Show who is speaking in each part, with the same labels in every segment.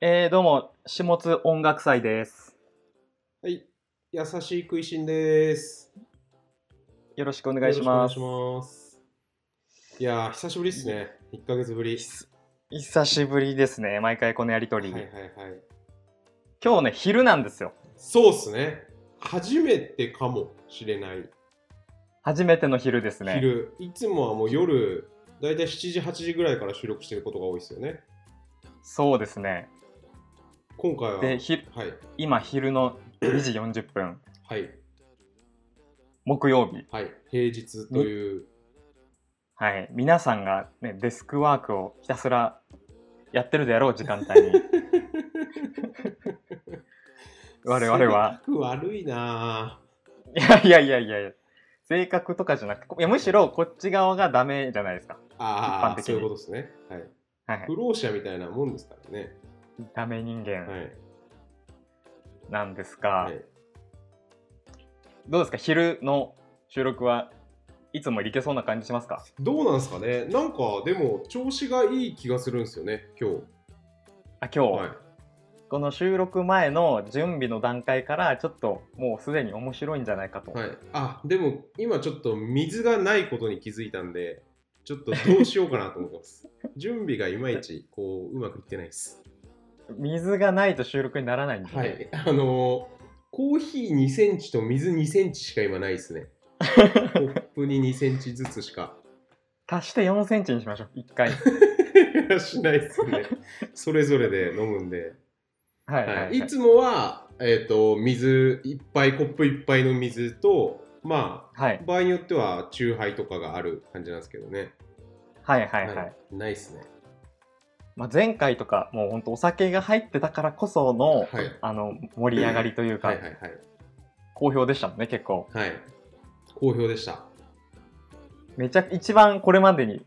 Speaker 1: えー、どうも、下津音楽祭です。
Speaker 2: はい、優しい食いしんです。
Speaker 1: よろしくお
Speaker 2: お
Speaker 1: 願いします。
Speaker 2: お願いします。いやー、久しぶりですね。1ヶ月ぶり。
Speaker 1: 久久しぶりですね、毎回このやりと
Speaker 2: は
Speaker 1: り。
Speaker 2: いはいはい。
Speaker 1: 今日ね、昼なんですよ。
Speaker 2: そうっすね。初めてかもしれない。
Speaker 1: 初めての昼ですね。
Speaker 2: 昼。いつもはもう夜、だいたい7時、8時ぐらいから収録してることが多いですよね。
Speaker 1: そうですね。
Speaker 2: 今回は、は
Speaker 1: で、
Speaker 2: い。
Speaker 1: ひ今、昼の2時40分、
Speaker 2: はい。
Speaker 1: 木曜日。
Speaker 2: はい。平日という。
Speaker 1: はい。皆さんが、ね、デスクワークをひたすらやってるであろう時間 帯に、 我々は。。
Speaker 2: 悪いなぁ。
Speaker 1: いやいやいやいやいや。性格とかじゃなくて、いやむしろこっち側がダメじゃないですか。一般
Speaker 2: ああ、
Speaker 1: 的に
Speaker 2: そういうことですね。はい。
Speaker 1: はい。
Speaker 2: 不老者みたいなもんですからね。
Speaker 1: ダメ人
Speaker 2: は
Speaker 1: 間
Speaker 2: い。
Speaker 1: なんですが、
Speaker 2: はい
Speaker 1: どうですか昼の収録はいつもいけそうな感じしますか
Speaker 2: どうなんですかねなんかでも調子がいい気がするんですよね今日
Speaker 1: あ今日、
Speaker 2: はい
Speaker 1: この収録前の準備の段階からちょっともうすでに面白いんじゃないかと、
Speaker 2: はいあでも今ちょっと水がないことに気づいたんでちょっとどうしようかなと思ってます準備がいまいちこううまくいってないです
Speaker 1: 水がないと収録にならないんで、
Speaker 2: はいあのーコーヒー2センチと水2センチしか今ないですねコップに2センチずつしか
Speaker 1: 足して4センチにしましょう1回
Speaker 2: しないですねそれぞれで飲むんで
Speaker 1: はいはい、
Speaker 2: は
Speaker 1: はい
Speaker 2: い、いつもは、えー、と水いっぱいコップいっぱいの水とま
Speaker 1: はい
Speaker 2: あ、場合によってはチューハイとかがある感じなんですけどね、
Speaker 1: はいはいはい
Speaker 2: ないですね
Speaker 1: まあ、前回とかもうほんとお酒が入ってたからこその、
Speaker 2: はい
Speaker 1: あの盛り上がりというか、
Speaker 2: はいはいはい
Speaker 1: 好評でしたもんね結構
Speaker 2: はい好評でした
Speaker 1: めちゃ一番これまでに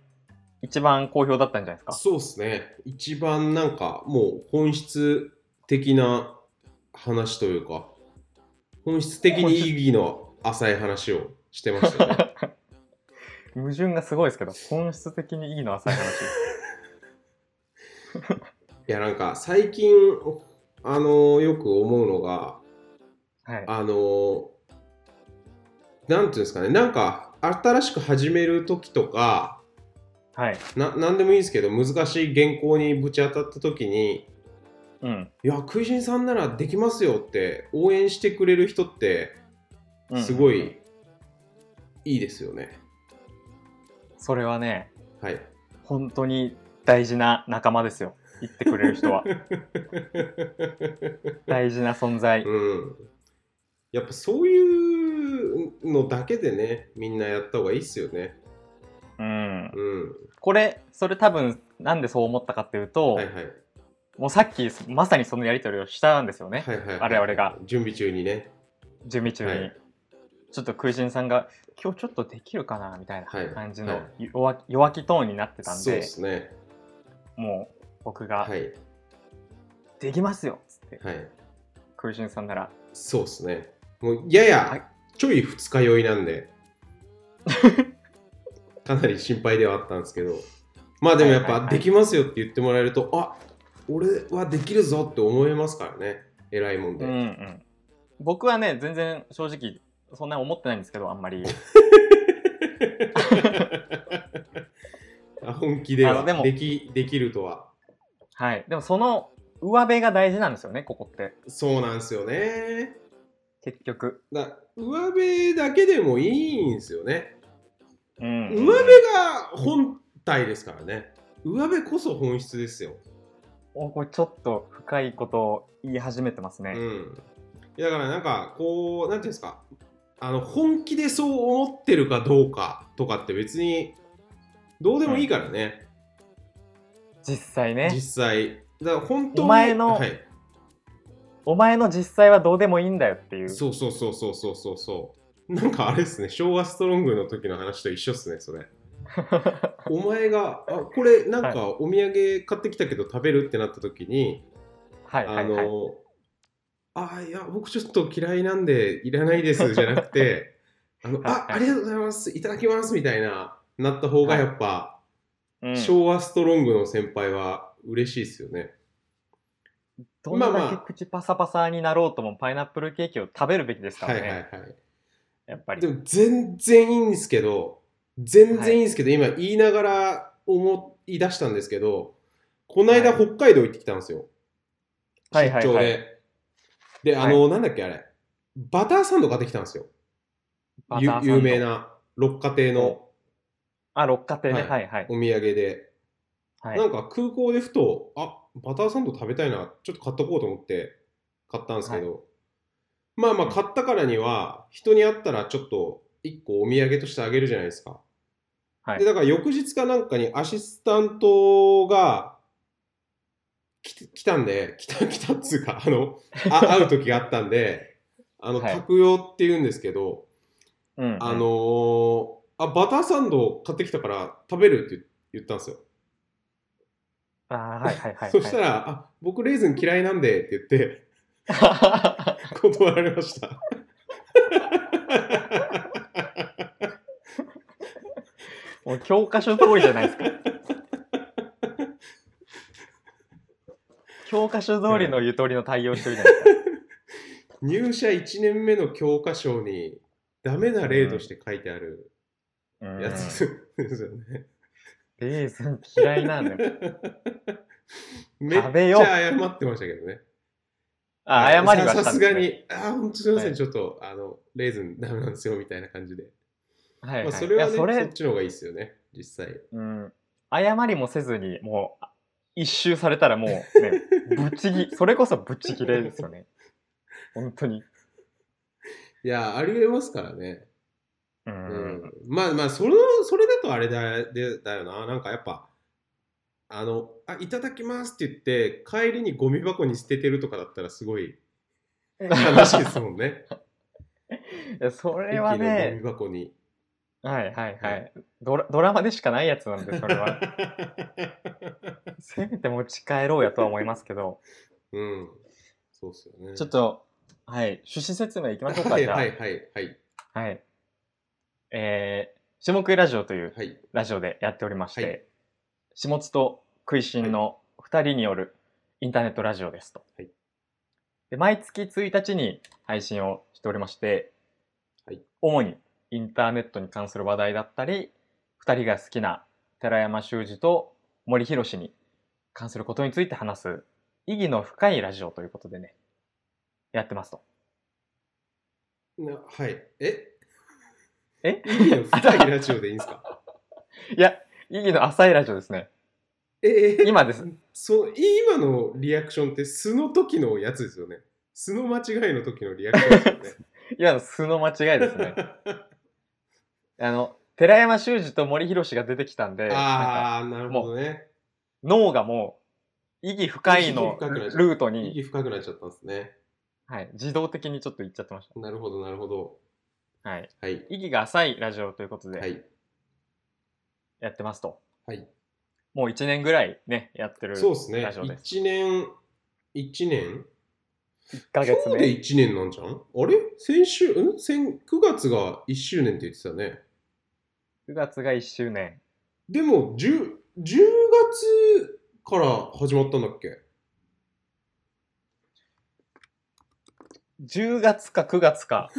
Speaker 1: 一番好評だったんじゃないですか
Speaker 2: そうですね一番なんかもう本質的な話というか本質的に意義の浅い話をしてまし たね
Speaker 1: 矛盾がすごいですけど本質的にいいの浅い話
Speaker 2: いやなんか最近あのよく思うのが
Speaker 1: はい
Speaker 2: あのなんていうんですかね、なんか新しく始めるときとか、
Speaker 1: はい
Speaker 2: ななんでもいいんですけど、難しい原稿にぶち当たったときに、
Speaker 1: うん、
Speaker 2: いや、食いしんさんならできますよって、応援してくれる人って、
Speaker 1: うん
Speaker 2: すごいいいですよね。
Speaker 1: それはね
Speaker 2: はい。
Speaker 1: 本当に大事な仲間ですよ言ってくれる人 は大事な存在
Speaker 2: うん。やっぱそういうのだけでね、みんなやった方がいいっすよね。
Speaker 1: うん
Speaker 2: うん。
Speaker 1: これそれ多分なんでそう思ったかっていうと、
Speaker 2: はいはい。
Speaker 1: もうさっきまさにそのやり取りをしたんですよね、
Speaker 2: はいはい、
Speaker 1: 我々が。
Speaker 2: 準備中にね。
Speaker 1: 準備中に、
Speaker 2: はい
Speaker 1: ちょっと食いしんさんが今日ちょっとできるかなみたいな
Speaker 2: はい
Speaker 1: 感じ
Speaker 2: は
Speaker 1: の
Speaker 2: い
Speaker 1: 弱,、弱気トーンになってたんで
Speaker 2: そうですね。
Speaker 1: もう僕が、
Speaker 2: はい。
Speaker 1: できますよ」っつって
Speaker 2: はい。
Speaker 1: 食いしんさんなら
Speaker 2: そうですね。もうや
Speaker 1: はい
Speaker 2: やちょい二日酔いな んで、かなり心配ではあったんですけど、まあでもやっ
Speaker 1: はいはい
Speaker 2: ぱ
Speaker 1: はい
Speaker 2: できますよって言ってもらえると、あ俺はできるぞって思えますからね、偉いもんで。
Speaker 1: うんうん、僕はね全然正直そんな思ってないんですけどあんま り
Speaker 2: あ本気で
Speaker 1: あ
Speaker 2: は
Speaker 1: のでも
Speaker 2: できできるとは。
Speaker 1: はいでもその上辺が大事なんですよねここって
Speaker 2: そうなんですよね。
Speaker 1: 結局
Speaker 2: だ上辺だけでもいいんですよね。
Speaker 1: うん
Speaker 2: 上辺が本体ですからね。上辺こそ本質ですよ。
Speaker 1: おこれちょっと深いことを言い始めてますね、
Speaker 2: うん、いやだからなんかこうなんていうんですかあの本気でそう思ってるかどうかとかって別にどうでもいいからね、
Speaker 1: 実際ね
Speaker 2: 実際だから本当に
Speaker 1: お前の
Speaker 2: はい、
Speaker 1: お前の実際はどうでもいいんだよっていう
Speaker 2: そうそうそうそうそうそうそうなんかあれですね昭和ストロングの時の話と一緒っす ねそれお前があこれなんかお土産買ってきたけど食べるってなった時に、
Speaker 1: はいは
Speaker 2: あ
Speaker 1: いはい、
Speaker 2: のあいや僕ちょっと嫌いなんでいらないですじゃな くてあの
Speaker 1: はいは
Speaker 2: あ
Speaker 1: い
Speaker 2: ありがとうございますいただきますみたいななった方がやっ
Speaker 1: う
Speaker 2: ぱ、
Speaker 1: ん
Speaker 2: 昭和ストロングの先輩は嬉しいですよね
Speaker 1: どんだ
Speaker 2: まあま
Speaker 1: け
Speaker 2: あ
Speaker 1: 口パサパサになろうともパイナップルケーキを食べるべきですか
Speaker 2: は
Speaker 1: ら
Speaker 2: い
Speaker 1: ね、
Speaker 2: はいはい。
Speaker 1: やっぱり
Speaker 2: でも全然いいんですけど、全然いいんですけど、今言いながら思い出したんですけど、この間、
Speaker 1: はい
Speaker 2: 北海道行ってきたんですよ。
Speaker 1: はいはいはい
Speaker 2: 出張で。で、あの、なんだっけあれ、バターサンド買ってきたんですよ。
Speaker 1: バター
Speaker 2: ゆ
Speaker 1: サンド
Speaker 2: 有名な六花亭の
Speaker 1: あ六花亭ね
Speaker 2: は
Speaker 1: はいはい
Speaker 2: お土産で、
Speaker 1: はい
Speaker 2: なんか空港でふと、あバターサンド食べたいな、ちょっと買っとこうと思って買ったんですけど、まあまあ買ったからには、人に会ったらちょっと1個お土産としてあげるじゃないですか。
Speaker 1: はい
Speaker 2: でだから翌日かなんかにアシスタントが来て来たんで、来た、来 たっつうか、あの、 あ会う時があったんで、あの、
Speaker 1: はい
Speaker 2: 卓用って言うんですけど、
Speaker 1: うん
Speaker 2: あのーあ、バターサンド買ってきたから食べるって言ったんですよ。
Speaker 1: あーはいはいはい
Speaker 2: そした
Speaker 1: ら
Speaker 2: ら、あ、僕レーズン嫌いなんでって言 って、断られました。
Speaker 1: もう教科書通りじゃないですか教科書通りのゆとりの対応してるじゃないですか
Speaker 2: 入社1年目の教科書に、ダメな例として書いてある
Speaker 1: うん
Speaker 2: やつですよね。
Speaker 1: レーズン嫌いなんだよ。
Speaker 2: めっ
Speaker 1: 食べ
Speaker 2: ち
Speaker 1: よ
Speaker 2: ゃ謝ってましたけどね。
Speaker 1: あ、謝りはしたんで
Speaker 2: さ
Speaker 1: す、ね。
Speaker 2: さすが。に、あ、本当すみません、
Speaker 1: はい
Speaker 2: ちょっと、あの、レーズンダメなんですよ、みたいな感じで。
Speaker 1: はい、はい。
Speaker 2: まあ、それはいね
Speaker 1: やそ
Speaker 2: そっ
Speaker 1: れ、
Speaker 2: ちの方がいいですよね、実際。
Speaker 1: うん。謝りもせずに、もう、一周されたらもう、 ね、ぶっちぎ、それこそぶっちぎれですよね。本当に。
Speaker 2: いや、ありえますからね。
Speaker 1: うん。
Speaker 2: まあまあそのそれだとあれだでだよななんかやっぱあのあいただきますって言って帰りにゴミ箱に捨ててるとかだったらすごい悲しいですもんね
Speaker 1: いやそ
Speaker 2: 駅
Speaker 1: れ
Speaker 2: の
Speaker 1: は
Speaker 2: ゴミ
Speaker 1: ね、
Speaker 2: 箱に
Speaker 1: はいはいはい。ドラドラマでしかないやつなんで、それ は。せめて持ち帰ろうやとは思いますけど、
Speaker 2: うんそうっすよね
Speaker 1: ちょっと、はい、趣旨説明いきましょうか、
Speaker 2: はい
Speaker 1: じゃあ。
Speaker 2: はいはいはい
Speaker 1: はい。えー、下食いラジオという
Speaker 2: はい
Speaker 1: ラジオでやっておりまして、
Speaker 2: はい
Speaker 1: 下津と食いしんの2人によるインターネットラジオですと。
Speaker 2: はい
Speaker 1: で毎月1日に配信をしておりまして、
Speaker 2: はい
Speaker 1: 主にインターネットに関する話題だったり、2人が好きな寺山修司と森博氏に関することについて話す意義の深いラジオということでね、やってますと。
Speaker 2: なはいえ
Speaker 1: え
Speaker 2: 意義の深いラジオでいいんです か
Speaker 1: いや、意義の浅いラジオですね。
Speaker 2: えええ
Speaker 1: 今です。
Speaker 2: そう今のリアクションって素の時のやつですよね素の間違いの時のリアクションですよね
Speaker 1: 今の素の間違いです ね。あの、寺山修司と森博が出てきたんで、なんか
Speaker 2: ああ、なるほどね。
Speaker 1: 脳がもう、意義深いの
Speaker 2: 意義深くなっちゃう
Speaker 1: ルートに、
Speaker 2: 息深くなっちゃったんですね。
Speaker 1: はい、自動的にちょっと行っちゃってまし
Speaker 2: なるほど、なるほど。
Speaker 1: た。はい。
Speaker 2: はい。
Speaker 1: 意義が浅いラジオということ
Speaker 2: は
Speaker 1: で、
Speaker 2: い。
Speaker 1: やってますと。
Speaker 2: はい。
Speaker 1: もう1年ぐらいね、やってるラジ
Speaker 2: そう
Speaker 1: オ
Speaker 2: で
Speaker 1: です。
Speaker 2: すね。一年、一年
Speaker 1: 1ヶ月
Speaker 2: 今日
Speaker 1: 目。
Speaker 2: で一年なんじゃんあれ先週、うん先 ?9 月が1周年って言ってたね。
Speaker 1: 9月が1周年。
Speaker 2: でも、10、10月から始まったんだっけ
Speaker 1: 10月か9月か。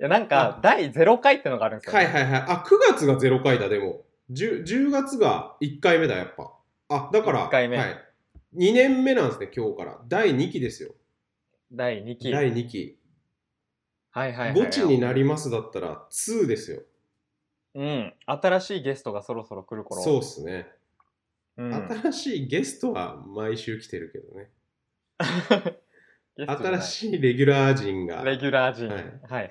Speaker 1: いや、なんか、第0回ってのがあるんですよ、
Speaker 2: は
Speaker 1: ね。
Speaker 2: いはいはい。あ、9月が0回だ、でも。10, 10月が1回目だ、やっぱ。あ、だから、
Speaker 1: 一回目
Speaker 2: はい、2年目なんですね、今日から。第2期ですよ。
Speaker 1: 第2期。
Speaker 2: 第2期。
Speaker 1: はいはいはい。
Speaker 2: ゴチになりますだったら2ですよ。
Speaker 1: うん。新しいゲストがそろそろ来る頃。
Speaker 2: そうっすね、
Speaker 1: うん。
Speaker 2: 新しいゲストは毎週来てるけどね。
Speaker 1: ゲストじゃな
Speaker 2: 新しいレギュラー陣が。
Speaker 1: レギュラー陣、
Speaker 2: は
Speaker 1: は
Speaker 2: い
Speaker 1: い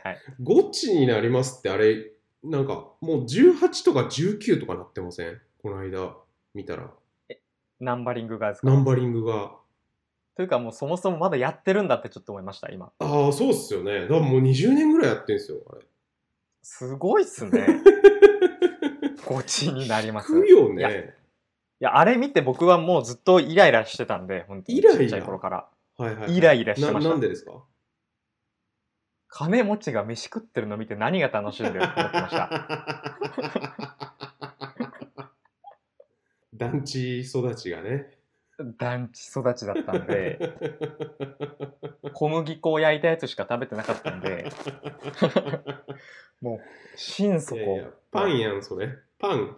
Speaker 1: はい
Speaker 2: ゴチになりますってあれ、なんかもう18とか19とかなってませんこの間見たら。
Speaker 1: ナンバリングがですか
Speaker 2: ナンバリングが。
Speaker 1: というかもうそもそもまだやってるんだってちょっと思いました今
Speaker 2: ああ、そうっすよね。だからもう20年ぐらいやってんすよ、あれ。
Speaker 1: すごいっす ねゴチになります
Speaker 2: 食うよ
Speaker 1: いや
Speaker 2: ね。
Speaker 1: いやあれ見て僕はもうずっとイライラしてたんで本当に
Speaker 2: イライラ
Speaker 1: ちっちゃい頃から
Speaker 2: はいはい、
Speaker 1: イライラしてました
Speaker 2: ななんでで すか
Speaker 1: 金持ちが飯食ってるの見て何が楽しいんだよって思ってました
Speaker 2: 団地育ちがね。
Speaker 1: 団地育ちだったんで、小麦粉を焼いたやつしか食べてなかったん で、もう、心
Speaker 2: い
Speaker 1: 底。
Speaker 2: やいやパンやんそれ パン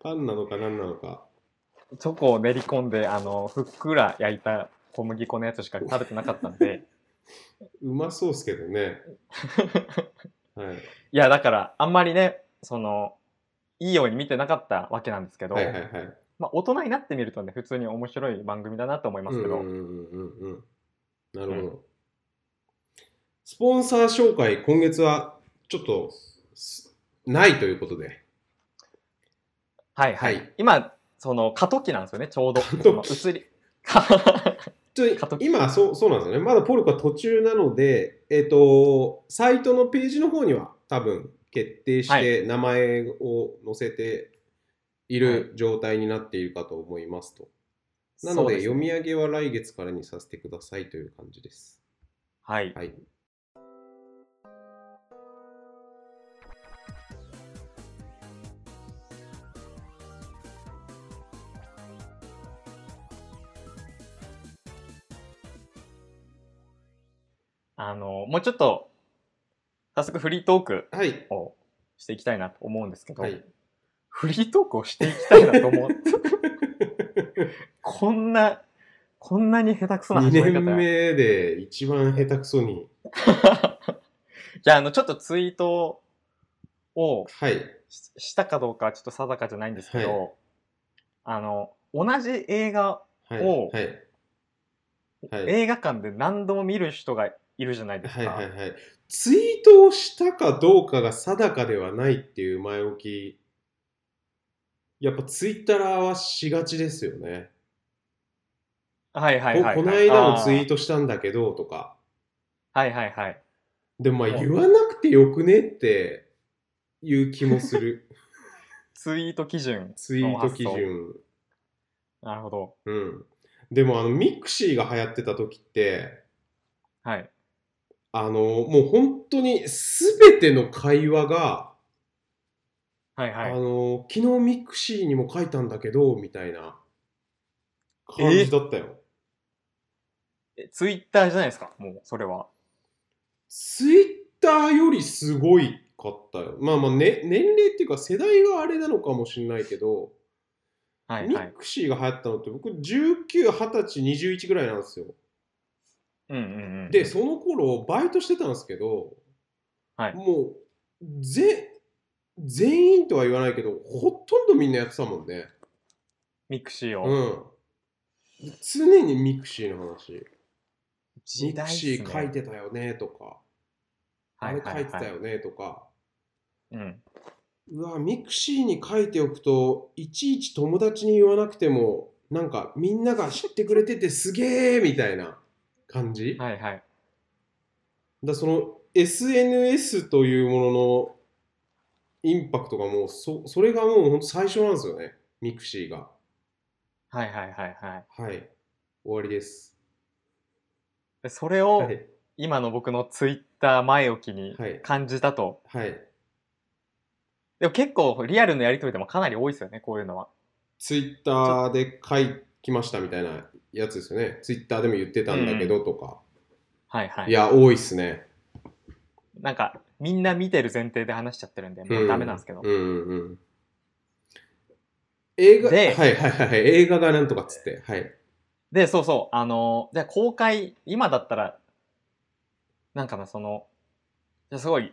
Speaker 2: パンなのか何なのか
Speaker 1: チョコを練り込んで、あの、ふっくら焼いた小麦粉のやつしか食べてなかったんで、
Speaker 2: うまそうっすけどねはい
Speaker 1: いや、だから、あんまりね、その、いいように見てなかったわけなんですけど、
Speaker 2: はいはいはい
Speaker 1: まあ、大人になってみるとね、普通に面白い番組だなと思いますけど、
Speaker 2: うんうんうんうんうんなるほど、スポンサー紹介今月はちょっとすないということで
Speaker 1: はいはい。
Speaker 2: はい
Speaker 1: 今、その、過渡期なんですよね、ちょうど。
Speaker 2: 渡期
Speaker 1: その移り。
Speaker 2: ち
Speaker 1: 過
Speaker 2: ょ
Speaker 1: 渡期
Speaker 2: 今そうそうなんですよねまだポルコは途中なのでえっ、とサイトのページの方には多分決定し
Speaker 1: は
Speaker 2: て名前を載せている状態になっているかと思いますと、な の
Speaker 1: そう
Speaker 2: で
Speaker 1: ですね
Speaker 2: 読み上げは来月からにさせてくださいという感じです
Speaker 1: はい。
Speaker 2: はい
Speaker 1: あの、もうちょっと、早速フリートーク
Speaker 2: はい
Speaker 1: をしていきたいなと思うんですけど、
Speaker 2: はい
Speaker 1: フリートークをしていきたいなと 思う。こんな、こんなに下手くそな
Speaker 2: 2
Speaker 1: 始まり
Speaker 2: 年
Speaker 1: 方。 じ
Speaker 2: 目で一番下手くそに。
Speaker 1: ゃあ、あの、ちょっとツイートを
Speaker 2: はい。
Speaker 1: ししたかどうかはちょっと定かじゃないんですけど、あの、同じ映画、
Speaker 2: はい。
Speaker 1: おう
Speaker 2: はい。はい。
Speaker 1: 映画館で何度も見る人がいるじゃないです
Speaker 2: はい。
Speaker 1: か。
Speaker 2: はい。はい。ツイートをしたかどうかが定かではないっていう前置き。やっぱツイッターはしがちですよね。
Speaker 1: はいはいはい。
Speaker 2: ここの間も
Speaker 1: あー
Speaker 2: ツイートしたんだけどとか。
Speaker 1: はいはいはい。
Speaker 2: でもまあ
Speaker 1: うん
Speaker 2: 言わなくてよくねっていう気も する。
Speaker 1: ツイート基準。
Speaker 2: ツイート基準。
Speaker 1: なるほど。
Speaker 2: うん。でもあの、ミクシーが流行ってた時って、
Speaker 1: はい。
Speaker 2: あのもう本当に全ての会話が、
Speaker 1: はいは
Speaker 2: あ
Speaker 1: い。
Speaker 2: の昨日ミクシーにも書いたんだけどみたいな感じだったよ。
Speaker 1: えツイッターじゃないですか、もう、それは。
Speaker 2: ツイッターよりすごいかったよ。まあまあ、ね、年齢っていうか世代があれなのかもしれないけど、
Speaker 1: はい
Speaker 2: ミ
Speaker 1: はい。
Speaker 2: クシーが流行ったのって僕19、20歳、21ぐらいなんですよ。
Speaker 1: うんうんうん。
Speaker 2: で、その頃バイトしてたんですけど、
Speaker 1: はい
Speaker 2: もうぜ全員とは言わないけどほとんどみんなやってたもんね。
Speaker 1: ミクシーを。
Speaker 2: うん、常にミクシーの話、ミ
Speaker 1: 時代
Speaker 2: ク
Speaker 1: っす
Speaker 2: シ
Speaker 1: ね
Speaker 2: ー書いてたよねとか、
Speaker 1: はいはい
Speaker 2: あ
Speaker 1: は
Speaker 2: れ
Speaker 1: い
Speaker 2: 書いてたよねとか、
Speaker 1: うん。
Speaker 2: うわ、ミクシーに書いておくと、いちいち友達に言わなくても、なんかみんなが知ってくれててすげーみたいな感じ。
Speaker 1: はいはい。
Speaker 2: だその SNS というもののインパクトがもうそ、それがもう本当最初なんですよね、ミクシーが。
Speaker 1: はいはいはいはい
Speaker 2: はい、終わりです。
Speaker 1: で。それを
Speaker 2: は、い、
Speaker 1: 今の僕のツイッター前置きに
Speaker 2: はい
Speaker 1: 感じたと。
Speaker 2: はい
Speaker 1: でも結構、リアルのやりとりでもかなり多いですよね、こういうのは。
Speaker 2: ツイッターで書きましたみたいなやつですよね。ツイッターでも言ってたんだけどとか。
Speaker 1: はいはい
Speaker 2: い。や、多いっすね。
Speaker 1: なんか、みんな見てる前提で話しちゃってるんで、もうダメなんですけど
Speaker 2: うん。うんうん。映画、は
Speaker 1: で
Speaker 2: いはいはいはい。映画がなんとかっつって。はい。
Speaker 1: で、そうそう、あの、じゃあ公開、今だったら、なんかな、その、じゃあすごい、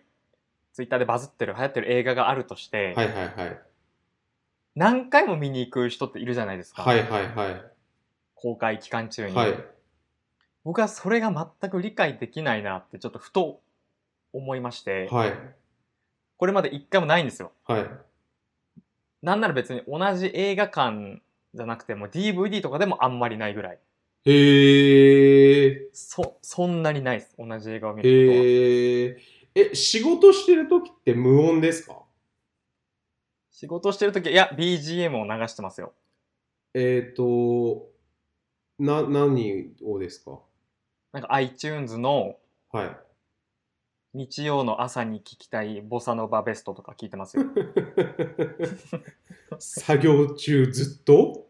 Speaker 1: ツイッターでバズってる、流行ってる映画があるとして、
Speaker 2: はいはいはい。
Speaker 1: 何回も見に行く人っているじゃないですか。
Speaker 2: はいはいはい。
Speaker 1: 公開期間中に、
Speaker 2: はい。
Speaker 1: 僕はそれが全く理解できないなって、ちょっとふと思いまして、
Speaker 2: はい。
Speaker 1: これまで一回もないんですよ。
Speaker 2: はい。
Speaker 1: なんなら別に同じ映画館じゃなくても、DVD とかでもあんまりないぐらい。
Speaker 2: へえ。
Speaker 1: そ、そんなにないです。同じ映画を見ることは。
Speaker 2: へえ。え、仕事してる時って無音ですか
Speaker 1: 仕事してるとき、いや、BGM を流してますよ。
Speaker 2: えっ、と、な、何をですか
Speaker 1: なんか iTunes の
Speaker 2: はい。
Speaker 1: 日曜の朝に聞きたいボサノバベストとか聞いて ますよ。
Speaker 2: 作業中ずっと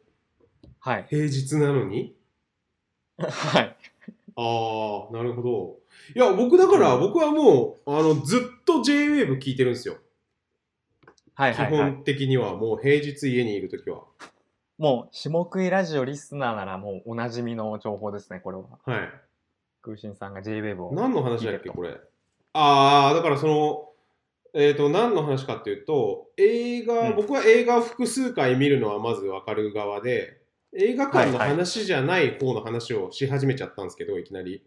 Speaker 1: はい。
Speaker 2: 平日なのに
Speaker 1: はい。
Speaker 2: ああ、なるほど。いや、僕だから、
Speaker 1: うん
Speaker 2: 僕はもう、あの、ずっと JWAVE 聞いてるんですよ。
Speaker 1: はい
Speaker 2: 基
Speaker 1: はいはい。
Speaker 2: 本的には、もう平日家にいるときは。
Speaker 1: もう、下食いラジオリスナーならもうおなじみの情報ですね、これは。
Speaker 2: はい。
Speaker 1: 空心さんが JWAVE を。
Speaker 2: 何の話だ
Speaker 1: 聞い
Speaker 2: っ
Speaker 1: てる
Speaker 2: け、
Speaker 1: と
Speaker 2: これ。ああ、だからその、えっ、と、何の話かっていうと、映画、
Speaker 1: うん
Speaker 2: 僕は映画を複数回見るのはまず分かる側で、映画館の
Speaker 1: はいはい
Speaker 2: 話じゃない方の話をし始めちゃったんですけど、いきなり。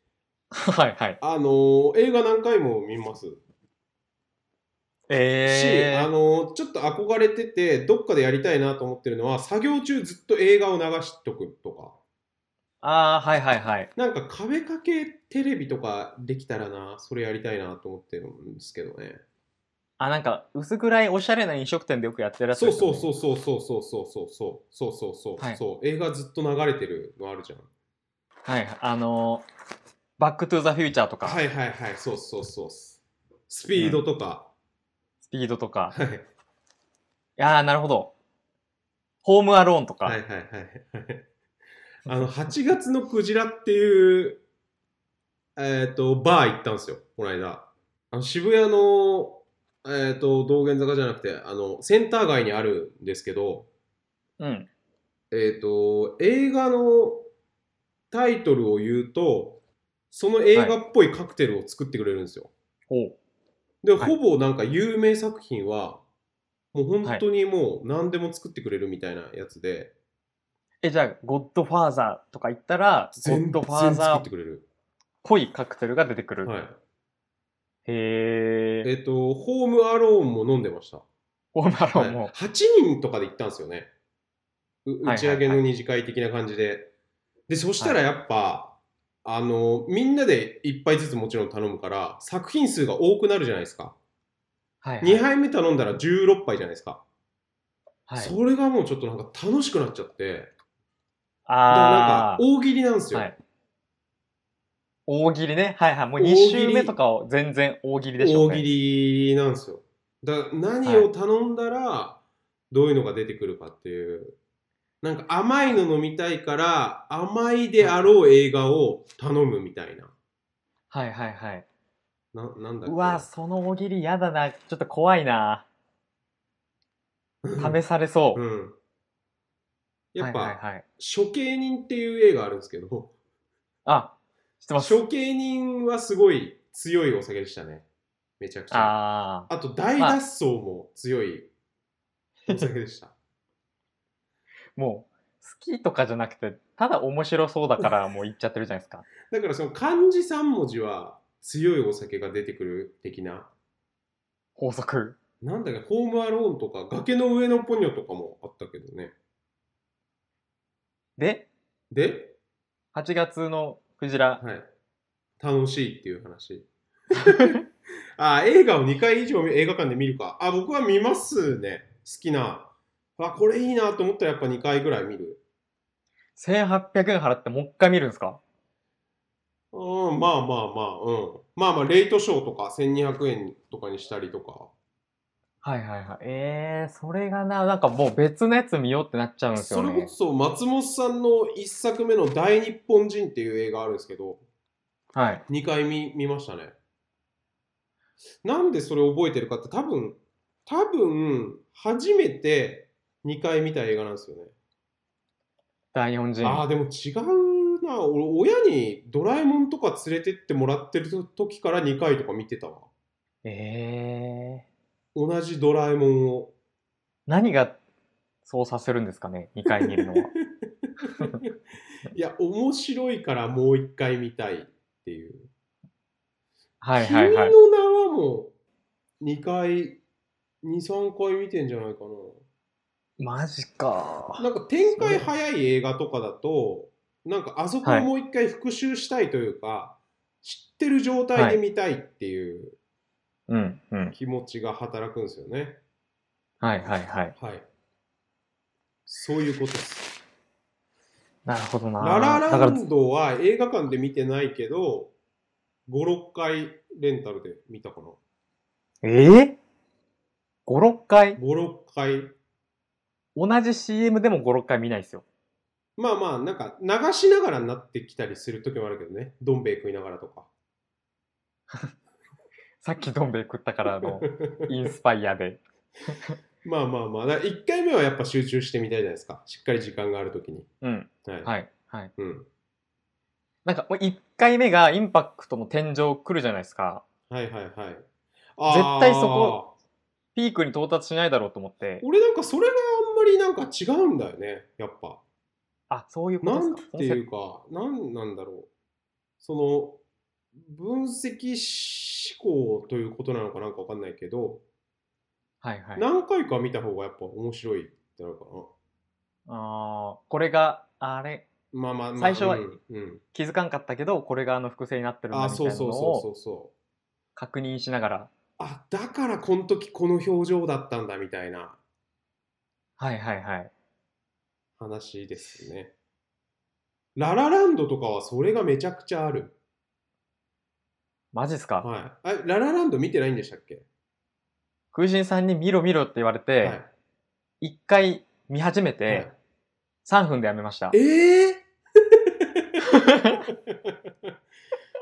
Speaker 1: はいはい。
Speaker 2: あのー映画何回も見ます。し、あ
Speaker 1: え
Speaker 2: のちょっと憧れててどっかでやりたいなと思ってるのは作業中ずっと映画を流しとくとか
Speaker 1: ー。ああ、はいはいはい。
Speaker 2: なんか壁掛けテレビとかできたらなそれやりたいなと思ってるんですけどね
Speaker 1: あ、なんか、薄暗いおしゃれな飲食店でよくやってるやつ
Speaker 2: そう
Speaker 1: です
Speaker 2: そ
Speaker 1: よ
Speaker 2: う
Speaker 1: ね
Speaker 2: そうそうそうそうそうそうそうそうそうそう、
Speaker 1: はい
Speaker 2: そう映画ずっと流れてるのあるじゃん
Speaker 1: はい。あのーバックトゥザフューチャーとか、
Speaker 2: はいはいはいそうそうそうスピードとか、
Speaker 1: スピードとか。
Speaker 2: はい
Speaker 1: いやー、なるほど。ホームアローンとか。
Speaker 2: はいはいはいはい。あの、8月のクジラっていう、えっ、と、バー行ったんですよ、この間。あの渋谷の、えっ、と、道玄坂じゃなくて、あの、センター街にあるんですけど、
Speaker 1: うん。
Speaker 2: えっ、と、映画のタイトルを言うと、その映画っぽいカクテルを作ってくれるんですよ。
Speaker 1: おう
Speaker 2: で、
Speaker 1: はい
Speaker 2: ほぼなんか有名作品は、もう本当にもう何でも作ってくれるみたいなやつで、
Speaker 1: え、じゃあ、ゴッドファーザーとか言ったら、ゴッ
Speaker 2: 全
Speaker 1: ド
Speaker 2: 然
Speaker 1: ファーザ
Speaker 2: 作っ
Speaker 1: ー
Speaker 2: て
Speaker 1: っ
Speaker 2: くれる。
Speaker 1: ぽいカクテルが出てくる。
Speaker 2: はい。
Speaker 1: へえ。
Speaker 2: えっと、ホームアローンも飲んでました。
Speaker 1: ホームアローン
Speaker 2: はい
Speaker 1: も。
Speaker 2: 8人とかで行ったんですよね。う
Speaker 1: はいはいはい
Speaker 2: 打ち上げの二次会的な感じで。で、そしたらやっぱ、あの、みんなで1杯ずつもちろん頼むから、作品数が多くなるじゃないですか。
Speaker 1: はいはい
Speaker 2: 2杯目頼んだら16杯じゃないですか。
Speaker 1: はい。
Speaker 2: それがもうちょっとなんか楽しくなっちゃって、だからなんか
Speaker 1: あー。
Speaker 2: 大喜利なんですよ。
Speaker 1: はい大喜利ね。はいはい。もう
Speaker 2: 大喜
Speaker 1: 2
Speaker 2: 利
Speaker 1: 週目とかを全然大喜利でしょう
Speaker 2: 大
Speaker 1: ね。
Speaker 2: 喜利なんですよ。だ何を頼んだらどういうのが出てくるかっていう。なんか甘いの飲みたいから甘いであろう映画を頼むみたいな。
Speaker 1: はいはいはい。
Speaker 2: ななんだっけ
Speaker 1: うわ、その大喜利やだな。ちょっと怖いな。試されそうう。
Speaker 2: ん。やっぱ、
Speaker 1: はいはいはい。
Speaker 2: 処刑人っていう映画あるんですけど、
Speaker 1: あ、知ってます。
Speaker 2: 処刑人はすごい強いお酒でしたね。めちゃくちゃ。あ
Speaker 1: あ
Speaker 2: と大脱走も強いお酒でした。
Speaker 1: ー。もう、好きとかじゃなくて、ただ面白そうだ からもう言っちゃってるじゃないですか。
Speaker 2: だからその漢字3文字は強いお酒が出てくる的な。
Speaker 1: 法則。
Speaker 2: なんだっけ、ホームアローンとか、崖の上のポニョとかもあったけどね。
Speaker 1: で、
Speaker 2: で、
Speaker 1: 8月のクジラ。
Speaker 2: はい。楽しいっていう話。あ、映画を2回以上映画館で見るか。あ、僕は見ますね。好きな。あ、これいいなと思ったらやっぱ2回ぐらい見る。
Speaker 1: 1800円払ってもう一回見るんですか
Speaker 2: うん、まあまあまあ、うん。まあまあ、レイトショーとか1200円とかにしたりとか。
Speaker 1: はいはいはい。えー、それがな、なんかもう別のやつ見ようってなっちゃうんです
Speaker 2: そ
Speaker 1: よ
Speaker 2: れこ
Speaker 1: ね。
Speaker 2: そ松本さんの1作目の「大日本人」っていう映画あるんですけど
Speaker 1: はい。
Speaker 2: 2回見見ましたねなんでそれ覚えてるかって多分多分初めて2回見た映画なんですよね、
Speaker 1: 大日本人。
Speaker 2: ああでも違うな俺親に「ドラえもん」とか連れてってもらってる時から2回とか見てたわ
Speaker 1: えー、
Speaker 2: 同じ「ドラえもん」を
Speaker 1: 何がそうさせるんですかね、2回見る のは。
Speaker 2: いや面白いからもう1回見たいっていう
Speaker 1: はいはいはい。
Speaker 2: 君の名はもう2回、2、3回見てんじゃないか
Speaker 1: マジか
Speaker 2: な。。なんか展開早い映画とかだと、なんかあそこをもう一回復習したいというか、知ってる状態で見たいっていう
Speaker 1: うんうん。
Speaker 2: 気持ちが働くんですよね。
Speaker 1: はいはいはい。
Speaker 2: はい。そういうことです。
Speaker 1: なるほどな。
Speaker 2: ラ
Speaker 1: だ
Speaker 2: ララ
Speaker 1: から、
Speaker 2: ンドは映画館で見てないけど、5、6回レンタルで見たかな。
Speaker 1: えー、?5、6回
Speaker 2: 5、6回
Speaker 1: 同じ CM でも5、6回見ないですよ。
Speaker 2: まあまあ、なんか流しながらになってきたりする時もあるけどね。どん兵衛食いながらとか。
Speaker 1: さっきどん兵衛食ったから のインスパイアで。
Speaker 2: まあまあまあ、だから1回目はやっぱ集中してみたいじゃないですか。しっかり時間がある時に。
Speaker 1: うん。
Speaker 2: はい。
Speaker 1: はい。はい。
Speaker 2: うん、
Speaker 1: なんかもう1回目がインパクトの天井来るじゃないですか。
Speaker 2: はいはいはい。
Speaker 1: 絶対そこ。ピークに到達しないだろうと思って。
Speaker 2: 俺なんかそれがあんまりなんか違うんだよね。やっぱ。
Speaker 1: あ、そういうこと
Speaker 2: な
Speaker 1: です
Speaker 2: ん
Speaker 1: か。
Speaker 2: ていうか、なんなんだろう。その、分析思考ということなのかなんかわかんないけど、
Speaker 1: はいはい。
Speaker 2: 何回か見た方がやっぱ面白いってなるかな。
Speaker 1: ああ、これが、あれ、
Speaker 2: まあまあ、まあ、
Speaker 1: 最初は
Speaker 2: うんうん、
Speaker 1: 気づかんかったけど、これがあの複製になってるん
Speaker 2: あ
Speaker 1: だ
Speaker 2: あ、
Speaker 1: みたい
Speaker 2: そう
Speaker 1: なの
Speaker 2: そうそうそ
Speaker 1: を
Speaker 2: うそう。
Speaker 1: 確認しながら。
Speaker 2: あ、だからこの時この表情だったんだみたいな
Speaker 1: はいはいはい。
Speaker 2: 話ですね。ララランドとかはそれがめちゃくちゃある。
Speaker 1: マジっすか、
Speaker 2: はい。あ、ララランド見てないんでしたっけ、
Speaker 1: 空人さんに見ろ見ろって言われ
Speaker 2: は
Speaker 1: て、
Speaker 2: い
Speaker 1: 一回見始め
Speaker 2: はい
Speaker 1: て、3分でやめました。
Speaker 2: ええ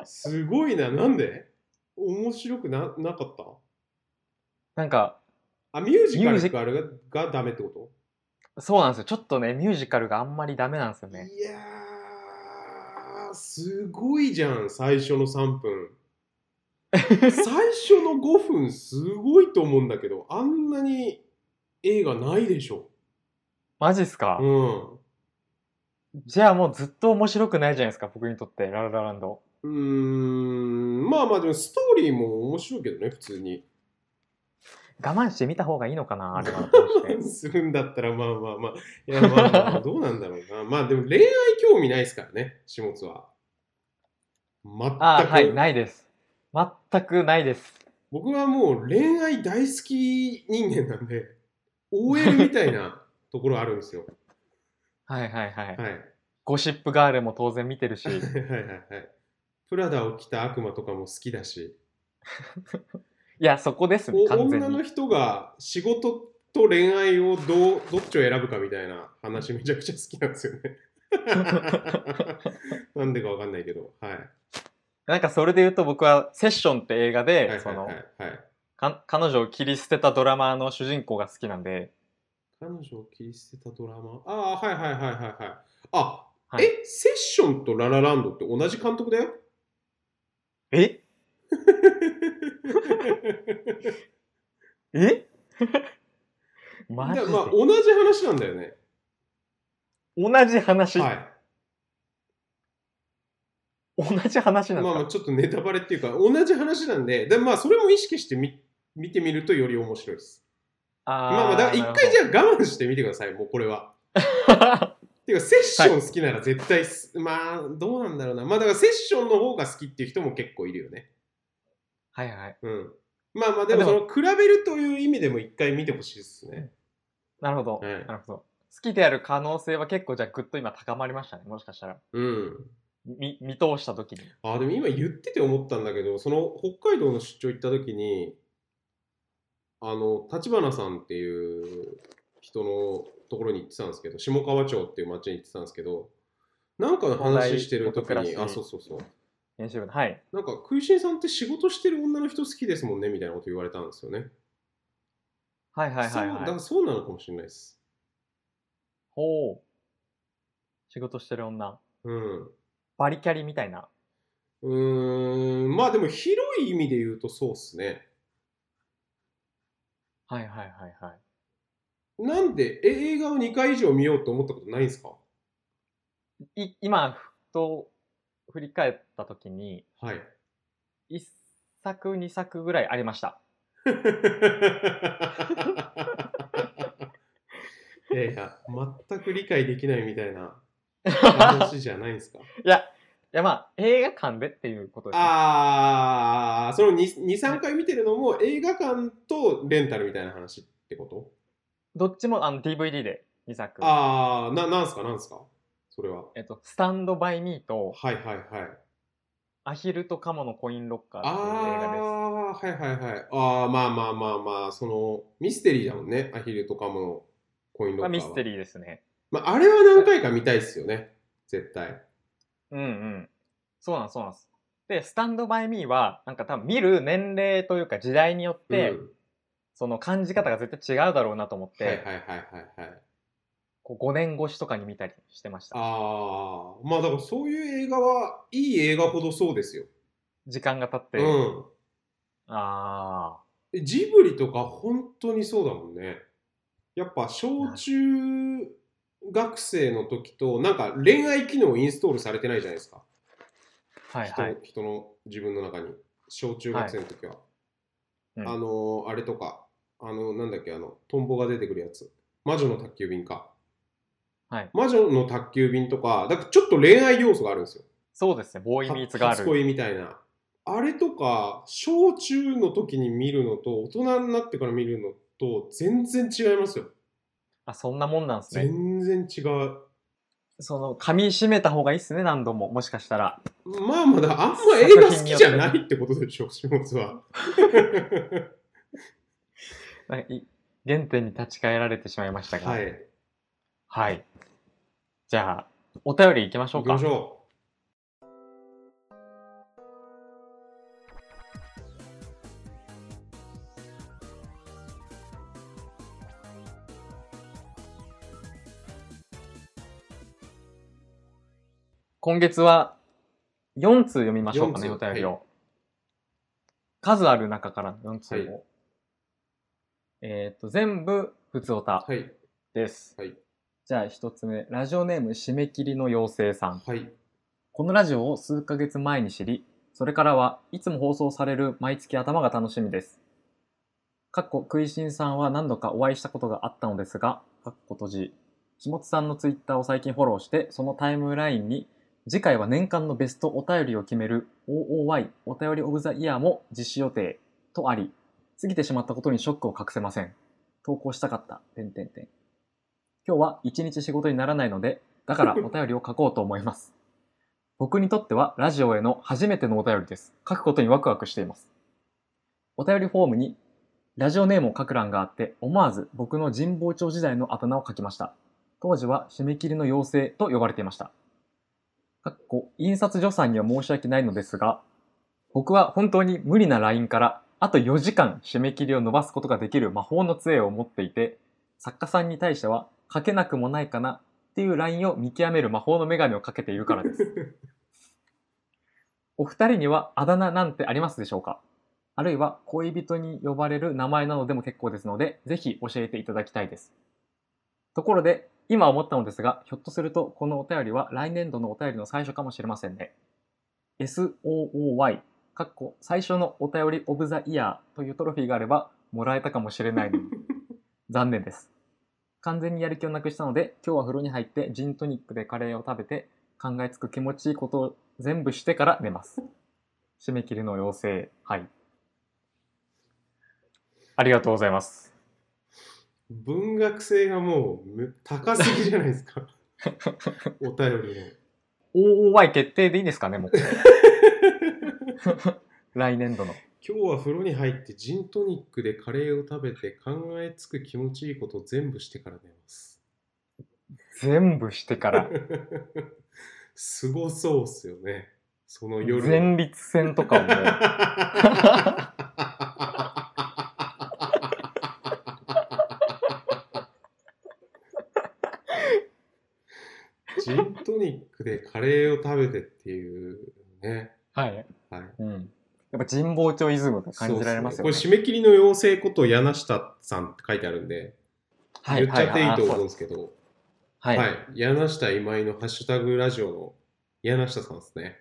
Speaker 2: すごいな、なんで面白くななかった
Speaker 1: なんか、
Speaker 2: あ、ミュージカ
Speaker 1: ミュー
Speaker 2: ル
Speaker 1: ジ
Speaker 2: があれががダメってこと
Speaker 1: そうなんですよ。ちょっとね、ミュージカルがあんまりダメなんですよね。
Speaker 2: いやー、すごいじゃん、最初の3分。 最初の5分、すごいと思うんだけど、あんなに映画ないでしょ。
Speaker 1: マジっすか、
Speaker 2: うん。
Speaker 1: じゃあもうずっと面白くないじゃないですか、僕にとって、ラララランド。
Speaker 2: うーん、まあまあ、でもストーリーも面白いけどね、普通に。
Speaker 1: 我慢して見た方がいいのかな、あれは。
Speaker 2: するんだったらまあまあまあいやまあま あどうなんだろうなまあでも恋愛興味ないですからね始末は全く、
Speaker 1: ああ、はい、ないです。全くないです。
Speaker 2: 僕はもう恋愛大好き人間なんで OL みたいなところあるんですよ
Speaker 1: はいはいはい。
Speaker 2: はいはい
Speaker 1: ゴシップガールも当然見てる し。
Speaker 2: はいはいはいプラダを着た悪魔とかも好きだし
Speaker 1: いや、そこですね、
Speaker 2: お
Speaker 1: 完全
Speaker 2: 女の
Speaker 1: に。
Speaker 2: 人が仕事と恋愛をどうどっちを選ぶかみたいな話めちゃくちゃ好きなんですよ ねなんでかわかんないけどはい
Speaker 1: なんかそれで言うと僕は、セッションって映画で、
Speaker 2: はいはい
Speaker 1: その
Speaker 2: はい、はい
Speaker 1: か彼女を切り捨てたドラマーの主人公が好きなんで、
Speaker 2: 彼女を切り捨てたドラマああーはいはいはいはいはいあ、
Speaker 1: はい
Speaker 2: えセッションとララランドって同じ監督だよ
Speaker 1: え え マ
Speaker 2: だ
Speaker 1: ジ
Speaker 2: か
Speaker 1: で
Speaker 2: ら、まあ同じ話なんだよね
Speaker 1: 同じ話、
Speaker 2: はい
Speaker 1: 同じ話なんで
Speaker 2: ますあ
Speaker 1: か、
Speaker 2: まあちょっとネタバレっていうか同じ話なんででまあそれも意識してみ見てみるとより面白いです
Speaker 1: あー
Speaker 2: まあまあだから一回じゃあ我慢してみてくださいもうこれはっていうかセッション好きなら絶対す、まあどうなんだろうなまあだからセッションの方が好きっていう人も結構いるよね
Speaker 1: はいはい。
Speaker 2: うんまあまあでも
Speaker 1: あで
Speaker 2: そ
Speaker 1: も
Speaker 2: の比べるという意味でも一回見てほしいですね、
Speaker 1: なるほど。
Speaker 2: はい
Speaker 1: なるほど。好きである可能性は結構じゃあぐっと今高まりましたね。もしかしたら。
Speaker 2: うん。
Speaker 1: み見通した時に。
Speaker 2: あ、でも今言ってて思ったんだけど、その北海道の出張行った時に、あの、立花さんっていう人のところに行ってたんですけど、下川町っていう町に行ってたんですけど、なんかの話してる時
Speaker 1: 東大元暮
Speaker 2: に、
Speaker 1: らし
Speaker 2: あ、そうそうそう。
Speaker 1: 編集部の。はい。
Speaker 2: なんか、食いしんさんって仕事してる女の人好きですもんね、みたいなこと言われたんですよね。
Speaker 1: はいはいはい
Speaker 2: そうだ
Speaker 1: は
Speaker 2: から
Speaker 1: い。
Speaker 2: そうなのかもしれないです。
Speaker 1: ほう。仕事してる女。
Speaker 2: うん。
Speaker 1: バリキャリみたいな。
Speaker 2: うーん、まあでも広い意味で言うとそうっすね。
Speaker 1: はいはいはいはい。
Speaker 2: なんで、え映画を2回以上見ようと思ったことないんですか
Speaker 1: い今、ふと振り返った時に、
Speaker 2: はい。
Speaker 1: 1作2作ぐらいありました。
Speaker 2: いやいや、全く理解できないみたい な話じゃないですか。
Speaker 1: いや、いやまあ、映画館でっていうことですね。
Speaker 2: ああ、その2、2 3回見てるのも映画館とレンタルみたいな話ってこと
Speaker 1: どっちもあの DVD で2作。
Speaker 2: ああ、な、なんすか、なんすか、それは。
Speaker 1: えっと、スタンドバイミーと、
Speaker 2: はいはいはい。
Speaker 1: アヒルとカモのコインロッカー
Speaker 2: あ
Speaker 1: っていう映画です。
Speaker 2: あー、はいはいはい。ああ、まあまあまあまあ、そのミステリーだもんね、アヒルとかもコインロッ
Speaker 1: まあ、
Speaker 2: カーは。
Speaker 1: ミステリーですね。
Speaker 2: まあ、あれは何回か見たいっすよね。絶対。
Speaker 1: うんうん。そうなんそうなんです。で、スタンドバイミーは、なんか多分見る年齢というか時代によって、
Speaker 2: うん
Speaker 1: その感じ方が絶対違うだろうなと思って、
Speaker 2: はいはいはいはいはい。
Speaker 1: こう5年越しとかに見たりしてました。
Speaker 2: ああ、まあだからそういう映画はいい映画ほどそうですよ。
Speaker 1: 時間が経って。
Speaker 2: うん。
Speaker 1: ああ。
Speaker 2: ジブリとか本当にそうだもんね。やっぱ小中学生の時となんか恋愛機能インストールされてないじゃないですか。
Speaker 1: はいはい。
Speaker 2: 人人の自分の中に小中学生の時は、
Speaker 1: うん
Speaker 2: あのーあれとかあのなんだっけあのトンボが出てくるやつ魔女の宅急便か、
Speaker 1: はい
Speaker 2: 魔女の宅急便とかだからちょっと恋愛要素があるんですよ
Speaker 1: そうですね。ボーイミーツガ
Speaker 2: 初
Speaker 1: ール。
Speaker 2: 恋みたいなあれとか小中の時に見るのと大人になってから見るのと全然違いますよ、
Speaker 1: あ、そんなもんなんですね。
Speaker 2: 全然違う
Speaker 1: その、噛み締めた方がいいっすね、何度も。もしかしたら。
Speaker 2: まあまだあんま映画好きじゃないってことでしょ下津は
Speaker 1: なんかい原点に立ち返られてしまいましたが。
Speaker 2: は
Speaker 1: はい。
Speaker 2: い
Speaker 1: じゃあ、お便り行きましょ
Speaker 2: 行
Speaker 1: う
Speaker 2: き
Speaker 1: か。
Speaker 2: ましょう
Speaker 1: 今月は4通読みましょうかね、
Speaker 2: 4
Speaker 1: お
Speaker 2: 通
Speaker 1: 便りを。
Speaker 2: は
Speaker 1: 数ある中からの4通を。
Speaker 2: はい
Speaker 1: えっ、と、全部、普通おた
Speaker 2: はい
Speaker 1: です。
Speaker 2: はい
Speaker 1: じゃあ1つ目、ラジオネーム締め切りの妖精さん。
Speaker 2: はい
Speaker 1: このラジオを数ヶ月前に知り、それからはいつも放送される毎月頭が楽しみです。かっこ食いしんさんは何度かお会いしたことがあったのですが、かっこ閉じ、下津さんのツイッターを最近フォローして、そのタイムラインに、次回は年間のベストお便りを決める OOY お便りオブザイヤーも実施予定とあり、過ぎてしまったことにショックを隠せません。投稿したかった。てんてんてん。今日は一日仕事にならないので、だからお便りを書こうと思います。僕にとってはラジオへの初めてのお便りです。書くことにワクワクしています。お便りフォームにラジオネームを書く欄があって、思わず僕の神保町時代のあだ名を書きました。当時は締め切りの妖精と呼ばれていました。かっこ印刷所さんには申し訳ないのですが、僕は本当に無理な LINE からあと4時間締め切りを伸ばすことができる魔法の杖を持っていて、作家さんに対しては書けなくもないかなっていう LINE を見極める魔法の女神をかけているからです。お二人にはあだ名なんてありますでしょうかあるいは恋人に呼ばれる名前などでも結構ですので、ぜひ教えていただきたいです。ところで、今思ったのですが、ひょっとするとこのお便りは来年度のお便りの最初かもしれませんね。SOOY、かっこ最初のお便りオブザイヤーというトロフィーがあればもらえたかもしれないのに残念です。完全にやる気をなくしたので、今日は風呂に入ってジントニックでカレーを食べて考えつく気持ちいいことを全部してから寝ます。締め切りの要請、はい。ありがとうございます。
Speaker 2: 文学性がもうむ高すぎじゃないです かお便りの
Speaker 1: OOY 決定でいいですかね、 もう。来年度の。
Speaker 2: 今日は風呂に入ってジントニックでカレーを食べて考えつく気持ちいいことを全部してから寝ます
Speaker 1: 全部してから。
Speaker 2: すごそうっすよねその夜
Speaker 1: 前立腺とかをも う。
Speaker 2: ジントニックでカレーを食べてっていうね。
Speaker 1: はい。
Speaker 2: はい、
Speaker 1: うん。やっぱ神保町イズムが感じられますよね。
Speaker 2: そうっねこれ締め切りの妖精こと柳下さんって書いてあるんで、
Speaker 1: はい
Speaker 2: 言っちゃっていいと思
Speaker 1: は
Speaker 2: う
Speaker 1: い
Speaker 2: んですけど、
Speaker 1: はい
Speaker 2: は
Speaker 1: はい
Speaker 2: い、柳下今井のハッシュタグラジオの柳下さんですね。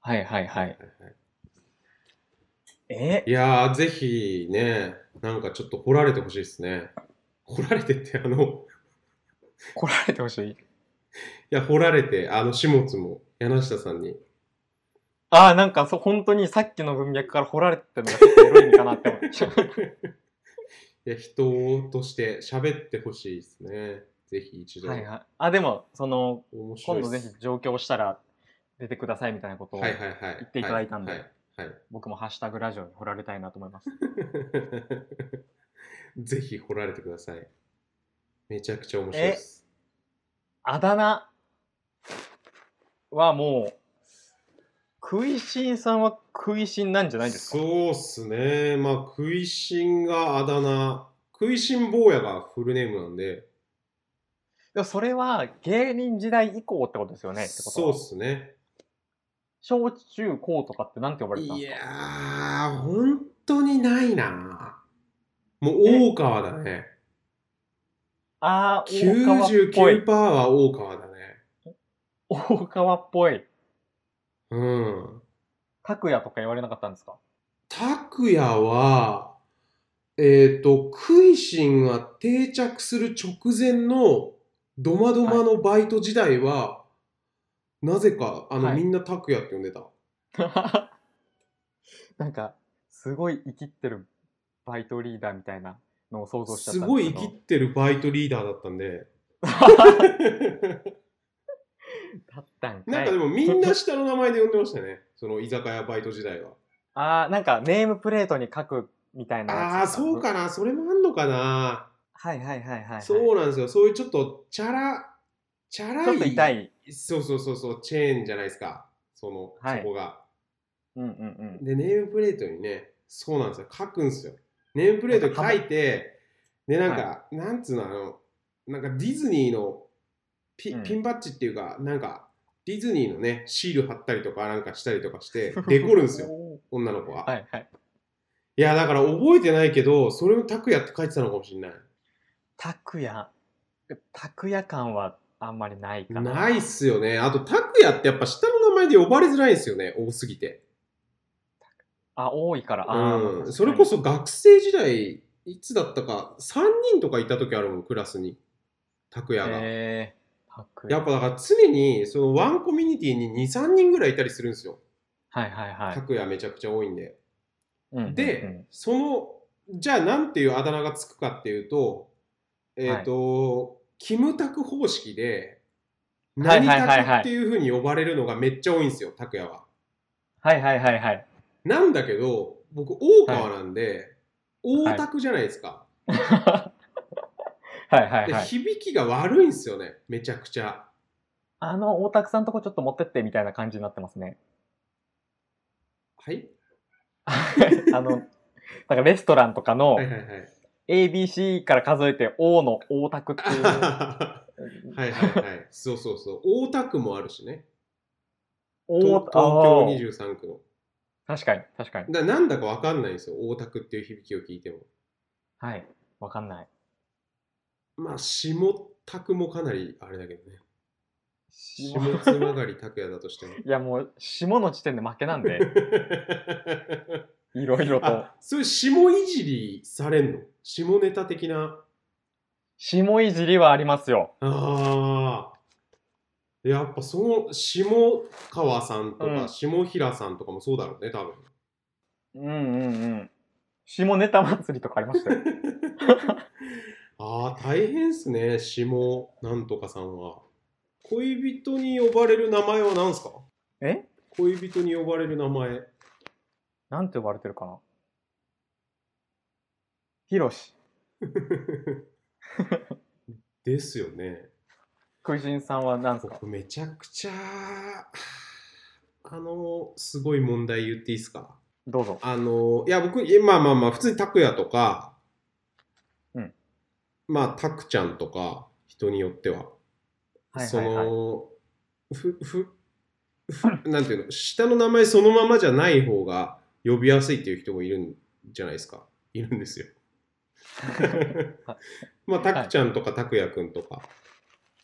Speaker 1: はいはいはい。
Speaker 2: はいはい
Speaker 1: え
Speaker 2: いやー、ぜひね、なんかちょっと掘られてほしいですね。掘られてって、あの、
Speaker 1: 来られてほしい。
Speaker 2: いや、掘られて、あの、始末も柳下さんに。
Speaker 1: ああ、なんかそう、本当にさっきの文脈から掘られてるのがちょっとエロいのかなって 思っちゃう。
Speaker 2: いや、人として喋ってほしいですね。ぜひ一度。
Speaker 1: はいはい。あ、でも、その、
Speaker 2: 面白
Speaker 1: 今
Speaker 2: い
Speaker 1: 度
Speaker 2: っす
Speaker 1: ぜひ上京したら出てくださいみたいなことを、
Speaker 2: はいはいはい。
Speaker 1: 言っていただいたんで
Speaker 2: はいはいはい
Speaker 1: 僕もハッシュタグラジオに掘られたいなと思います。
Speaker 2: ぜひ掘られてください。めちゃくちゃ面白いです。
Speaker 1: あだ名はもう、食いしんさんは食いしんなんじゃないですか
Speaker 2: そうっすね。まあ、食いしんがあだ名。食いしん坊やがフルネームなんで。
Speaker 1: でもそれは芸人時代以降ってことですよねってこと
Speaker 2: そう
Speaker 1: は
Speaker 2: っすね。
Speaker 1: 小中高とかってなんて呼ばれてたん
Speaker 2: い
Speaker 1: です
Speaker 2: や
Speaker 1: か
Speaker 2: ー、本当にないな。もう大川だね。
Speaker 1: ああ、大川っぽい
Speaker 2: 99%。は大川だね。
Speaker 1: 大川っぽい。
Speaker 2: うん。
Speaker 1: 拓也とか言われなかったんですか
Speaker 2: 拓也は、えっ、と、食いしんが定着する直前のドマドマのバイト時代は、なぜか、あの、
Speaker 1: はい
Speaker 2: みんな拓也って呼んでた。
Speaker 1: なんか、すごい生きってるバイトリーダーみたいなのを想像しちゃった
Speaker 2: す
Speaker 1: ん
Speaker 2: ご
Speaker 1: で
Speaker 2: い
Speaker 1: け
Speaker 2: 生
Speaker 1: ど
Speaker 2: きってるバイトリーダーだった んで
Speaker 1: だったんかい
Speaker 2: なんかでもみんな下の名前で呼んでましたねその居酒屋バイト時代は
Speaker 1: ああ、なんかネームプレートに書くみたいなやつ
Speaker 2: ああーそう。かなそれもあんのかな、
Speaker 1: はいはいはいはいはい。
Speaker 2: そうなんですよそういうちょっとチャラチャラい
Speaker 1: ちょっと痛い。
Speaker 2: そうそうそうそうチェーンじゃないですかその、
Speaker 1: はい
Speaker 2: そこが
Speaker 1: うんうんうん。
Speaker 2: でネームプレートにねそうなんですよ書くんですよネームプレートに書いてでなんか、なんつうのあのなんかディズニーのピ,、
Speaker 1: うん
Speaker 2: ピンバッジっていうかなんかディズニーのねシール貼ったりとかなんかしたりとか してデコるんですよ
Speaker 1: お
Speaker 2: 女の子は、、
Speaker 1: ー。はいいはい。
Speaker 2: やだから覚えてないけどそれも拓也って書いてたのかもしれない
Speaker 1: 拓也。拓也感はあんまりないかな。
Speaker 2: ないっすよねあと拓也ってやっぱ下の名前で呼ばれづらいんですよね多すぎて
Speaker 1: あ、多いから。あー
Speaker 2: うん、それこ。そ学生時代いつだったか3人とかいた時あるもんクラスに
Speaker 1: 確
Speaker 2: 拓也
Speaker 1: か
Speaker 2: が、
Speaker 1: にえー、拓
Speaker 2: やっ
Speaker 1: 也。
Speaker 2: ぱだから常にそのワンコミュニティに23人ぐらいいたりするんですよ
Speaker 1: はいはいはい
Speaker 2: 拓也めちゃくちゃ多いんで、
Speaker 1: うんうんうん。
Speaker 2: で、そのじゃあなんていうあだ名がつくかっていうとえっ、と、キムタク方式で
Speaker 1: はい
Speaker 2: 何
Speaker 1: はいはいはい
Speaker 2: タクっていうふうに呼ばれるのがめっちゃ多いんですよ拓也は
Speaker 1: はいはいはいはい。
Speaker 2: なんだけど僕大川なんで、
Speaker 1: はい
Speaker 2: 大田区じゃないですか、
Speaker 1: はいはい
Speaker 2: で
Speaker 1: はい。
Speaker 2: 響きが悪いんですよねめちゃくちゃ
Speaker 1: あの、大田区さんとこちょっと持ってってみたいな感じになってますね。
Speaker 2: はい
Speaker 1: あの、なんかレストランとかの
Speaker 2: はいはいはい
Speaker 1: ABC から数えて O の大田区って いう。
Speaker 2: はいはい はいそうそうそう大田区もあるしね
Speaker 1: 大
Speaker 2: 東東
Speaker 1: 田
Speaker 2: 京23区の
Speaker 1: あー確かに、確かに。
Speaker 2: だなんだかわかんないんですよ大田区っていう響きを聞いても
Speaker 1: はい。わかんない。
Speaker 2: まあ下田区もかなりあれだけどね
Speaker 1: 下
Speaker 2: 下妻狩拓也だとしても
Speaker 1: いやもう、下の時点で負けなんで、 いろいろと。
Speaker 2: あ そういう下いじりされんの下ネタ的な
Speaker 1: 下いじりはありますよ。
Speaker 2: あーやっぱその下川さんと
Speaker 1: う
Speaker 2: か
Speaker 1: ん
Speaker 2: 下平さんとかもそうだろうね多分
Speaker 1: うんうんうん。下ネタ祭りとかありました よ。
Speaker 2: ああ大変っすね下なんとかさんは恋人に呼ばれる名前は何すか
Speaker 1: え
Speaker 2: 恋人に呼ばれる名前
Speaker 1: なんて呼ばれてるかなひろし。
Speaker 2: ですよね
Speaker 1: 食いしんさんは何ですか
Speaker 2: 僕めちゃくちゃあのすごい問題言っていいですか
Speaker 1: どうぞ。
Speaker 2: あのいや僕いやまあまあまあ普通に拓也とか、
Speaker 1: うん
Speaker 2: まあ拓ちゃんとか人によっては
Speaker 1: はい
Speaker 2: そ
Speaker 1: はいはい。
Speaker 2: のふふふなんていうの下の名前そのままじゃない方が呼びやすいっていう人もいるんじゃないですかいる んですよ まあたくちゃんとかたくやくんとか、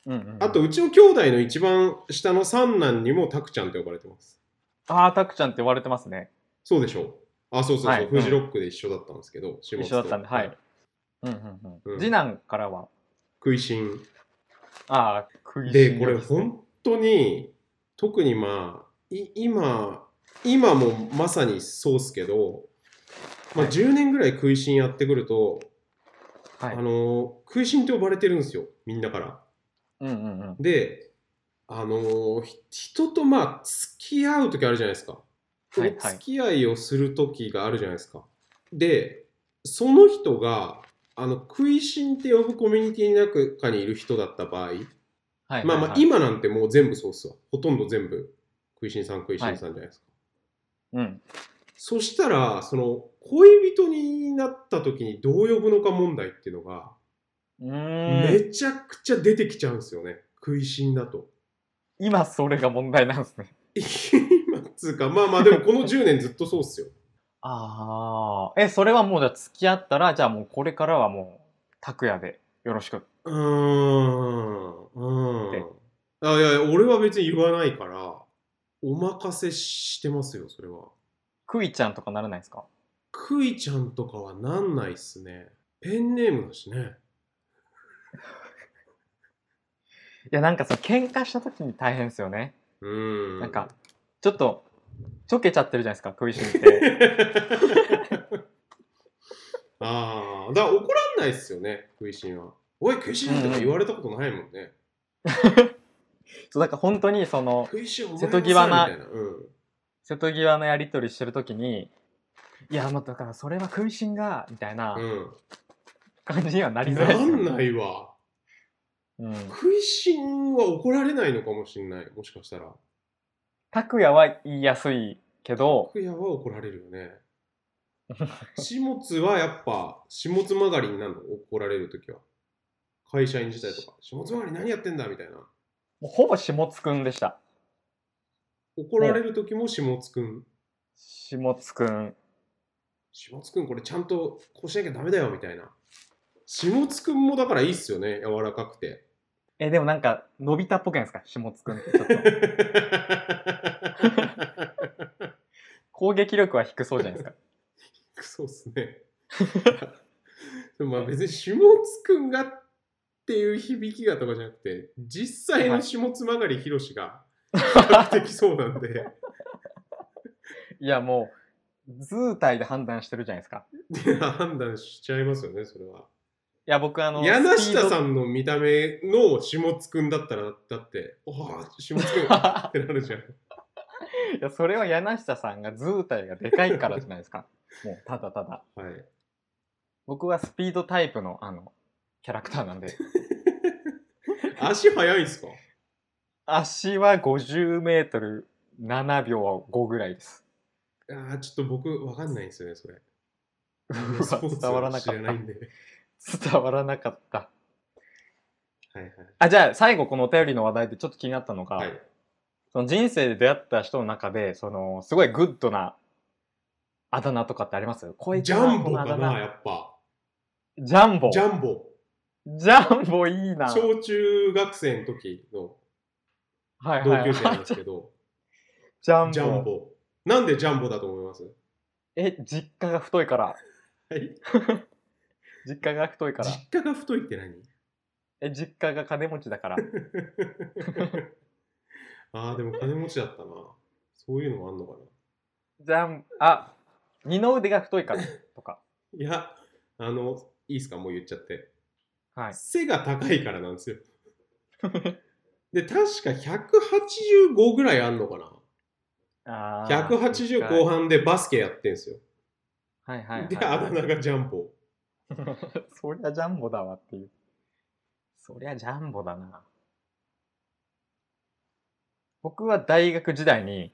Speaker 1: うんうんうん
Speaker 2: あとうちの兄弟の一番下の三男にもたくちゃんって呼ばれてます
Speaker 1: ああ、たくちゃんって言われてますね。
Speaker 2: そうでしょうあそうそうそう、
Speaker 1: はい
Speaker 2: フジロックで一緒だったんですけど一
Speaker 1: 一緒だったんで、はい。うんうんうん。
Speaker 2: うん
Speaker 1: 次男からは、
Speaker 2: 食いしん
Speaker 1: ああ、食いし
Speaker 2: で
Speaker 1: ん
Speaker 2: これ
Speaker 1: よりですね
Speaker 2: 本当に特にまあい今今もまさにそうっすけど、ま
Speaker 1: は
Speaker 2: あ、
Speaker 1: い
Speaker 2: 10年ぐらい食いしんやってくると、
Speaker 1: はい
Speaker 2: あ。の食いしんって呼ばれてるんですよみんなから。
Speaker 1: うんうんうん。
Speaker 2: であのひ人とまあ付き合う時あるじゃないですか。
Speaker 1: はい
Speaker 2: お
Speaker 1: はい
Speaker 2: 付き合いをする時があるじゃないですか。でその人があの食いしんって呼ぶコミュニティの中にいる人だった場合
Speaker 1: はい
Speaker 2: まあまあ、
Speaker 1: はいはい
Speaker 2: 今なんてもう全部そうっすわ。ほとんど全部、食いしんさん食いしんさんじゃないですか。
Speaker 1: うん。
Speaker 2: そしたら、その、恋人になった時にどう呼ぶのか問題っていうのが、
Speaker 1: うーん。
Speaker 2: めちゃくちゃ出てきちゃうんですよね。食いしんだと。
Speaker 1: 今それが問題なんですね。
Speaker 2: 今っ つうか、まあまあ、でもこの10年ずっとそうっすよ。
Speaker 1: ああ。え、それはもうじゃあ付き合ったら、じゃあもうこれからはもう、拓也でよろしく。
Speaker 2: うーん。う
Speaker 1: で
Speaker 2: ん。あいやいや、俺は別に言わないから、お任せしてますよ、それは。
Speaker 1: クイちゃんとかならないですか
Speaker 2: クイちゃんとかはなんないっすね。ペンネームだしね。
Speaker 1: いや、なんかその喧嘩した時に大変ですよね。
Speaker 2: うーん。
Speaker 1: なんか、ちょっと、ちょけちゃってるじゃないですか、食いしん って。
Speaker 2: ああ、だから怒らんないっすよね、食いしんは。おい、食いしんとか言われたことないもんね。
Speaker 1: そう、だから本当にその、
Speaker 2: 食いしん、お前
Speaker 1: 瀬戸際な
Speaker 2: のせいみたいな。うん。
Speaker 1: 瀬戸際のやり取りしてる時に、いや、もうだからそれは食いしんが、みたいな感じにはなり
Speaker 2: うん。
Speaker 1: づらいです
Speaker 2: な
Speaker 1: よね
Speaker 2: んないわ。
Speaker 1: うん。
Speaker 2: 食いしんは怒られないのかもしんない、もしかしたら。
Speaker 1: 拓也は言いやすいけど、
Speaker 2: 拓也は怒られるよね。始末はやっぱ、始末曲がりになるの、怒られるときは。会社員時代とか、始末曲がり何やってんだみたいな。
Speaker 1: もうほぼ下津くんでした。
Speaker 2: 怒られるときも始末くん。
Speaker 1: 下津くん。
Speaker 2: 下津くんこれちゃんとこうしなきゃダメだよみたいな下津くんもだからいいっすよね柔らかくて
Speaker 1: え、でもなんか、伸びたっぽくないですか下津くんってちょっと。攻撃力は低そうじゃない ですか。
Speaker 2: そうっす ねでもまあ別に下津くんがっていう響きがとかじゃなくて実際の下津曲がりひろ しが比較的そうなんで
Speaker 1: いや、もう、図体で判断してるじゃないですか。
Speaker 2: いや判断しちゃいますよねそれはい
Speaker 1: や、僕あの、
Speaker 2: 柳
Speaker 1: スピー
Speaker 2: 下
Speaker 1: ド
Speaker 2: さんの見た目の下津くんだったらだって「ああ 下津くん」ってなるじゃん
Speaker 1: いや、それは柳下さんが図体がでかいからじゃないですか。もう、ただただ。
Speaker 2: はい。
Speaker 1: 僕はスピードタイプの、あの、キャラクターなんで。
Speaker 2: 足速いんすか
Speaker 1: 足は50メートル7秒5ぐらいです。
Speaker 2: ああ、ちょっと僕、わかんないんですよね、それ。
Speaker 1: うわ 伝わらなか
Speaker 2: スポーツは知らない
Speaker 1: っ
Speaker 2: んで。
Speaker 1: た。伝わらなかった。
Speaker 2: はいはい。
Speaker 1: あ、じゃあ最後このお便りの話題でちょっと気になったのが、
Speaker 2: はい。
Speaker 1: その人生で出会った人の中で、その、すごいグッドなあだ名とかってありますこいつ
Speaker 2: ジ
Speaker 1: は
Speaker 2: ャン
Speaker 1: こ
Speaker 2: ボ
Speaker 1: の
Speaker 2: か
Speaker 1: あだ
Speaker 2: な、
Speaker 1: 名
Speaker 2: やっぱ。
Speaker 1: ジャンボ。
Speaker 2: ジャンボ。
Speaker 1: ジャンボいいな。
Speaker 2: 小中学生の時の
Speaker 1: はい
Speaker 2: 同
Speaker 1: はい
Speaker 2: 級生
Speaker 1: は
Speaker 2: ないんですけど、
Speaker 1: ジャンボ。
Speaker 2: ジャンボ。なんでジャンボだと思います
Speaker 1: え、実家が太いから。
Speaker 2: はい。
Speaker 1: 実家が太いから。
Speaker 2: 実家が太いって何
Speaker 1: え、実家が金持ちだから。
Speaker 2: ああ、でも金持ちだったな。そういうのもあんのかな。
Speaker 1: ジャン、あ、二の腕が太いから。とか。
Speaker 2: いや、あの、いいっすか、もう言っちゃって。
Speaker 1: はい。
Speaker 2: 背が高いからなんで すよ。で、確か185ぐらいあんのかな。
Speaker 1: あー
Speaker 2: 180後。半でバスケやってんすよ。
Speaker 1: はいはい、はい。
Speaker 2: で、あだ名がジャンボ。
Speaker 1: そりゃジャンボだわっていう。そりゃジャンボだな。僕は大学時代に、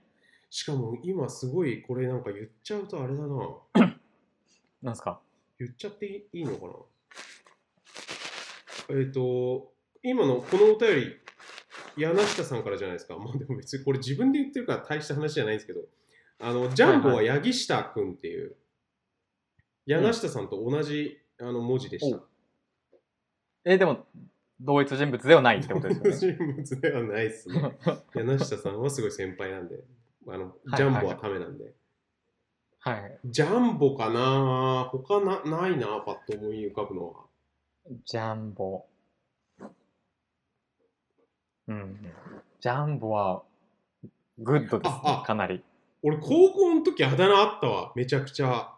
Speaker 2: しかも今すごいこれなんか言っちゃうとあれだな。
Speaker 1: なんすか
Speaker 2: 言っちゃっていいのかな。えっ、と、今のこのお便り、柳下さんからじゃないですか。 まあでも別にこれ自分で言ってるから大した話じゃないんですけど、あの、ジャンボは柳下くんっていう、柳下さんと同じあの文字でした。
Speaker 1: え、でも、同一人物ではないってことですよ ね。
Speaker 2: 人物ではないですね。 柳下さんはすごい先輩なんで、あの
Speaker 1: はい
Speaker 2: ジャンボはためなんで。
Speaker 1: はい。
Speaker 2: ジャンボかな他なないな、パッと思い浮かぶのは。
Speaker 1: ジャンボ。うん。ジャンボは、グッドです
Speaker 2: あ
Speaker 1: ね
Speaker 2: あ、
Speaker 1: かなり。
Speaker 2: 俺、高校の時あだ名あったわ、めちゃくちゃ。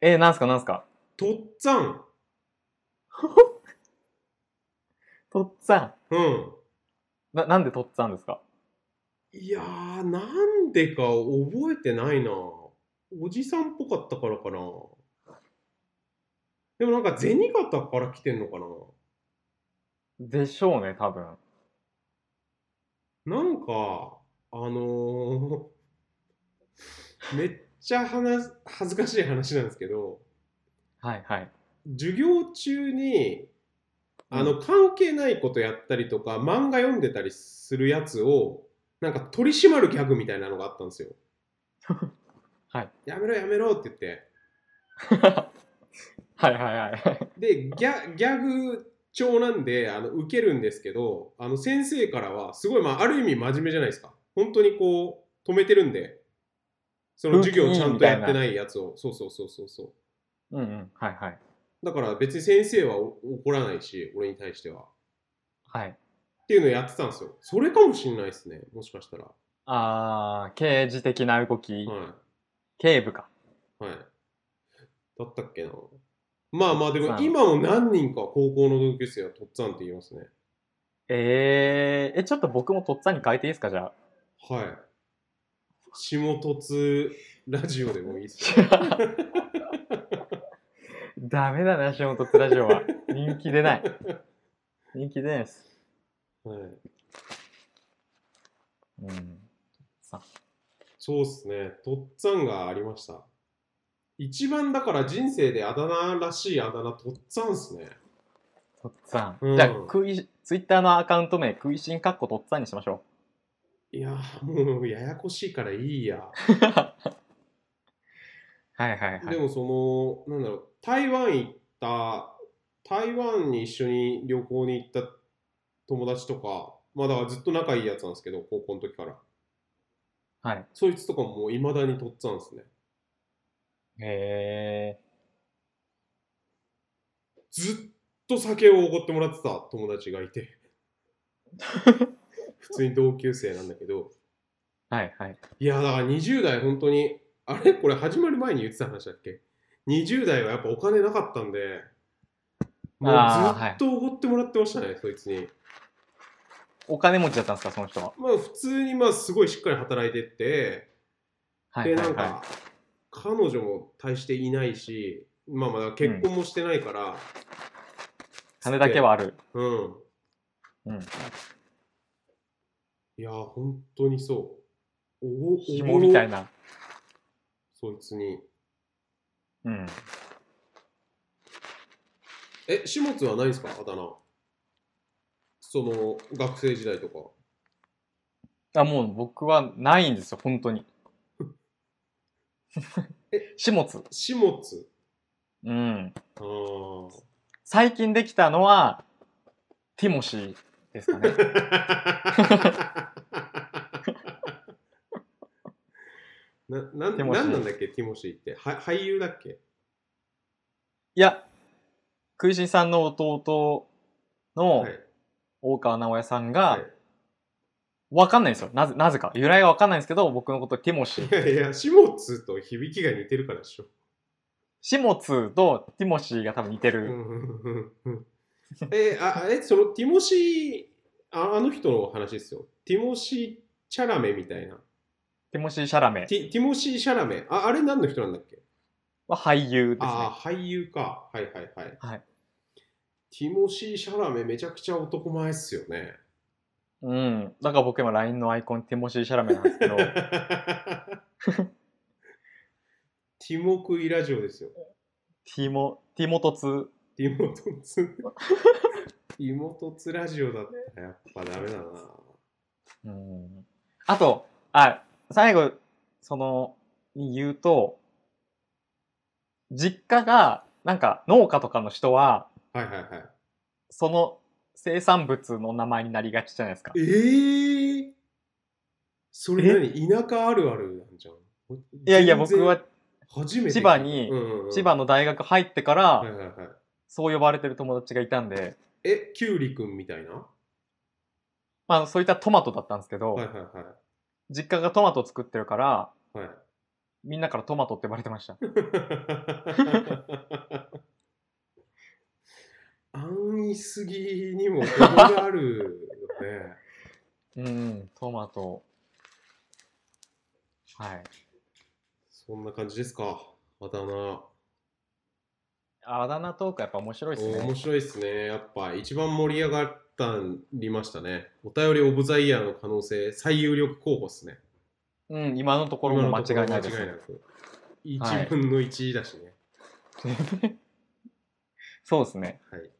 Speaker 1: えなんすかなんすか
Speaker 2: とっつぁん。
Speaker 1: とっつぁん。
Speaker 2: うん。
Speaker 1: な、なんでとっつぁんですか
Speaker 2: いやー、なんでか覚えてないな。おじさんっぽかったからかな。でもなんか銭形から来てんのかな。
Speaker 1: でしょうね、多分。
Speaker 2: なんか、あのーめっちゃ話す恥ずかしい話なんですけど、
Speaker 1: はいはい。
Speaker 2: 授業中に、あの、関係ないことやったりとか、漫画読んでたりするやつを、なんか取り締まるギャグみたいなのがあったん ですよ。
Speaker 1: はい
Speaker 2: やめろやめろって言って。
Speaker 1: はいはいはい。
Speaker 2: で、ギャギャグ調なんで、あの、受けるんですけど、あの、先生からは、すごい、まあ、ある意味真面目じゃないですか。本当にこう、止めてるんで、その授業をちゃんとやってないやつを、そうそうそうそうそ
Speaker 1: う
Speaker 2: う。
Speaker 1: んうん。はいはい。
Speaker 2: だから別に先生はお怒らないし、俺に対しては。
Speaker 1: はい。
Speaker 2: っていうのをやってたんですよ。それかもしんないですね、もしかしたら。は
Speaker 1: あー、刑事的な動き。
Speaker 2: い。
Speaker 1: 警部か。
Speaker 2: はい。だったっけな。まあまあ、で
Speaker 1: とっ
Speaker 2: も
Speaker 1: つぁん
Speaker 2: 今も何人か高校の同級生はとっつぁんって言いますね。
Speaker 1: えー、え、ちょっと僕もとっつぁんに変えていいですか、じ ゃあ。
Speaker 2: はい。下とつラジオでもいいですし。
Speaker 1: ダメだな、下本ラジオは。人気出ない。人気出ないです。
Speaker 2: はい。
Speaker 1: うん。さ
Speaker 2: そうっすね。とっつぁんがありました。一番だから人生であだ名らしいあだ名とっつぁんっすね。
Speaker 1: とっつぁん。
Speaker 2: うん
Speaker 1: じゃあ、食い、ツイッターのアカウント名、食いしんかっことっつぁんにしましょ
Speaker 2: いやー、もうややこしいからいいや。
Speaker 1: う。はいはいは
Speaker 2: で
Speaker 1: い。
Speaker 2: もそのなんだろう台湾行った台湾に一緒に旅行に行った友達とかまあだからずっと仲いいやつなんですけど高校の時から
Speaker 1: はい。
Speaker 2: そいつとかもいまだにとっつぁんですね
Speaker 1: へ
Speaker 2: ずっと酒をおごってもらってた友達がい て普通に同級生なんだけど
Speaker 1: ー。はいはい。
Speaker 2: いやだから20代本当にあれこれ始まる前に言ってた話だっけ20代はやっぱお金なかったんでもう
Speaker 1: あー
Speaker 2: ずっとおごってもらってましたね、そいつに
Speaker 1: お金持ちだったんですか、その人は。
Speaker 2: まあ普通にまあすごいしっかり働いてって、
Speaker 1: はいは
Speaker 2: でないんか、
Speaker 1: は
Speaker 2: 彼女も大していないしまあまだ結婚もしてないから、
Speaker 1: い。金だけはある。
Speaker 2: うん、
Speaker 1: うん。
Speaker 2: いやー本当にそうおお
Speaker 1: 紐みたい
Speaker 2: な
Speaker 1: な。
Speaker 2: そいつに
Speaker 1: うん。
Speaker 2: え始末はないんすかあだ名その学生時代とか
Speaker 1: あ、もう僕はないんですよ、本当に。
Speaker 2: え
Speaker 1: 始末。
Speaker 2: 始末
Speaker 1: うん。
Speaker 2: あー
Speaker 1: 最近できたのは、ティモシーですかね。
Speaker 2: ななん
Speaker 1: ティ
Speaker 2: なん
Speaker 1: モシー
Speaker 2: なんだっけティモシーっては俳優だっけ
Speaker 1: いや、食いしんさんの弟の
Speaker 2: はい
Speaker 1: 大川直哉さん
Speaker 2: は
Speaker 1: が
Speaker 2: い、
Speaker 1: わかんないんですよ。なぜ、なぜか。由来がわかんないんですけど、僕のことティモシ
Speaker 2: い
Speaker 1: ー。
Speaker 2: やいや、始末と響きが似てるからでしょ。
Speaker 1: シモツとティモシーが多分似て
Speaker 2: うん
Speaker 1: る。
Speaker 2: うんうんうんえあ、え、そのティモシー、ああの人の話ですよ。ティモシー・チャラメみたいな。
Speaker 1: ティモシー・シャラメ
Speaker 2: ティティモシー・シャラメ。ああれ何の人なんだっけ
Speaker 1: は俳優ですね
Speaker 2: あ。あ、俳優か。はいはいはい。
Speaker 1: はい
Speaker 2: ティモシー・シャラメめちゃくちゃ男前っすよね。。
Speaker 1: うん。だから僕今 LINE のアイコンティモシー・シャラメなんですけど
Speaker 2: ティモクイラジオですよ。
Speaker 1: ティモ、ティモトツ。
Speaker 2: リモートツリモートツラジオだったらやっぱダメだな
Speaker 1: うん。あと、あ、最後、その、に言うと、実家が、なんか農家とかの人は、
Speaker 2: はいはいはい
Speaker 1: その生産物の名前になりがちじゃないですか。
Speaker 2: えー、それ何田舎あるあるなんじゃん
Speaker 1: いやいや、
Speaker 2: 全
Speaker 1: 僕
Speaker 2: 然
Speaker 1: は
Speaker 2: 初めて聞いた
Speaker 1: 千葉に
Speaker 2: うんうん
Speaker 1: 千葉の大学入ってか
Speaker 2: はい
Speaker 1: ら、
Speaker 2: はいはい
Speaker 1: そう呼ばれてる友達がいたんで、
Speaker 2: えキュウリくんみたいなは
Speaker 1: まあそういったトマトだったんですけど
Speaker 2: いはい、は
Speaker 1: 実家がトマトを作ってるから、
Speaker 2: いはい
Speaker 1: みんなからトマトって呼ばれてました。
Speaker 2: 安易すぎにも程があるよね
Speaker 1: うん、トマト。はい。
Speaker 2: そんな感じですかあだ名
Speaker 1: あだ名トークやっぱ面白いですね。
Speaker 2: 面白いですね。やっぱ一番盛り上がったりましたね。お便りオブザイヤーの可能性、最有力候補ですね。
Speaker 1: うん、今のところも間違いないです。
Speaker 2: 今のところ間違いなく1分の1だしね。
Speaker 1: そうですね。
Speaker 2: はい。い、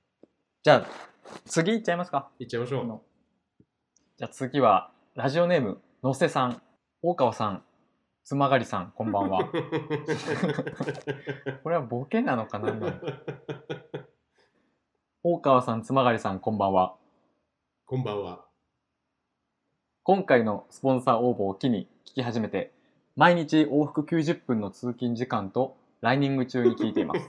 Speaker 1: じゃあ、次いっちゃいますか。
Speaker 2: っちゃいましょう。
Speaker 1: のじゃあ次は、ラジオネーム、のせさん、大川さん、つまがりさん、こんばん は。これはボケなのかな今の大川さん、つまがりさん、こんばんは。
Speaker 2: こんばんは。
Speaker 1: 今回のスポンサー応募を機に聞き始めて、毎日往復90分の通勤時間とライニング中に聞いてい ます。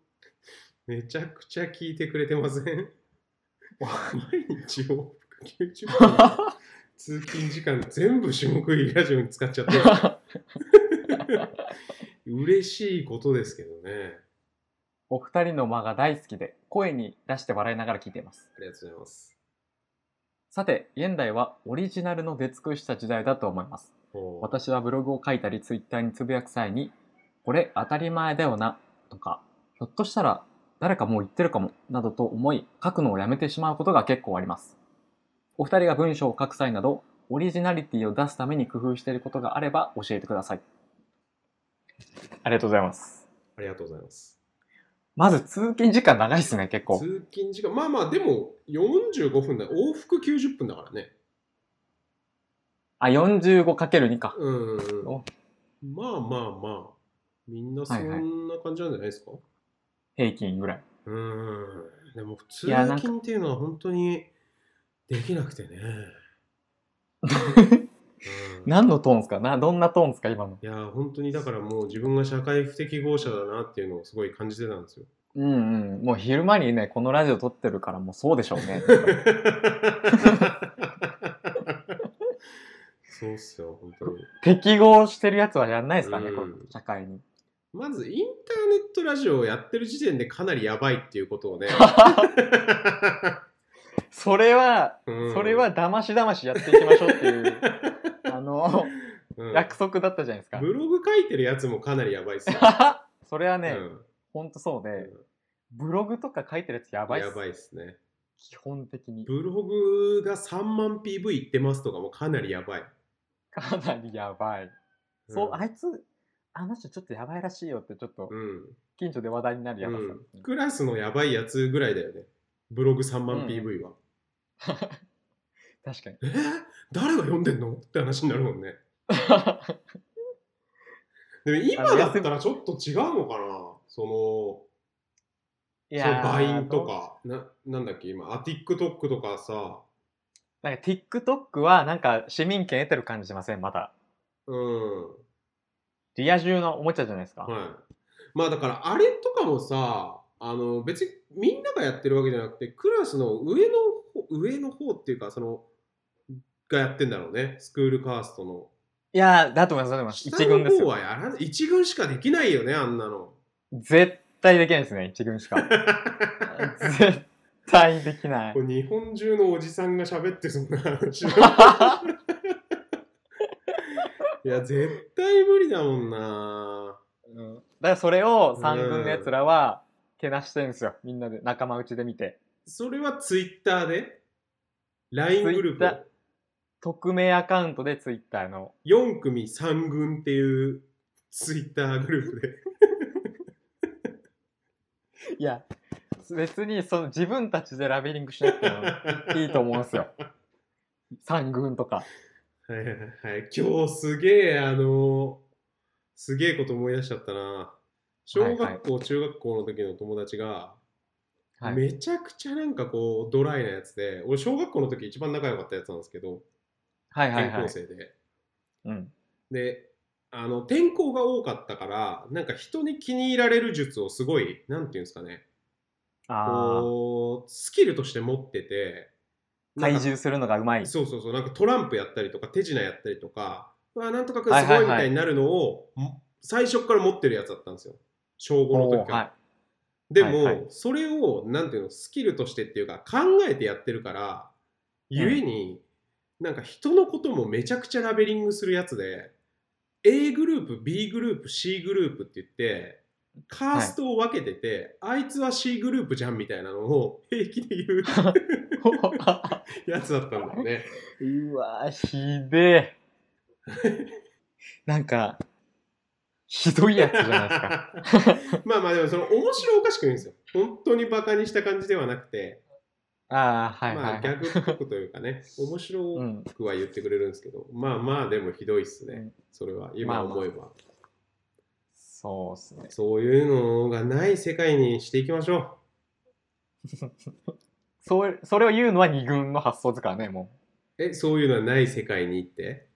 Speaker 2: めちゃくちゃ聞いてくれてません毎日往復90分 の通勤時間全部種目いいラジオに使っちゃってる嬉しいことですけどね
Speaker 1: お二人の間が大好きで、声に出して笑いながら聞いています。
Speaker 2: ありがとうございます
Speaker 1: さて、現代はオリジナルの出尽くした時代だと思います。
Speaker 2: おー
Speaker 1: 私はブログを書いたりツイッターにつぶやく際に「これ当たり前だよな」とか「ひょっとしたら誰かもう言ってるかも」などと思い書くのをやめてしまうことが結構ありますお二人が文章を書く際などオリジナリティを出すために工夫していることがあれば教えてくださいありがとうございます
Speaker 2: ありがとうございます
Speaker 1: まず通勤時間長いですね結構
Speaker 2: 通勤時間まあまあでも45分だ往復90分だからね
Speaker 1: あ 45×2 か
Speaker 2: うんうんうん
Speaker 1: お
Speaker 2: まあまあまあみんなそんな感じなんじゃないですか、
Speaker 1: 平均ぐらいう
Speaker 2: ーんでも通
Speaker 1: やなんか
Speaker 2: 勤っていうのは本当にできなくて ね。うん
Speaker 1: 何のトーンですかなどんなトーンですか今の
Speaker 2: いや本当にだからもう自分が社会不適合者だなっていうのをすごい感じてたん ですよ。
Speaker 1: うんうんもう昼間にねこのラジオ撮ってるからもうそうでしょうね
Speaker 2: そうっすよ本当に。
Speaker 1: 適合してるやつはやんないですからね、
Speaker 2: うん
Speaker 1: こう社会に。
Speaker 2: まずインターネットラジオをやってる時点でかなりやばいっていうことをね。
Speaker 1: それは、
Speaker 2: う ん
Speaker 1: それは、だましだましやっていきましょうって いう、あの、
Speaker 2: うん
Speaker 1: 約束だったじゃないですか。
Speaker 2: ブログ書いてるやつもかなりやばいっすよ。
Speaker 1: それは ね、
Speaker 2: うん
Speaker 1: ほんとそうで、ブログとか書いてるやつやばいっ
Speaker 2: や
Speaker 1: す。
Speaker 2: ばいっすね。
Speaker 1: 基本的に。
Speaker 2: ブログが3万 PV いってますとかもかなりやばい。
Speaker 1: かなりやばい。そう、
Speaker 2: ん
Speaker 1: あいつ、あの人ちょっとやばいらしいよって、ちょっと
Speaker 2: うん。
Speaker 1: 近所で話題になるやばさ。
Speaker 2: うんクラスのやばいやつぐらいだよね。ブログ3万 PV は。
Speaker 1: 確かに。
Speaker 2: えー誰が読んでんのって話になるもんね。でも今だったらちょっと違うのかなそ
Speaker 1: い
Speaker 2: の、その
Speaker 1: ー
Speaker 2: LINE と。
Speaker 1: どう
Speaker 2: か、ななんだっけ今、ア TikTok とかさ、
Speaker 1: なんか TikTok は、なんか市民権得てる感じしません、まだ。
Speaker 2: うん。
Speaker 1: リア充のおもちゃじゃないですか。
Speaker 2: はい、まあだからあれとかもさあの別にみんながやってるわけじゃなくてクラスの上の方上の方っていうかそのがやってんだろうねスクールカーストの
Speaker 1: いやー、だと思います、だと思います。一軍です
Speaker 2: 下の方
Speaker 1: よ。
Speaker 2: はやらない一軍しかできないよねあんなの
Speaker 1: 絶対できないですね、一軍 しか。絶対できない
Speaker 2: こ。れ日本中のおじさんが喋ってそんな話 いや絶対無理だもんな
Speaker 1: うんだからそれを三軍のやつらは、けなしてるんですよ。みんなで、仲間内で見て。
Speaker 2: それはツイッターで LINE グループ
Speaker 1: Twitter 匿名アカウントでツイッターの。
Speaker 2: 4組3軍っていうツイッターグループで
Speaker 1: いや、別にその自分たちでラベリングしなくてもいいと思うん ですよ。三軍とか。
Speaker 2: はいはいはい今日すげえあのすげえこと思い出しちゃったな小学校、
Speaker 1: はい
Speaker 2: 中学校の時の友達が、
Speaker 1: はい。
Speaker 2: めちゃくちゃなんかこうドライなやつで俺小学校の時一番仲良かったやつなんですけど
Speaker 1: はいはい
Speaker 2: 転
Speaker 1: は
Speaker 2: 校
Speaker 1: い。
Speaker 2: 生で、
Speaker 1: うん。
Speaker 2: であの転校が多かったからなんか人に気に入られる術をすごいなんていうんですかね
Speaker 1: あ
Speaker 2: こうスキルとして持ってて
Speaker 1: あ、
Speaker 2: なんか
Speaker 1: 体重するのがうまい。
Speaker 2: そうそうそう、なんかトランプやったりとか、手品やったりとか、うわ、なんとかくん
Speaker 1: はい
Speaker 2: す
Speaker 1: はいは
Speaker 2: ご
Speaker 1: い
Speaker 2: いみたいになるのを、最初から持ってるやつだったんですよ。小5の時から。
Speaker 1: は
Speaker 2: でも、
Speaker 1: はいはい
Speaker 2: それを、なんていうの、スキルとしてっていうか、考えてやってるから、
Speaker 1: うん
Speaker 2: ゆえに、なんか人のこともめちゃくちゃラベリングするやつで、A グループ、B グループ、C グループって言って、カーストを分けてて、あいつは C グループじゃんみたいなのを平気で言う。やつだったんだよね。
Speaker 1: うわーひで え。なんか、ひどいやつじゃないです か。
Speaker 2: まあまあでもその面白おかしく言うんですよ。本当にバカにした感じではなくて、
Speaker 1: ああ、はいはい、
Speaker 2: ま
Speaker 1: は
Speaker 2: あ
Speaker 1: い
Speaker 2: ギャグっぽくというかね、面
Speaker 1: う
Speaker 2: 白
Speaker 1: ん。
Speaker 2: くは言ってくれるんですけど、まあまあでもひどいっす
Speaker 1: う
Speaker 2: ね
Speaker 1: ん。
Speaker 2: それは
Speaker 1: ま
Speaker 2: 今
Speaker 1: あまあ
Speaker 2: 思えば、
Speaker 1: そうですね。
Speaker 2: そういうのがない世界にしていきましょ
Speaker 1: そうそれを言うのは二軍の発想ですからね、も
Speaker 2: う。え、そういうのはない世界に行って。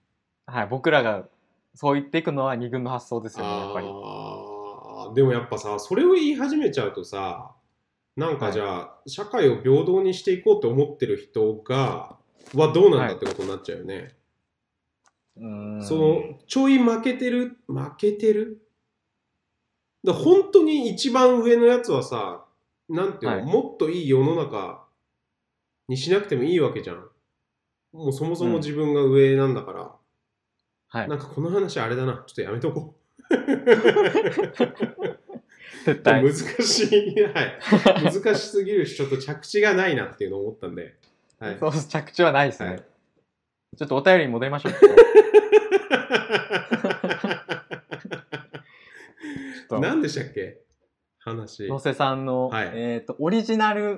Speaker 1: う。はい、僕らがそう言っていくのは二軍の発想ですよね、やっぱり。
Speaker 2: ああでもやっぱさそれを言い始めちゃうとさなんかじゃあ、社会を平等にしていこうと思ってる人がはどうなんだってことになっちゃうよね、
Speaker 1: うーん
Speaker 2: そのちょい負けてる負けてるだから本当に一番上のやつはさなんていうの、
Speaker 1: はい
Speaker 2: もっといい世の中にしなくてもいいわけじゃんもうそもそも自分が上なんだから、
Speaker 1: はい
Speaker 2: な、んかこの話あれだなちょっとやめと こう
Speaker 1: 絶対。
Speaker 2: 難しい、はい、難しすぎるし、ちょっと着地がないなっていうのを思ったんで、はい、
Speaker 1: そう着地はないですね、
Speaker 2: はい
Speaker 1: ちょっとお便りに戻りましょう。ち ょっと
Speaker 2: 何でしたっけ話。
Speaker 1: 野
Speaker 2: は
Speaker 1: 瀬さんの、
Speaker 2: はい
Speaker 1: えっとオリジナル
Speaker 2: い、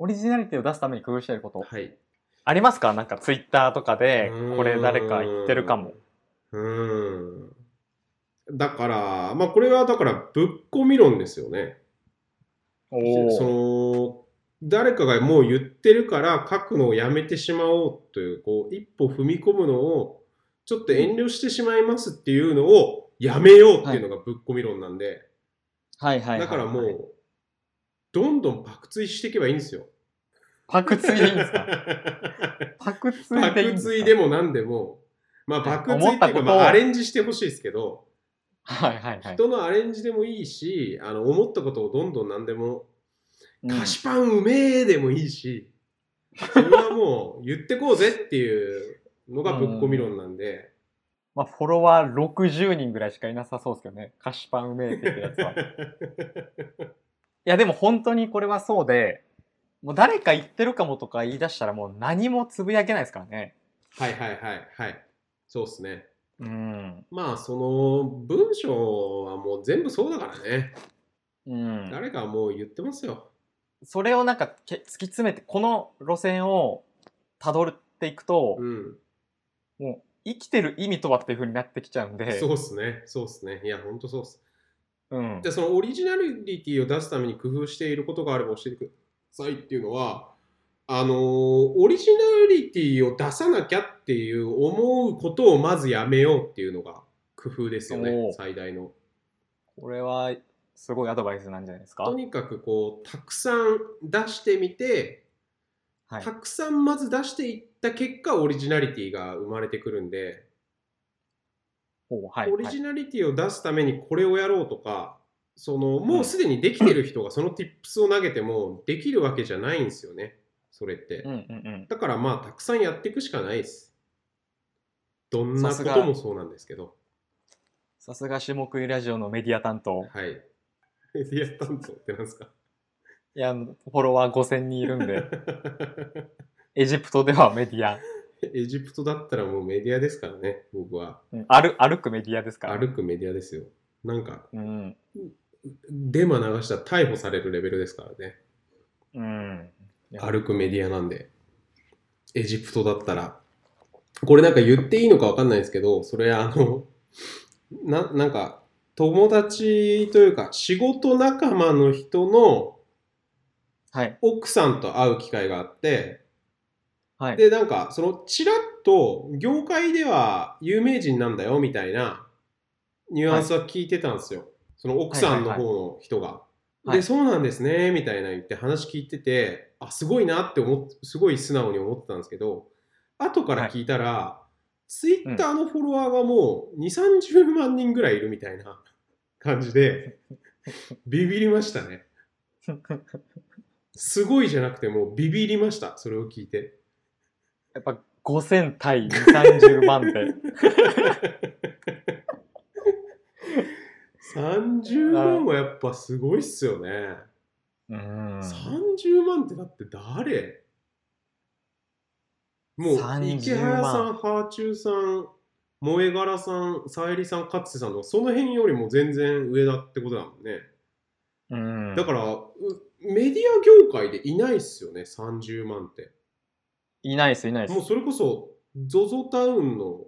Speaker 1: オリジナリティを出すために工夫していること
Speaker 2: はい。
Speaker 1: ありますかなんかツイッターとかで
Speaker 2: うーん
Speaker 1: これ誰か言ってるかも。
Speaker 2: うーん。だから、まあ、これはだから、ぶっこみ論ですよね。
Speaker 1: お
Speaker 2: そ
Speaker 1: ー
Speaker 2: の、誰かがもう言ってるから書くのをやめてしまおうという、こう、一歩踏み込むのを、ちょっと遠慮してしまいますっていうのをやめようっていうのがぶっこみ論なんで、
Speaker 1: はいはいはいはい
Speaker 2: だからもう、どんどん爆追していけばいいんです よ。
Speaker 1: パクツイでいいんですか パクツイでいいん
Speaker 2: 爆
Speaker 1: ですか
Speaker 2: 追でも何でも、まあ
Speaker 1: はい
Speaker 2: 爆追っていう
Speaker 1: 思
Speaker 2: か、
Speaker 1: ったことを
Speaker 2: まあ、アレンジしてほしいですけど、
Speaker 1: はいはいはい。
Speaker 2: 人のアレンジでもいいし、あの思ったことをどんどん何でも、
Speaker 1: うん
Speaker 2: 菓子パンうめえでもいいし、それはもう言ってこうぜっていうのがぶっこみ論なんで、
Speaker 1: まあ、フォロワー60人ぐらいしかいなさそうですけどね。菓子パンうめえって言ってるや つは。いや、でも本当にこれはそうで、もう誰か言ってるかもとか言い出したらもう何もつぶやけないですからね。
Speaker 2: はいはいはいはい、そうですね。
Speaker 1: うん。
Speaker 2: まあその文章はもう全部そうだからね、
Speaker 1: うん。
Speaker 2: 誰かはもう言ってますよ。
Speaker 1: それをなんかけ突き詰めて、この路線を辿っていくと
Speaker 2: う、ん
Speaker 1: もう生きてる意味とはっていう風になってきちゃうんで、
Speaker 2: そうっすね、そうっすね。いや、ほんとそうっす。
Speaker 1: うん。
Speaker 2: で、そのオリジナリティを出すために工夫していることがあれば教えてくださいっていうのは、あのーオリジナリティを出さなきゃっていう思うことをまずやめようっていうのが工夫ですよ
Speaker 1: お
Speaker 2: ね
Speaker 1: ー、
Speaker 2: 最大の。
Speaker 1: これはすごいアドバイスなんじゃないですか
Speaker 2: と。にかくこう、たくさん出してみて、
Speaker 1: はい
Speaker 2: た。くさんまず出していった結果、オリジナリティが生まれてくるんで、
Speaker 1: おうはい
Speaker 2: オリ
Speaker 1: はい
Speaker 2: ジナリティを出すためにこれをやろうとかそのもうすでにできてる人がその tips を投げてもできるわけじゃないんですよねそれって、
Speaker 1: うんうんうん。
Speaker 2: だからまあたくさんやっていくしかないですどんなこともそうなんですけど
Speaker 1: さすが下食いラジオのメディア担当。
Speaker 2: はい メディア担当ってなんですか
Speaker 1: いや、フォロワー5000人いるんで、エジプトではメディア、
Speaker 2: エジプトだったらもうメディアですからね僕は
Speaker 1: うん歩歩くメディアですから。
Speaker 2: 歩くメディアですよなんか
Speaker 1: うん。
Speaker 2: デマ流したら逮捕されるレベルですからね
Speaker 1: うん。いや
Speaker 2: 歩くメディアなんで、エジプトだったら、これなんか言っていいのかわかんないですけど、それあの、 ななんか、友達というか、仕事仲間の人の
Speaker 1: はい。
Speaker 2: 奥さんと会う機会があって、
Speaker 1: はい。
Speaker 2: で、なんか、その、ちらっと、業界では有名人なんだよ、みたいな、ニュアンスは聞いてたんですよ。その奥さんの方の人が。
Speaker 1: はい
Speaker 2: で、そうなんですね、みたいな言って話聞いてて、あ、すごいなって思っ、すごい素直に思ってたんですけど、後から聞いたら、ツイッターのフォロワーがもう2、30万人ぐらいいるみたいな感 じで、ビビりましたね。すごいじゃなくて、もうビビりました、それを聞いて。
Speaker 1: やっぱ5000対30万 で。
Speaker 2: 30万はやっぱすごいっすよね。
Speaker 1: うん。
Speaker 2: 30万ってだって誰もう
Speaker 1: 30
Speaker 2: 池原さ
Speaker 1: 万
Speaker 2: ん、ハーチューさん、萌え柄さん、さえりさん、勝瀬さんとか、その辺よりも全然上だってことだもんね。
Speaker 1: うん。
Speaker 2: だから、うメディア業界でいないっすよね、30万って。
Speaker 1: いないです、いないで
Speaker 2: もう
Speaker 1: す。
Speaker 2: それこそ、ZOZO タウンの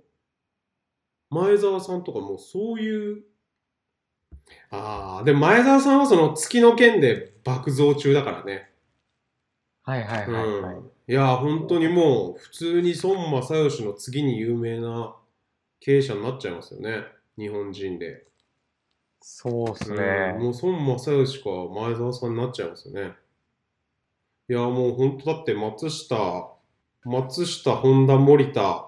Speaker 2: 前澤さんとかもうそういう、ああ、でも前澤さんはその月の件で爆増中だからね。
Speaker 1: はいはいはい、はい
Speaker 2: うんいやー本当にもう普通に孫正義の次に有名な経営者になっちゃいますよね日本人で、
Speaker 1: そうです
Speaker 2: うんも
Speaker 1: ね。
Speaker 2: う孫正義か前澤さんになっちゃいますよねいやーもう本当だって松下松下本田森田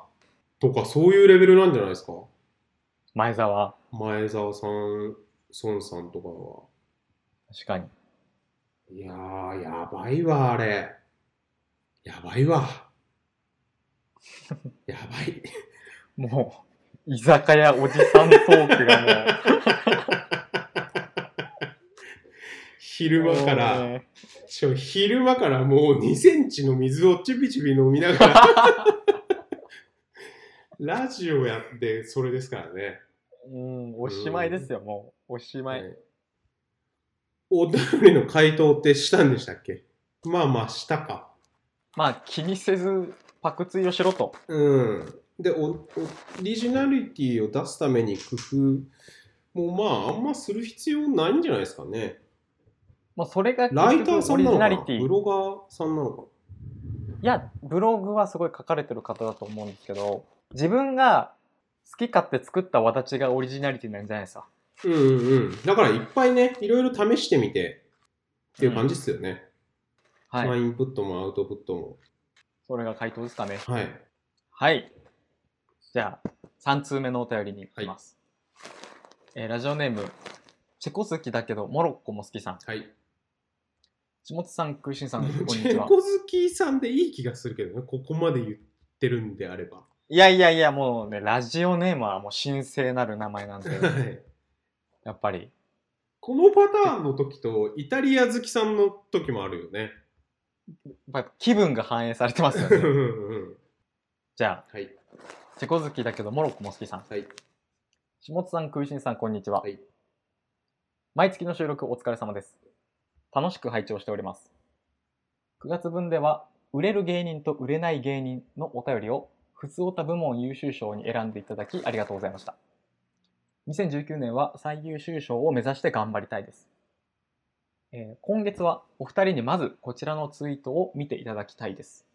Speaker 2: とかそういうレベルなんじゃないですか
Speaker 1: 前澤、
Speaker 2: 前澤さん孫さんとかは
Speaker 1: 確かに。
Speaker 2: いやーやばいわあれやば いわやばい
Speaker 1: もう、居酒屋おじさんトークがもう。
Speaker 2: 昼間か
Speaker 1: もう
Speaker 2: ら、
Speaker 1: ね
Speaker 2: しかも昼間からもう2センチの水をちびちび飲みながら、ラジオやってそれですからね。
Speaker 1: うん、おしまいですよ、もう。おしまい。
Speaker 2: はいお便りの回答ってしたんでしたっけまあまあしたか。
Speaker 1: まあ、気にせず、パクツイをしろと。
Speaker 2: うん。で、おオリジナリティを出すために工夫もまああんまする必要ないんじゃないですかね。
Speaker 1: まあ、それが
Speaker 2: ライター
Speaker 1: 結
Speaker 2: さ
Speaker 1: 局オ
Speaker 2: ん
Speaker 1: リジ
Speaker 2: なの
Speaker 1: ナ
Speaker 2: か
Speaker 1: リ
Speaker 2: な
Speaker 1: ティ。
Speaker 2: ブロガーさんなのか
Speaker 1: いや、ブログはすごい書かれてる方だと思うんですけど、自分が好き勝手作った私がオリジナリティなんじゃないですか。
Speaker 2: うんうんうん。だからいっぱいね、いろいろ試してみてっていう感じですよね。
Speaker 1: はい。
Speaker 2: まあ、インプットもアウトプットも。
Speaker 1: それが回答ですかね。
Speaker 2: はい。
Speaker 1: はい。じゃあ、3通目のお便りに行きます。えーラジオネーム、チェコ好きだけど、モロッコも好きさん。
Speaker 2: はい。
Speaker 1: 下本さん、空心さ ん、こん
Speaker 2: チ
Speaker 1: にち
Speaker 2: ェ
Speaker 1: は
Speaker 2: コ。好きさんでいい気がするけどね、ここまで言ってるんであれば。
Speaker 1: いやいやいや、もうね、ラジオネームはもう神聖なる名前なんで、
Speaker 2: はい。
Speaker 1: やっぱり。
Speaker 2: このパターンの時と、イタリア好きさんの時もあるよね。
Speaker 1: やっぱ気分が反映されてますよ
Speaker 2: う
Speaker 1: ね。
Speaker 2: んうん
Speaker 1: じゃ
Speaker 2: はい。
Speaker 1: あ、チェコ好きだけど、モロッコも好きさん。
Speaker 2: はい。
Speaker 1: 下津さん、空心さん、こんにちは。
Speaker 2: はい
Speaker 1: 毎月の収録お疲れ様です。楽しく拝聴しております。9月分では、売れる芸人と売れない芸人のお便りを、ふつおた部門優秀賞に選んでいただきありがとうございました。2019年は最優秀賞を目指して頑張りたいです。えー今月はお二人にまずこちらのツイートを見ていただきたいです。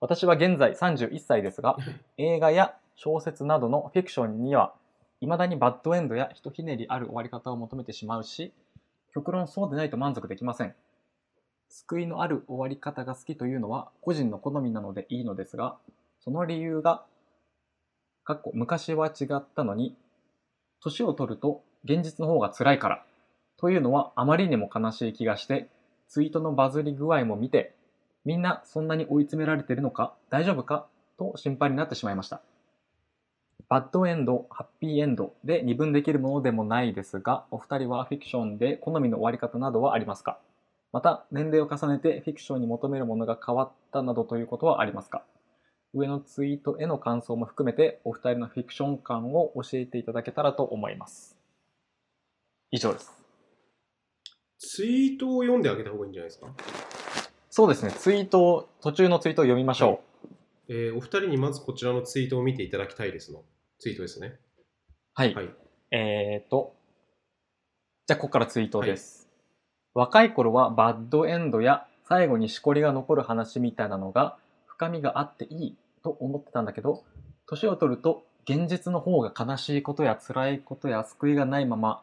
Speaker 1: 私は現在31歳ですが、映画や小説などのフィクションには未だにバッドエンドやひとひねりある終わり方を求めてしまうし極論そうでないと満足できません救いのある終わり方が好きというのは個人の好みなのでいいのですがその理由がかっこ昔は違ったのに年を取ると現実の方が辛いからというのはあまりにも悲しい気がしてツイートのバズり具合も見てみんなそんなに追い詰められてるのか大丈夫かと心配になってしまいましたバッドエンド、ハッピーエンドで二分できるものでもないですが、お二人はフィクションで好みの終わり方などはありますかまた、年齢を重ねてフィクションに求めるものが変わったなどということはありますか上のツイートへの感想も含めて、お二人のフィクション感を教えていただけたらと思います。以上です。
Speaker 2: ツイートを読んであげた方がいいんじゃないですか。
Speaker 1: そうですね、ツイートを、途中のツイートを読みましょう。
Speaker 2: えーお二人にまずこちらのツイートを見ていただきたいですの。ツイートですね。
Speaker 1: はい。
Speaker 2: はい。
Speaker 1: えーと、じゃあここからツイートです、若い頃はバッドエンドや最後にしこりが残る話みたいなのが深みがあっていいと思ってたんだけど、年を取ると現実の方が悲しいことや辛いことや救いがないまま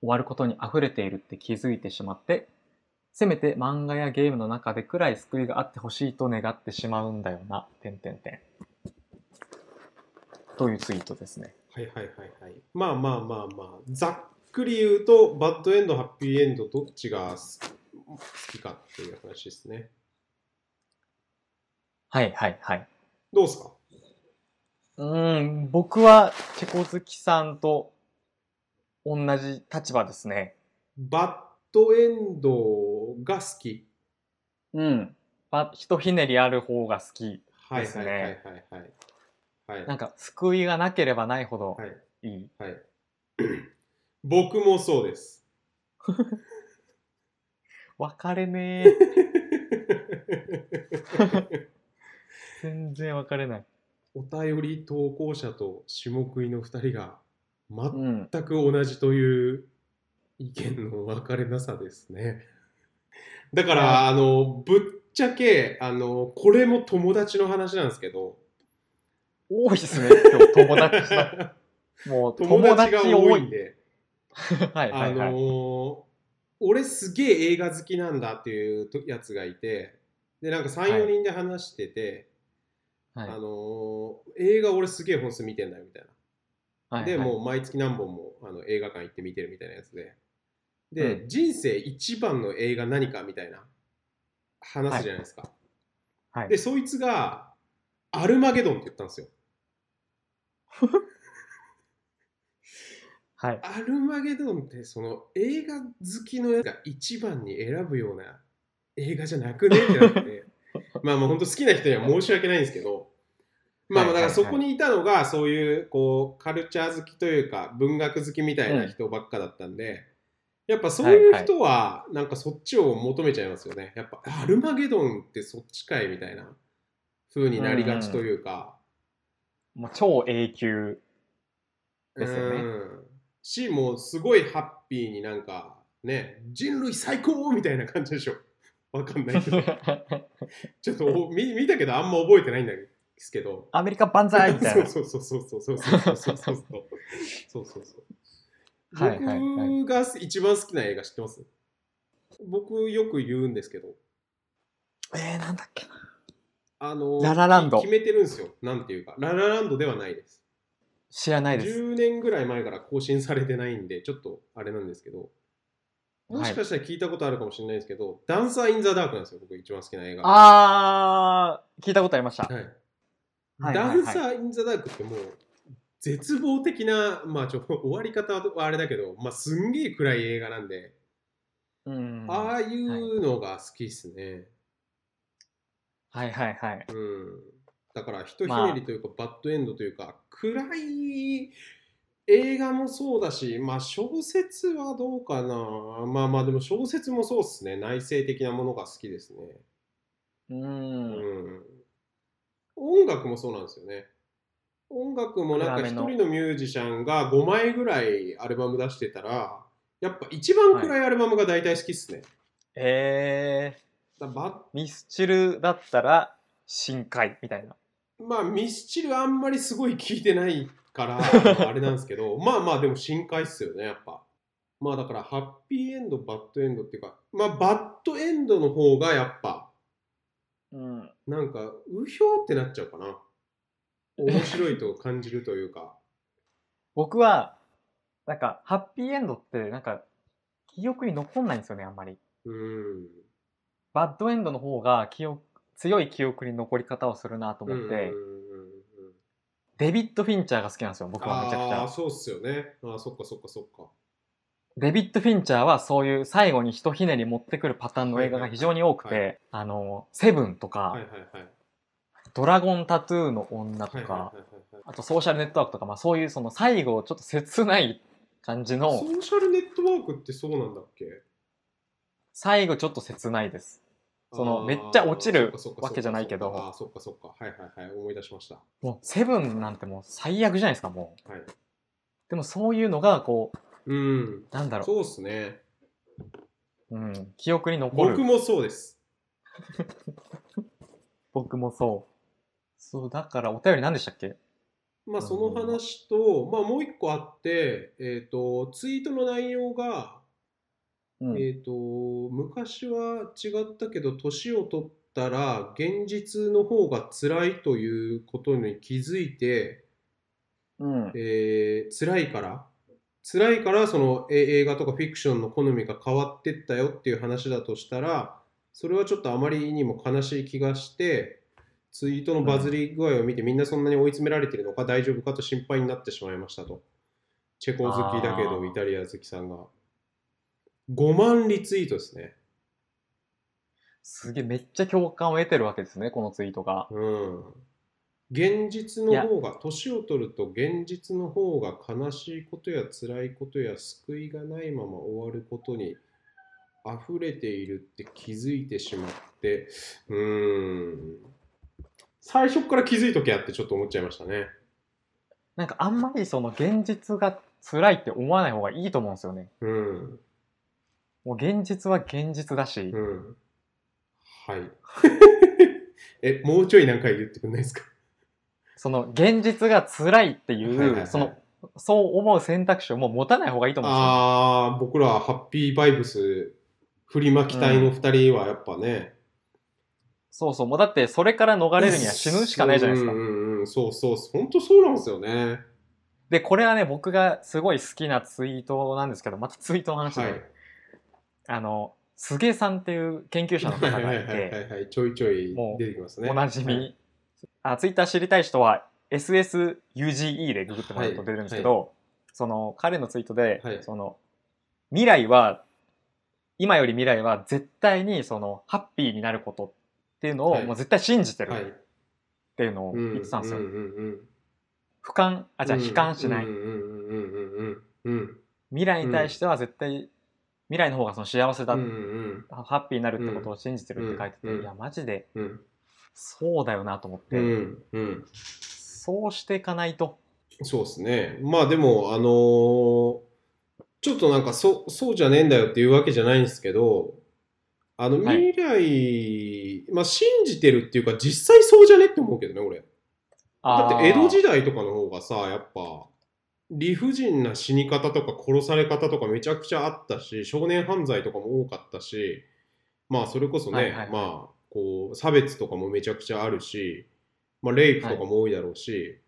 Speaker 1: 終わることに溢れているって気づいてしまって、せめて漫画やゲームの中でくらい救いがあってほしいと願ってしまうんだよな、てんてんてん。というツイートですね。
Speaker 2: はいはいはいはい。まあまあまあまあ、ざっくり言うと、バッドエンド、ハッピーエンド、どっちがす好きかっていう話ですね。
Speaker 1: はいはいはい。
Speaker 2: どうですか
Speaker 1: うーん、僕はチェコ好きさんと同じ立場ですね。
Speaker 2: バッドエンドが好き。
Speaker 1: うん。まあ、ひとひねりある方が好き。
Speaker 2: はい
Speaker 1: で
Speaker 2: は
Speaker 1: す
Speaker 2: い
Speaker 1: ね
Speaker 2: はいはいはい。はい
Speaker 1: なんか、救いがなければないほど
Speaker 2: はい
Speaker 1: いい。
Speaker 2: はい、 僕もそうです。
Speaker 1: 分かれ ねえ。全然分かれない。
Speaker 2: お便り投稿者と下食いの2人が
Speaker 1: うん。
Speaker 2: 全く同じという意見の分かれなさですね。だから、あの、ぶっちゃけ、あの、これも友達の話なんですけ ど、
Speaker 1: 多いですね、今日、友達 の。もう、
Speaker 2: 友
Speaker 1: 友
Speaker 2: 達が
Speaker 1: 達
Speaker 2: 多
Speaker 1: 多
Speaker 2: いん
Speaker 1: い。
Speaker 2: で、
Speaker 1: はい
Speaker 2: あ
Speaker 1: はい
Speaker 2: の
Speaker 1: はい。
Speaker 2: ー俺すげえ映画好きなんだっていうとやつがいて、で、なんか3、4人で話してて、
Speaker 1: はい
Speaker 2: あのー映画俺すげえ本数見てんだよみたいな。
Speaker 1: はい
Speaker 2: で
Speaker 1: はい
Speaker 2: もう毎月何本もあの映画館行って見てるみたいなやつでで、
Speaker 1: う
Speaker 2: 人生一番の映画何かみたいな話すじゃないですか、
Speaker 1: はい
Speaker 2: でそいつが「アルマゲドン」って言ったんですよ
Speaker 1: はい。
Speaker 2: アルマゲドンってその映画好きのやつが一番に選ぶような映画じゃな くねってなってまあまあ本当好きな人には申し訳ないんですけどまあまあだからそこにいたのがそういうこうカルチャー好きというか文学好きみたいな人ばっかだったんで、やっぱそういう人はなんかそっちを求めちゃいますよねやっぱアルマゲドンってそっちかいみたいな風になりがちというか。
Speaker 1: もう超永久。ですよね
Speaker 2: うんし、もうすごいハッピーになんかね、人類最高みたいな感じでしょ。わかんないけど、ちょっとお見見たけどあんま覚えてないんですけ ど。
Speaker 1: アメリカ万歳みたいな。
Speaker 2: そうそうそうそうそうそうそうそうそうそう。そうそうそう。
Speaker 1: はいはいはい
Speaker 2: 僕が一番好きな映画知ってます僕よく言うんですけど、
Speaker 1: えー、なんだっけな。
Speaker 2: あの、
Speaker 1: ララランド
Speaker 2: 決めてるんですよ。なんていうか、ララランドではないです。
Speaker 1: 知らないです。
Speaker 2: 10年ぐらい前から更新されてないんで、ちょっとあれなんですけど、もしかしたら聞いたことあるかもしれないですけど、ダンサー・イン・ザ・ダークなんですよ、僕一番好きな映画。
Speaker 1: あー、聞いたことありました。
Speaker 2: はい
Speaker 1: はい
Speaker 2: ダ
Speaker 1: はい
Speaker 2: ン
Speaker 1: はい
Speaker 2: サー・イン・ザ・ダークってもう、絶望的な、まあちょ、終わり方はあれだけど、まあ、すんげえ暗い映画なんで、
Speaker 1: うん。
Speaker 2: あ
Speaker 1: は
Speaker 2: あいうのが好きっすね。
Speaker 1: いはいはい。
Speaker 2: うん。だから、ひとひ
Speaker 1: まあ
Speaker 2: ねりというか、バッドエンドというか、暗い映画もそうだし、まあ、小説はどうかな。まあまあ、でも小説もそうっすね。内省的なものが好きですね。
Speaker 1: う。
Speaker 2: うんん音楽もそうなんですよね。音楽もなんか
Speaker 1: 暗め
Speaker 2: 一
Speaker 1: の
Speaker 2: 人のミュージシャンが5枚ぐらいアルバム出してたら、やっぱ一番暗いアルバムが大体好きっすね。
Speaker 1: え
Speaker 2: だば
Speaker 1: ー、ミスチルだったら、深海みたいな。
Speaker 2: まあミスチルあんまりすごい聴いてない から、あれなんですけど、まあまあでも深海っすよね、やっぱ。まあだからハッピーエンド、バッドエンドっていうか、まあバッドエンドの方がやっぱ、
Speaker 1: うん。
Speaker 2: なんかうひょーってなっちゃうかな。面白いと感じるという か。
Speaker 1: 僕は、なんか、ハッピーエンドって、なんか、記憶に残んないんですよね、あんまり。
Speaker 2: うん。
Speaker 1: バッドエンドの方が記憶、強い記憶に残り方をするなと思って、
Speaker 2: うんうんうんうん
Speaker 1: デビッド・フィンチャーが好きなんですよ、僕はめちゃくち
Speaker 2: あ
Speaker 1: ゃ
Speaker 2: ー。そうっすよねあーそっかそっかそっか
Speaker 1: デビッド・フィンチャーはそういう最後にひとひねり持ってくるパターンの映画が非常に多く
Speaker 2: はいはい
Speaker 1: て、あの、セブンと
Speaker 2: はい
Speaker 1: か、
Speaker 2: はいはい
Speaker 1: ドラゴンタトゥーの女と
Speaker 2: はいはい
Speaker 1: か
Speaker 2: は、いはい
Speaker 1: あとソーシャルネットワークとか、まあそういうその最後ちょっと切ない感じ
Speaker 2: ソ
Speaker 1: の、
Speaker 2: ーシャルネットワークってそうなんだっけ
Speaker 1: 最後ちょっと切ないです。その
Speaker 2: あー
Speaker 1: めっちゃ落ちる
Speaker 2: そっかそっかそっか
Speaker 1: わけじゃないけど
Speaker 2: あーそっかそっかはいはいはい思い出しました
Speaker 1: もうセブンなんてもう最悪じゃないですか、もう。
Speaker 2: はい
Speaker 1: でもそういうのがこう、
Speaker 2: うん
Speaker 1: なんだろ
Speaker 2: そうっすね
Speaker 1: う、うん、記憶に残る。
Speaker 2: 僕
Speaker 1: 僕も
Speaker 2: もそうです
Speaker 1: そう。そう、だからお便り何でしたっけ
Speaker 2: まあその話と、まあ、もう一個あって、えー、とツイートの内容が、
Speaker 1: うん。
Speaker 2: えー、と昔は違ったけど年を取ったら現実の方が辛いということに気づいて
Speaker 1: うん。
Speaker 2: えー、辛いから辛いからそのえ映画とかフィクションの好みが変わってったよっていう話だとしたらそれはちょっとあまりにも悲しい気がしてツイートのバズり具合を見てみんなそんなに追い詰められてるのか大丈夫かと心配になってしまいましたとチェコ好きだけ
Speaker 1: あ
Speaker 2: ど
Speaker 1: ー
Speaker 2: イタリア好きさんが5万リツイートですね
Speaker 1: すげえ、めっちゃ共感を得てるわけですね、このツイートが。
Speaker 2: うん。現実の方が、年を取ると現実の方が悲しいことや辛いことや救いがないまま終わることに溢れているって気づいてしまって、うーん。最初から気づいときゃってちょっと思っちゃいましたね。
Speaker 1: なんかあんまりその現実が辛いって思わない方がいいと思うんですよね。
Speaker 2: うん。
Speaker 1: もう現実は現実だし
Speaker 2: う、ん。はい。 え、もうちょい何回言ってくんないですか
Speaker 1: その現実が辛いってい
Speaker 2: はいはいは
Speaker 1: う、
Speaker 2: い
Speaker 1: その、そう思う選択肢をもう持たない方がいいと思うんですよ。
Speaker 2: ああ、僕らハッピーバイブス振りまき隊の2人はやっぱね、
Speaker 1: そうそう、もうだってそれから逃れるには死ぬしかないじゃないですか
Speaker 2: うん。うんうん、そうそう、本当そうなんですよね。
Speaker 1: で、これはね、僕がすごい好きなツイートなんですけど、またツイートの話で、
Speaker 2: はい。
Speaker 1: あの、すげさんっていう研究者の
Speaker 2: はい
Speaker 1: 方
Speaker 2: はいは
Speaker 1: が
Speaker 2: い
Speaker 1: い
Speaker 2: はいは
Speaker 1: て、
Speaker 2: いはい、ちょいちょい
Speaker 1: もう
Speaker 2: 出てきますね。
Speaker 1: おなじみ、
Speaker 2: はい
Speaker 1: あ、ツイッター知りたい人は SSUGE でググってもらうと出るんですけど、その彼のツイートで、
Speaker 2: はい
Speaker 1: その未来は今より未来は絶対にそのハッピーになることっていうのを、
Speaker 2: はい
Speaker 1: もう絶対信じてる
Speaker 2: はい。
Speaker 1: っていうのを言ってたんですよ。
Speaker 2: うんうんうんうん
Speaker 1: 俯瞰あじゃあ悲観しない、
Speaker 2: うんうんうんうんうんうん
Speaker 1: 未来に対しては絶対未来の方がその幸せだ、
Speaker 2: うんうん
Speaker 1: ハッピーになるってことを信じてるって書いてて、
Speaker 2: うんうん
Speaker 1: いやマジで
Speaker 2: うん
Speaker 1: そうだよなと思って、
Speaker 2: うんうん。
Speaker 1: そうしていかないと。
Speaker 2: そうですね。まあでも、あのーちょっとなんかそ、そうじゃねえんだよっていうわけじゃないんですけど、あの、
Speaker 1: はい
Speaker 2: 未来、まあ信じてるっていうか、実際そうじゃねって思うけどね、俺。だ
Speaker 1: あー
Speaker 2: って江戸時代とかの方がさ、やっぱ、理不尽な死に方とか殺され方とかめちゃくちゃあったし、少年犯罪とかも多かったし、まあそれこそね、
Speaker 1: はいはいはい
Speaker 2: まあ、こう、差別とかもめちゃくちゃあるし、まあレイプとかも多いだろうし、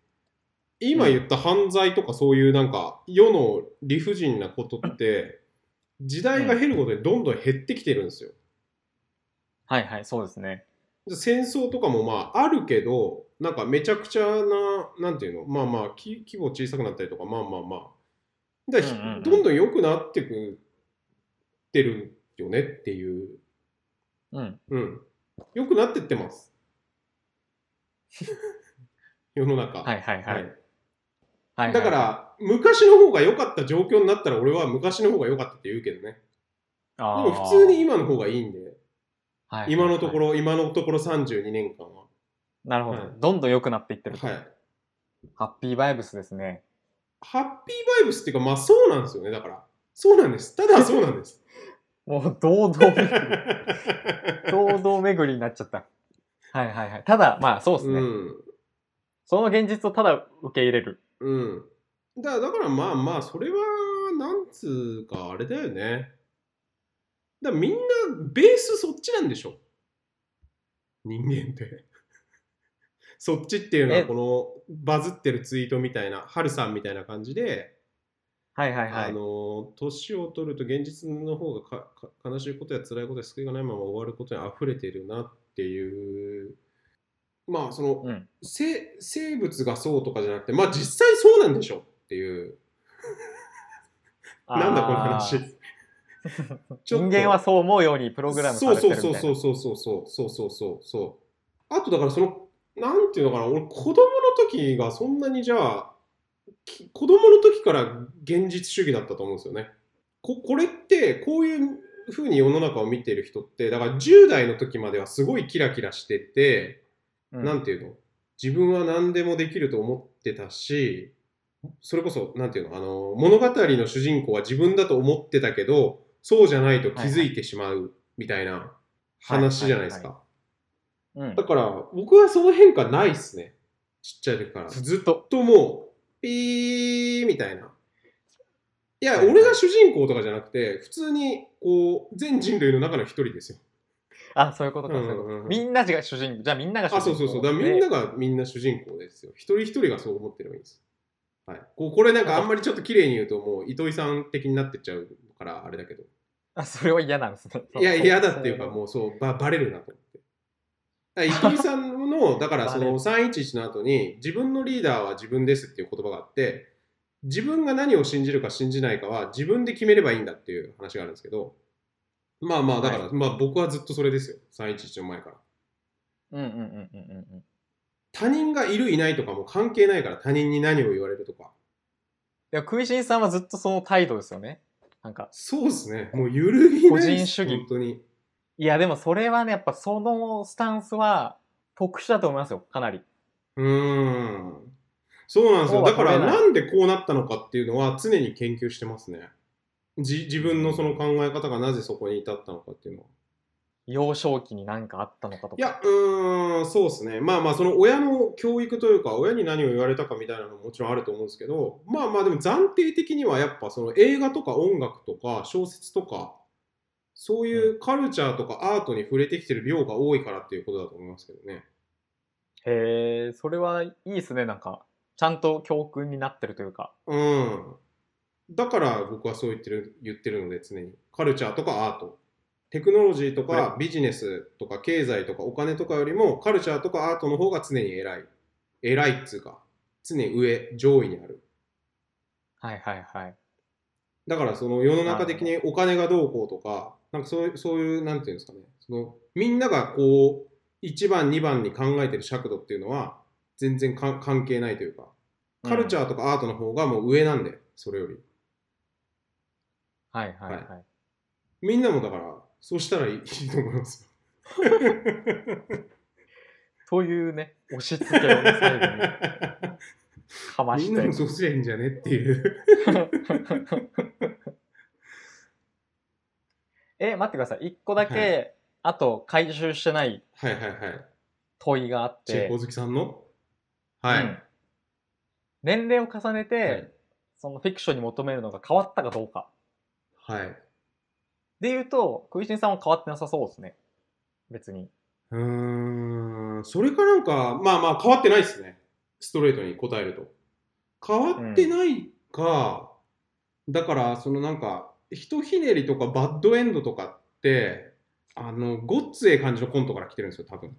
Speaker 2: 今言った犯罪とかそういうなんか世の理不尽なことって、時代が減ることでどんどん減ってきてるんですよ。
Speaker 1: はいはいそうですね。
Speaker 2: 戦争とかもまああるけどなんかめちゃくちゃななんていうのまあまあき規模小さくなったりとかまあまあまあだからひ
Speaker 1: うんうんうん
Speaker 2: どんどん良くなってくってるよねっていう
Speaker 1: うん。
Speaker 2: うん良くなってってます世の中
Speaker 1: はいはいはい。
Speaker 2: はい
Speaker 1: はいはい
Speaker 2: だから昔の方が良かった状況になったら俺は昔の方が良かったって言うけどねで
Speaker 1: あー
Speaker 2: も普通に、今の方がいいんで
Speaker 1: はいはい
Speaker 2: 今のとこ。ろ今のところ32年間は
Speaker 1: なるほど
Speaker 2: はい。
Speaker 1: どんどん良くなっていってると。
Speaker 2: はい
Speaker 1: ハッピーバイブスですね。
Speaker 2: ハッピーバイブスっていうか、まあそうなんですよね、だから。そうなんです。ただそうなんです。
Speaker 1: もう堂 々 巡り、堂々巡りになっちゃった。はいはいはい。ただ、まあそうですね、
Speaker 2: うん。
Speaker 1: その現実をただ受け入れる。
Speaker 2: うん。だから、だからまあまあ、それは、なんつうか、あれだよね。だからみんな、ベースそっちなんでしょ。人間って。 そっちっていうのは、
Speaker 1: え
Speaker 2: このバズってるツイートみたいな、ハルさんみたいな感じで、
Speaker 1: はいはいは
Speaker 2: あ
Speaker 1: い。
Speaker 2: の年を取ると現実の方がかか悲しいことや辛いことや救いがないまま終わることに溢れているなっていうまあその、
Speaker 1: うん
Speaker 2: せ生物がそうとかじゃなくてまあ実際そうなんでしょっていうなんだこの 話
Speaker 1: あー
Speaker 2: ちょっと
Speaker 1: 人間はそう思うようにプログラムさ
Speaker 2: そう
Speaker 1: れてる
Speaker 2: そ
Speaker 1: み
Speaker 2: う
Speaker 1: たいな。
Speaker 2: そうそうそうそうそうそうそうそうそうあとだからそのなんていうのかな俺子供の時がそんなにじゃあき子供の時から現実主義だったと思うんですよねここれってこういうふうに世の中を見ている人ってだから10代の時まではすごいキラキラしてて
Speaker 1: うん
Speaker 2: なんていうの自分は何でもできると思ってたしそれこそなんていうのあの物語の主人公は自分だと思ってたけどそうじゃないと気づいてしまうみたいな話じゃないですか、
Speaker 1: うん
Speaker 2: だから僕はその変化ないっすねちっちゃい時からずっ
Speaker 1: ずっと。
Speaker 2: ともうピーみたいないや、
Speaker 1: はいはい
Speaker 2: 俺が主人公とかじゃなくて普通にこう全人類の中の一人ですよ
Speaker 1: あ、そういうことか、
Speaker 2: うんうん
Speaker 1: そううんいうこと。みんなが主人公。じゃあみんなが主人
Speaker 2: あ、
Speaker 1: 公。
Speaker 2: そうそうそう。だからみんながみんな主人公ですよ。一人一人がそう思ってればいいんです。はい。こうこれなんかあんまりちょっと綺麗に言うともう糸井さん的になってっちゃうからあれだけど。
Speaker 1: あ、それは嫌なんですね。
Speaker 2: いや、嫌だっていうかもうそう、ばバレるなと思って。 だから糸井さんの、だからその311の後に自分のリーダーは自分ですっていう言葉があって、自分が何を信じるか信じないかは自分で決めればいいんだっていう話があるんですけど、まあまあ、だから、まあ僕はずっとそれですよ。311の前から。
Speaker 1: うんうんうんうんうんうん。い
Speaker 2: 他人がいるいないとかも関係ないから他人に何を言われるとか。
Speaker 1: や、食いしんさんはずっとその態度ですよね。なんか、
Speaker 2: そうですね。もう揺るぎないです。
Speaker 1: 個人主義
Speaker 2: 本当に。
Speaker 1: いや、でもそれはね、やっぱそのスタンスは特殊だと思いますよ、かなり。
Speaker 2: うーん。そうなんですよ。
Speaker 1: そうは
Speaker 2: だ
Speaker 1: 止
Speaker 2: か
Speaker 1: めない
Speaker 2: らなんでこうなったのかっていうのは常に研究してますね。じ自分のその考え方がなぜそこに至ったのかっていうのは。
Speaker 1: 幼少期に何かあったのかとか。
Speaker 2: いや、うーん、そうですね。まあまあ、その親の教育というか、親に何を言われたかみたいなのももちろんあると思うんですけど、まあまあ、でも暫定的にはやっぱその映画とか音楽とか小説とか、そういうカルチャーとかアートに触れてきてる量が多いからっていうことだと思いますけどね。
Speaker 1: へえ、それはいいですね、なんか。ちゃんと教訓になってるというか。
Speaker 2: うん。だから僕はそう言ってる、言ってるので常に。カルチャーとかアート。テクノロジーと
Speaker 1: は
Speaker 2: かビジネスとか経済とかお金とかよりもカルチャーとかアートの方が常に偉い。偉いっつうか、常に上、上位にある。
Speaker 1: はいはいはい。
Speaker 2: だからその世の中的にお金がどうこうとか、なんかそういう、そういう、なんていうんですかね。そのみんながこう、1番、2番に考えてる尺度っていうのは全然か関係ないというか、カルチ
Speaker 1: ャー、
Speaker 2: ャーとかアートの方がもう上なんで、それより。
Speaker 1: はいはいはい。
Speaker 2: みんなもだから、そうしたらいいと思いますよ。
Speaker 1: というね、押し付けをね、最後にかま
Speaker 2: み
Speaker 1: し
Speaker 2: んな
Speaker 1: て
Speaker 2: も。そうすりゃいいんじゃねっていう。
Speaker 1: え、待ってください。一個だけ、
Speaker 2: は
Speaker 1: あと回収してない
Speaker 2: はいはいはい。
Speaker 1: 問いがあっ
Speaker 2: チェ
Speaker 1: て
Speaker 2: コ、好きさんのはい。
Speaker 1: うん年齢を重ねて、
Speaker 2: はい
Speaker 1: そのフィクションに求めるのが変わったかどうか。
Speaker 2: はい。
Speaker 1: で言うと、クイシンさんは変わってなさそうですね。別に。
Speaker 2: うーん、それかなんか、まあまあ変わってないですね。ストレートに答えると。変わってないか、だから、そのなんか、ひとひねりとかバッドエンドとかって、あの、ごっつええ感じのコントから来てるんですよ、多分。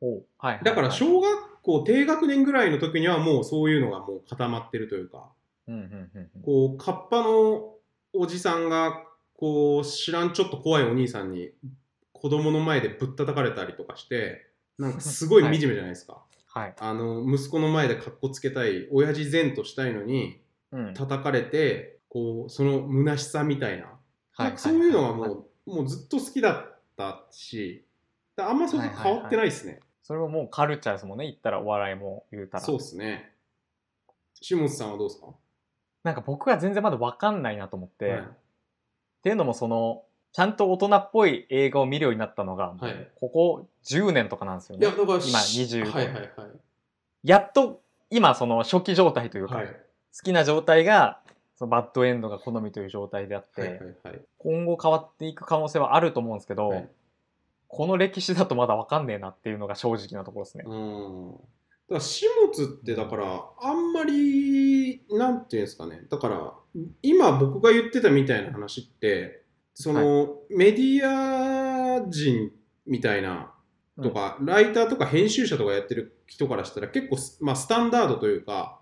Speaker 1: おうはいはいはい
Speaker 2: だから小学校低学年ぐらいの時にはもうそういうのがもう固まってるというか、
Speaker 1: うんうんうんうん
Speaker 2: こう、カッパのおじさんが、こう、知らんちょっと怖いお兄さんに子供の前でぶったたかれたりとかして、なんかすごい惨めじゃないですか。
Speaker 1: はい。
Speaker 2: あの、息子の前でかっこつけたい、親父善としたいのに、
Speaker 1: うん。
Speaker 2: 叩かれて、こう、その虚しさみたいな、
Speaker 1: は
Speaker 2: なんかそういうのがもう、もうずっと好きだったし、だからあんまそこ変わってないですね。
Speaker 1: それももうカルチャーですもんね。言ったらお笑いも言うたら。
Speaker 2: そうですね。下本さんはどうですか、
Speaker 1: なんか僕は全然まだわかんないなと思って、
Speaker 2: はい
Speaker 1: っていうのもその、ちゃんと大人っぽい映画を見るようになったのが、
Speaker 2: はい
Speaker 1: ここ10年とかなんですよ
Speaker 2: いや、
Speaker 1: ね
Speaker 2: だ。から、今
Speaker 1: 25
Speaker 2: はいはいはい。
Speaker 1: やっと今その初期状態というか、
Speaker 2: はい
Speaker 1: 好きな状態が、そのバッドエンドが好みという状態であって、
Speaker 2: はいはいはい。
Speaker 1: 今後変わっていく可能性はあると思うんですけど、
Speaker 2: はい
Speaker 1: この歴史だとまだわかんねえなっていうのが正直なところですね。
Speaker 2: うん。だから、始末って、だから、あんまり、なんていうんですかね。だから、今僕が言ってたみたいな話って、その、メディア人みたいな、とか、ライターとか編集者とかやってる人からしたら結構す、まあ、スタンダードというか、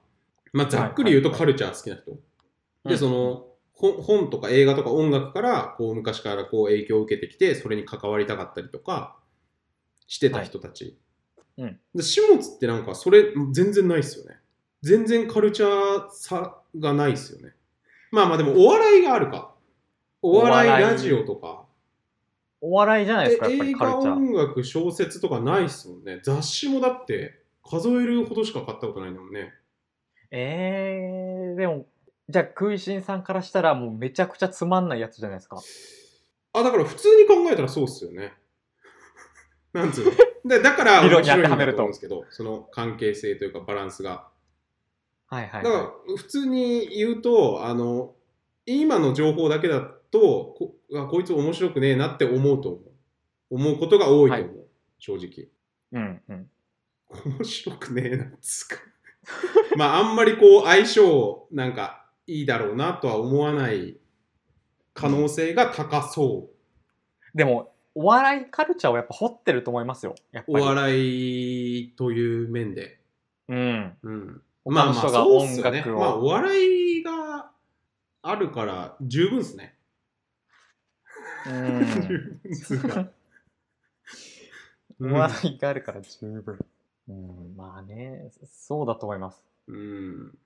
Speaker 2: まあ、ざっくり言うと
Speaker 1: はい
Speaker 2: カルチャー好きな人。
Speaker 1: う
Speaker 2: で、
Speaker 1: ん
Speaker 2: その、ほ本とか映画とか音楽から、こう、昔からこう、影響を受けてきて、それに関わりたかったりとか、してた人たち。
Speaker 1: はいうん
Speaker 2: で、始末ってなんか、それ、全然ないっすよね。全然カルチャーさがないっすよね。まあまあ、でも、お笑いがあるか。お笑い
Speaker 1: お笑い
Speaker 2: ラジオとか。
Speaker 1: お笑いじゃないですか、やっぱ
Speaker 2: え
Speaker 1: り
Speaker 2: 映
Speaker 1: カル
Speaker 2: 画、
Speaker 1: チャー。
Speaker 2: 音楽、小説とかないっすもんね。雑誌もだって、数えるほどしか買ったことないんだもんね。
Speaker 1: えー、でも、じゃあ、クイシンさんからしたらもうめちゃくちゃつまんないやつじゃないですか。
Speaker 2: あ、だから普通に考えたらそうっすよね。 なんつうの。でだから、
Speaker 1: 理論に当
Speaker 2: 面白
Speaker 1: て
Speaker 2: い
Speaker 1: は
Speaker 2: ん
Speaker 1: め
Speaker 2: だ
Speaker 1: る
Speaker 2: と
Speaker 1: と
Speaker 2: 思うんですけど、その関係性というかバランスが。
Speaker 1: はいは
Speaker 2: だ
Speaker 1: い、
Speaker 2: か
Speaker 1: は
Speaker 2: ら、普通に言うと、あの、今の情報だけだと、こうわこいつ面白くねえなって思うと思う。思うことが多いと思う。正直。
Speaker 1: い。うんうん。
Speaker 2: 面白くねえなっつうか まああんまりこう相性なんかいいだろうなとは思わない可能性が高そ
Speaker 1: でも、お笑いカルチャーをやっぱ掘ってると思いますよ。やっ
Speaker 2: う
Speaker 1: ぱ
Speaker 2: お
Speaker 1: り。
Speaker 2: 笑いという面で、
Speaker 1: うん。
Speaker 2: うん、
Speaker 1: 他の人が音
Speaker 2: まあまあそうっすよね
Speaker 1: 楽を。
Speaker 2: まあお笑いがあるから十分ですね
Speaker 1: う
Speaker 2: 十
Speaker 1: ん。
Speaker 2: 分通過う
Speaker 1: 上
Speaker 2: ん
Speaker 1: 乗りがあるから十分。うん、まあね、そうだと思います。
Speaker 2: うん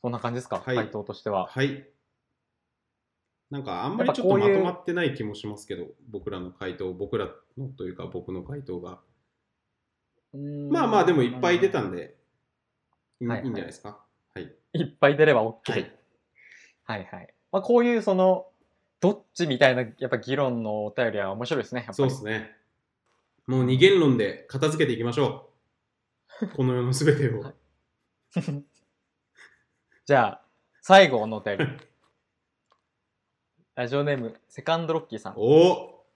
Speaker 1: そんな感じですか、
Speaker 2: はい
Speaker 1: 回答としては。
Speaker 2: はいなんかあんまりちょっ
Speaker 1: や
Speaker 2: と
Speaker 1: っぱ
Speaker 2: ま
Speaker 1: こういう
Speaker 2: とまってない気もしますけど僕らの回答僕らのというか僕の回答がまあまあでもいっぱい出たん
Speaker 1: で。
Speaker 2: で、いい
Speaker 1: はい
Speaker 2: いいんじゃないですかはい
Speaker 1: いっぱい出れば OK。
Speaker 2: は
Speaker 1: はいい、はいはいまあ、こういうその、どっちみたいな、やっぱ議論のお便りは面白いですね、やっぱり。
Speaker 2: そうですねもう二元論で片付けていきましょうこの世のすべてを、
Speaker 1: はいじゃあ、最後のお 便り。ラジオネーム、セカンドロッキーさん。
Speaker 2: おお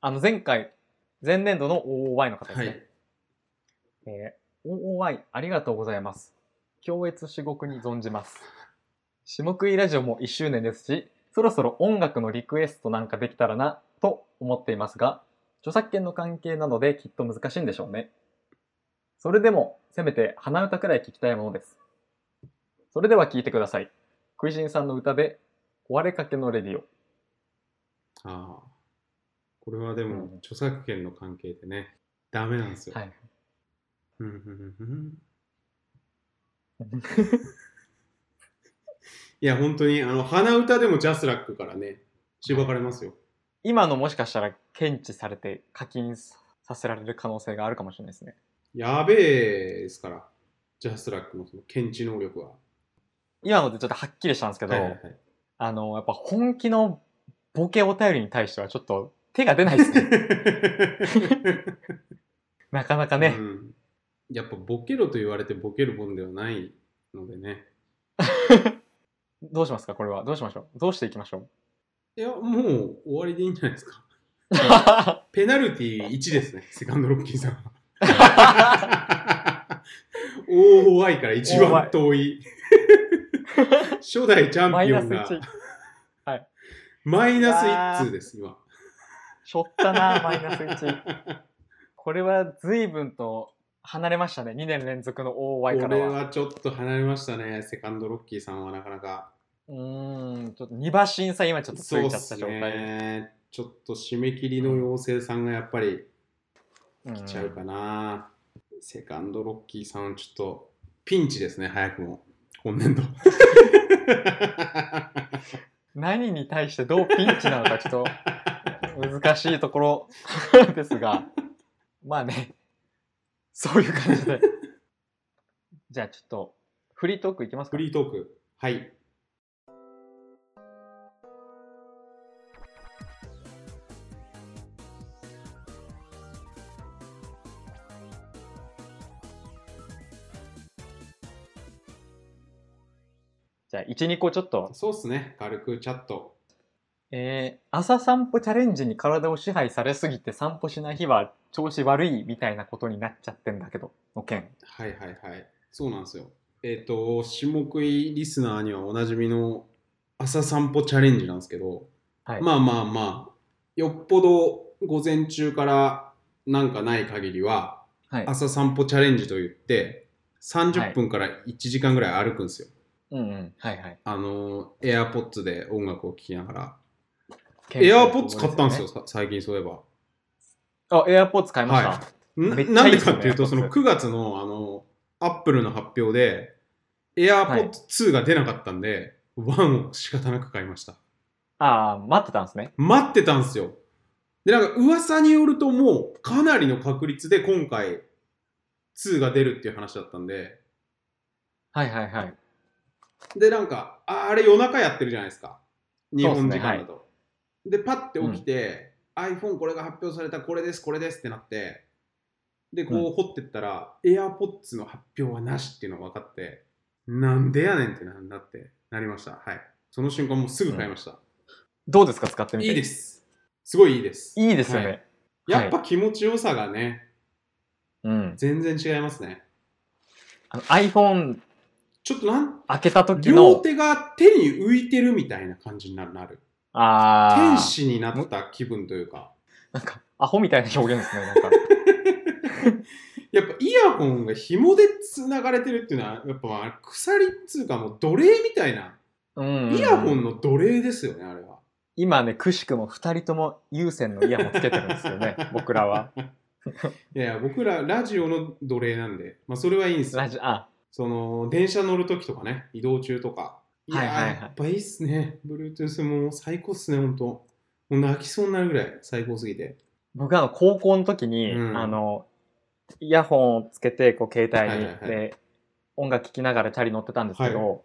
Speaker 1: あの、前回、前年度の OOY の方です
Speaker 2: は
Speaker 1: ね。
Speaker 2: い
Speaker 1: えー、OOY ありがとうございます。強越至極に存じます。下食いラジオも1周年ですし、そろそろ音楽のリクエストなんかできたらな、と思っていますが、著作権の関係なのできっと難しいんでしょうね。それでも、せめて鼻歌くらい聴きたいものです。それでは聴いてください。食いしんさんの歌で、壊れかけのレディオ。
Speaker 2: ああこれはで
Speaker 1: う
Speaker 2: も
Speaker 1: ん
Speaker 2: 著作権の関係でねダメなんですよ、
Speaker 1: はい。
Speaker 2: うんうんうんうん いや本当にあの鼻歌でもジャスラックからねしばかれますよ
Speaker 1: 今のもしかしたら検知されて課金させられる可能性があるかもしれないですね。
Speaker 2: やべえですからジャスラックのその検知能力は
Speaker 1: 今のでちょっとはっきりしたんですけど、
Speaker 2: はいはいはい
Speaker 1: あの、やっぱ本気のボケお便りに対してはちょっと手が出ない ですね。なかなか ね
Speaker 2: う。ん、やっぱボケろと言われてボケるもんではないのでね
Speaker 1: どうしますかこれは。どうしましょうどうしていきましょ
Speaker 2: いやもう終わりでいいんじゃないですか
Speaker 1: う
Speaker 2: ペナルティ1で すねセカンドロッキーさんは OOI から一番遠い初代チャ
Speaker 1: マ
Speaker 2: ン
Speaker 1: イ
Speaker 2: ピオ
Speaker 1: ナ
Speaker 2: ン
Speaker 1: ス
Speaker 2: が
Speaker 1: 1。
Speaker 2: マイナス1通です今
Speaker 1: しょったな、マイナス1。これは随分と離れましたね。2年連続の OY
Speaker 2: こ
Speaker 1: から
Speaker 2: れ
Speaker 1: は。
Speaker 2: はちょっと離れましたねセカンドロッキーさんはなかなか
Speaker 1: うーん、ちょっと2馬身差今ちょっとつ
Speaker 2: そう
Speaker 1: い
Speaker 2: っ
Speaker 1: ちゃった
Speaker 2: す
Speaker 1: 状態。
Speaker 2: ねちょっと締め切りの妖精さんがやっぱり
Speaker 1: うん
Speaker 2: ちゃうかな、セカンドロッキーさん、ちょっとピンチですね、早くも、今年度。
Speaker 1: 何に対してどうピンチなのかちょっと難しいところ ですが、まあね、そういう感じで。じゃあちょっと、フリートークいきます
Speaker 2: フ
Speaker 1: か。
Speaker 2: リートーク、はい。
Speaker 1: じゃあ1、2個ちょっと、
Speaker 2: そうっすね、軽くチャット。
Speaker 1: えー朝散歩チャレンジに体を支配されすぎて散歩しない日は調子悪いみたいなことになっちゃってんだけど、の件。
Speaker 2: はいはいはい、そうなんですよ。えっ、と、下食いリスナーにはおなじみの朝散歩チャレンジなんですけど、
Speaker 1: はい。
Speaker 2: まあまあまあ、よっぽど午前中からなんかない限りは、
Speaker 1: はい。
Speaker 2: 朝散歩チャレンジと言って、30分から1時間ぐらい歩くんですよ。
Speaker 1: うんうん。はいはい。
Speaker 2: あのー、AirPods で音楽を聴きながら。AirPods 買ったんですよ、。さ最近そういえば。
Speaker 1: あ、AirPods 買いました。
Speaker 2: はな
Speaker 1: めっちゃいいっすね
Speaker 2: なんでかっていうと、
Speaker 1: AirPods
Speaker 2: その9月のあの、Apple の発表で、AirPods2 が出なかったんで、1を仕方なく買いました。
Speaker 1: ああ、待ってたんですね。
Speaker 2: 待ってたんですよ。で、なんか噂によるともうかなりの確率で今回2が出るっていう話だったんで、
Speaker 1: はいはいはい。
Speaker 2: で、なんか、ああれ夜中やってるじゃないですか。日
Speaker 1: そうっす
Speaker 2: 本
Speaker 1: ね
Speaker 2: 時間だと。で、パッて起きて、iPhone これが発表された、これです、これですってなって、で、こう掘ってったら、AirPods の発表はなしっていうのが分かって、なんでやねんってななって、なりました。はい。その瞬間もうすぐ買いました。
Speaker 1: どうですか使ってみて。
Speaker 2: いいです。すごいいいです。
Speaker 1: いいですよね。
Speaker 2: はいやっぱ気持ちよさがね、
Speaker 1: うん。
Speaker 2: 全然違いますね。
Speaker 1: あの iPhone
Speaker 2: ちょっとなん、
Speaker 1: 開けた時
Speaker 2: 両
Speaker 1: の、
Speaker 2: 手が手に浮いてるみたいな感じになる。なる
Speaker 1: あ
Speaker 2: 天
Speaker 1: ー、
Speaker 2: 使になった気分というか。
Speaker 1: なんか、アホみたいな表現ですね。 なんか、
Speaker 2: やっぱイヤホンが紐でつながれてるっていうのはやっぱまあ鎖っつうかもう奴隷みたいな
Speaker 1: うん
Speaker 2: イヤホンの奴隷ですよね、あれは。
Speaker 1: 今ね、くしくも2人とも有線のイヤホンつけてるんですよ ね、僕らは。
Speaker 2: いやいや、僕らラジオの奴隷なんで、まあ、それはいいんですよ
Speaker 1: ラジあ、
Speaker 2: その電車乗るときとかね、移動中とか。いやー、
Speaker 1: はいはいはい
Speaker 2: やっぱいいっすね。Bluetooth も最高っすね、ほんと。もう泣きそうになるぐらい最高すぎて。
Speaker 1: 僕あの高校の時に、
Speaker 2: うん
Speaker 1: あの、イヤホンをつけて、こう、携帯に、
Speaker 2: はいはいは
Speaker 1: で、音楽聴きながらチャリ乗ってたんですけど、
Speaker 2: は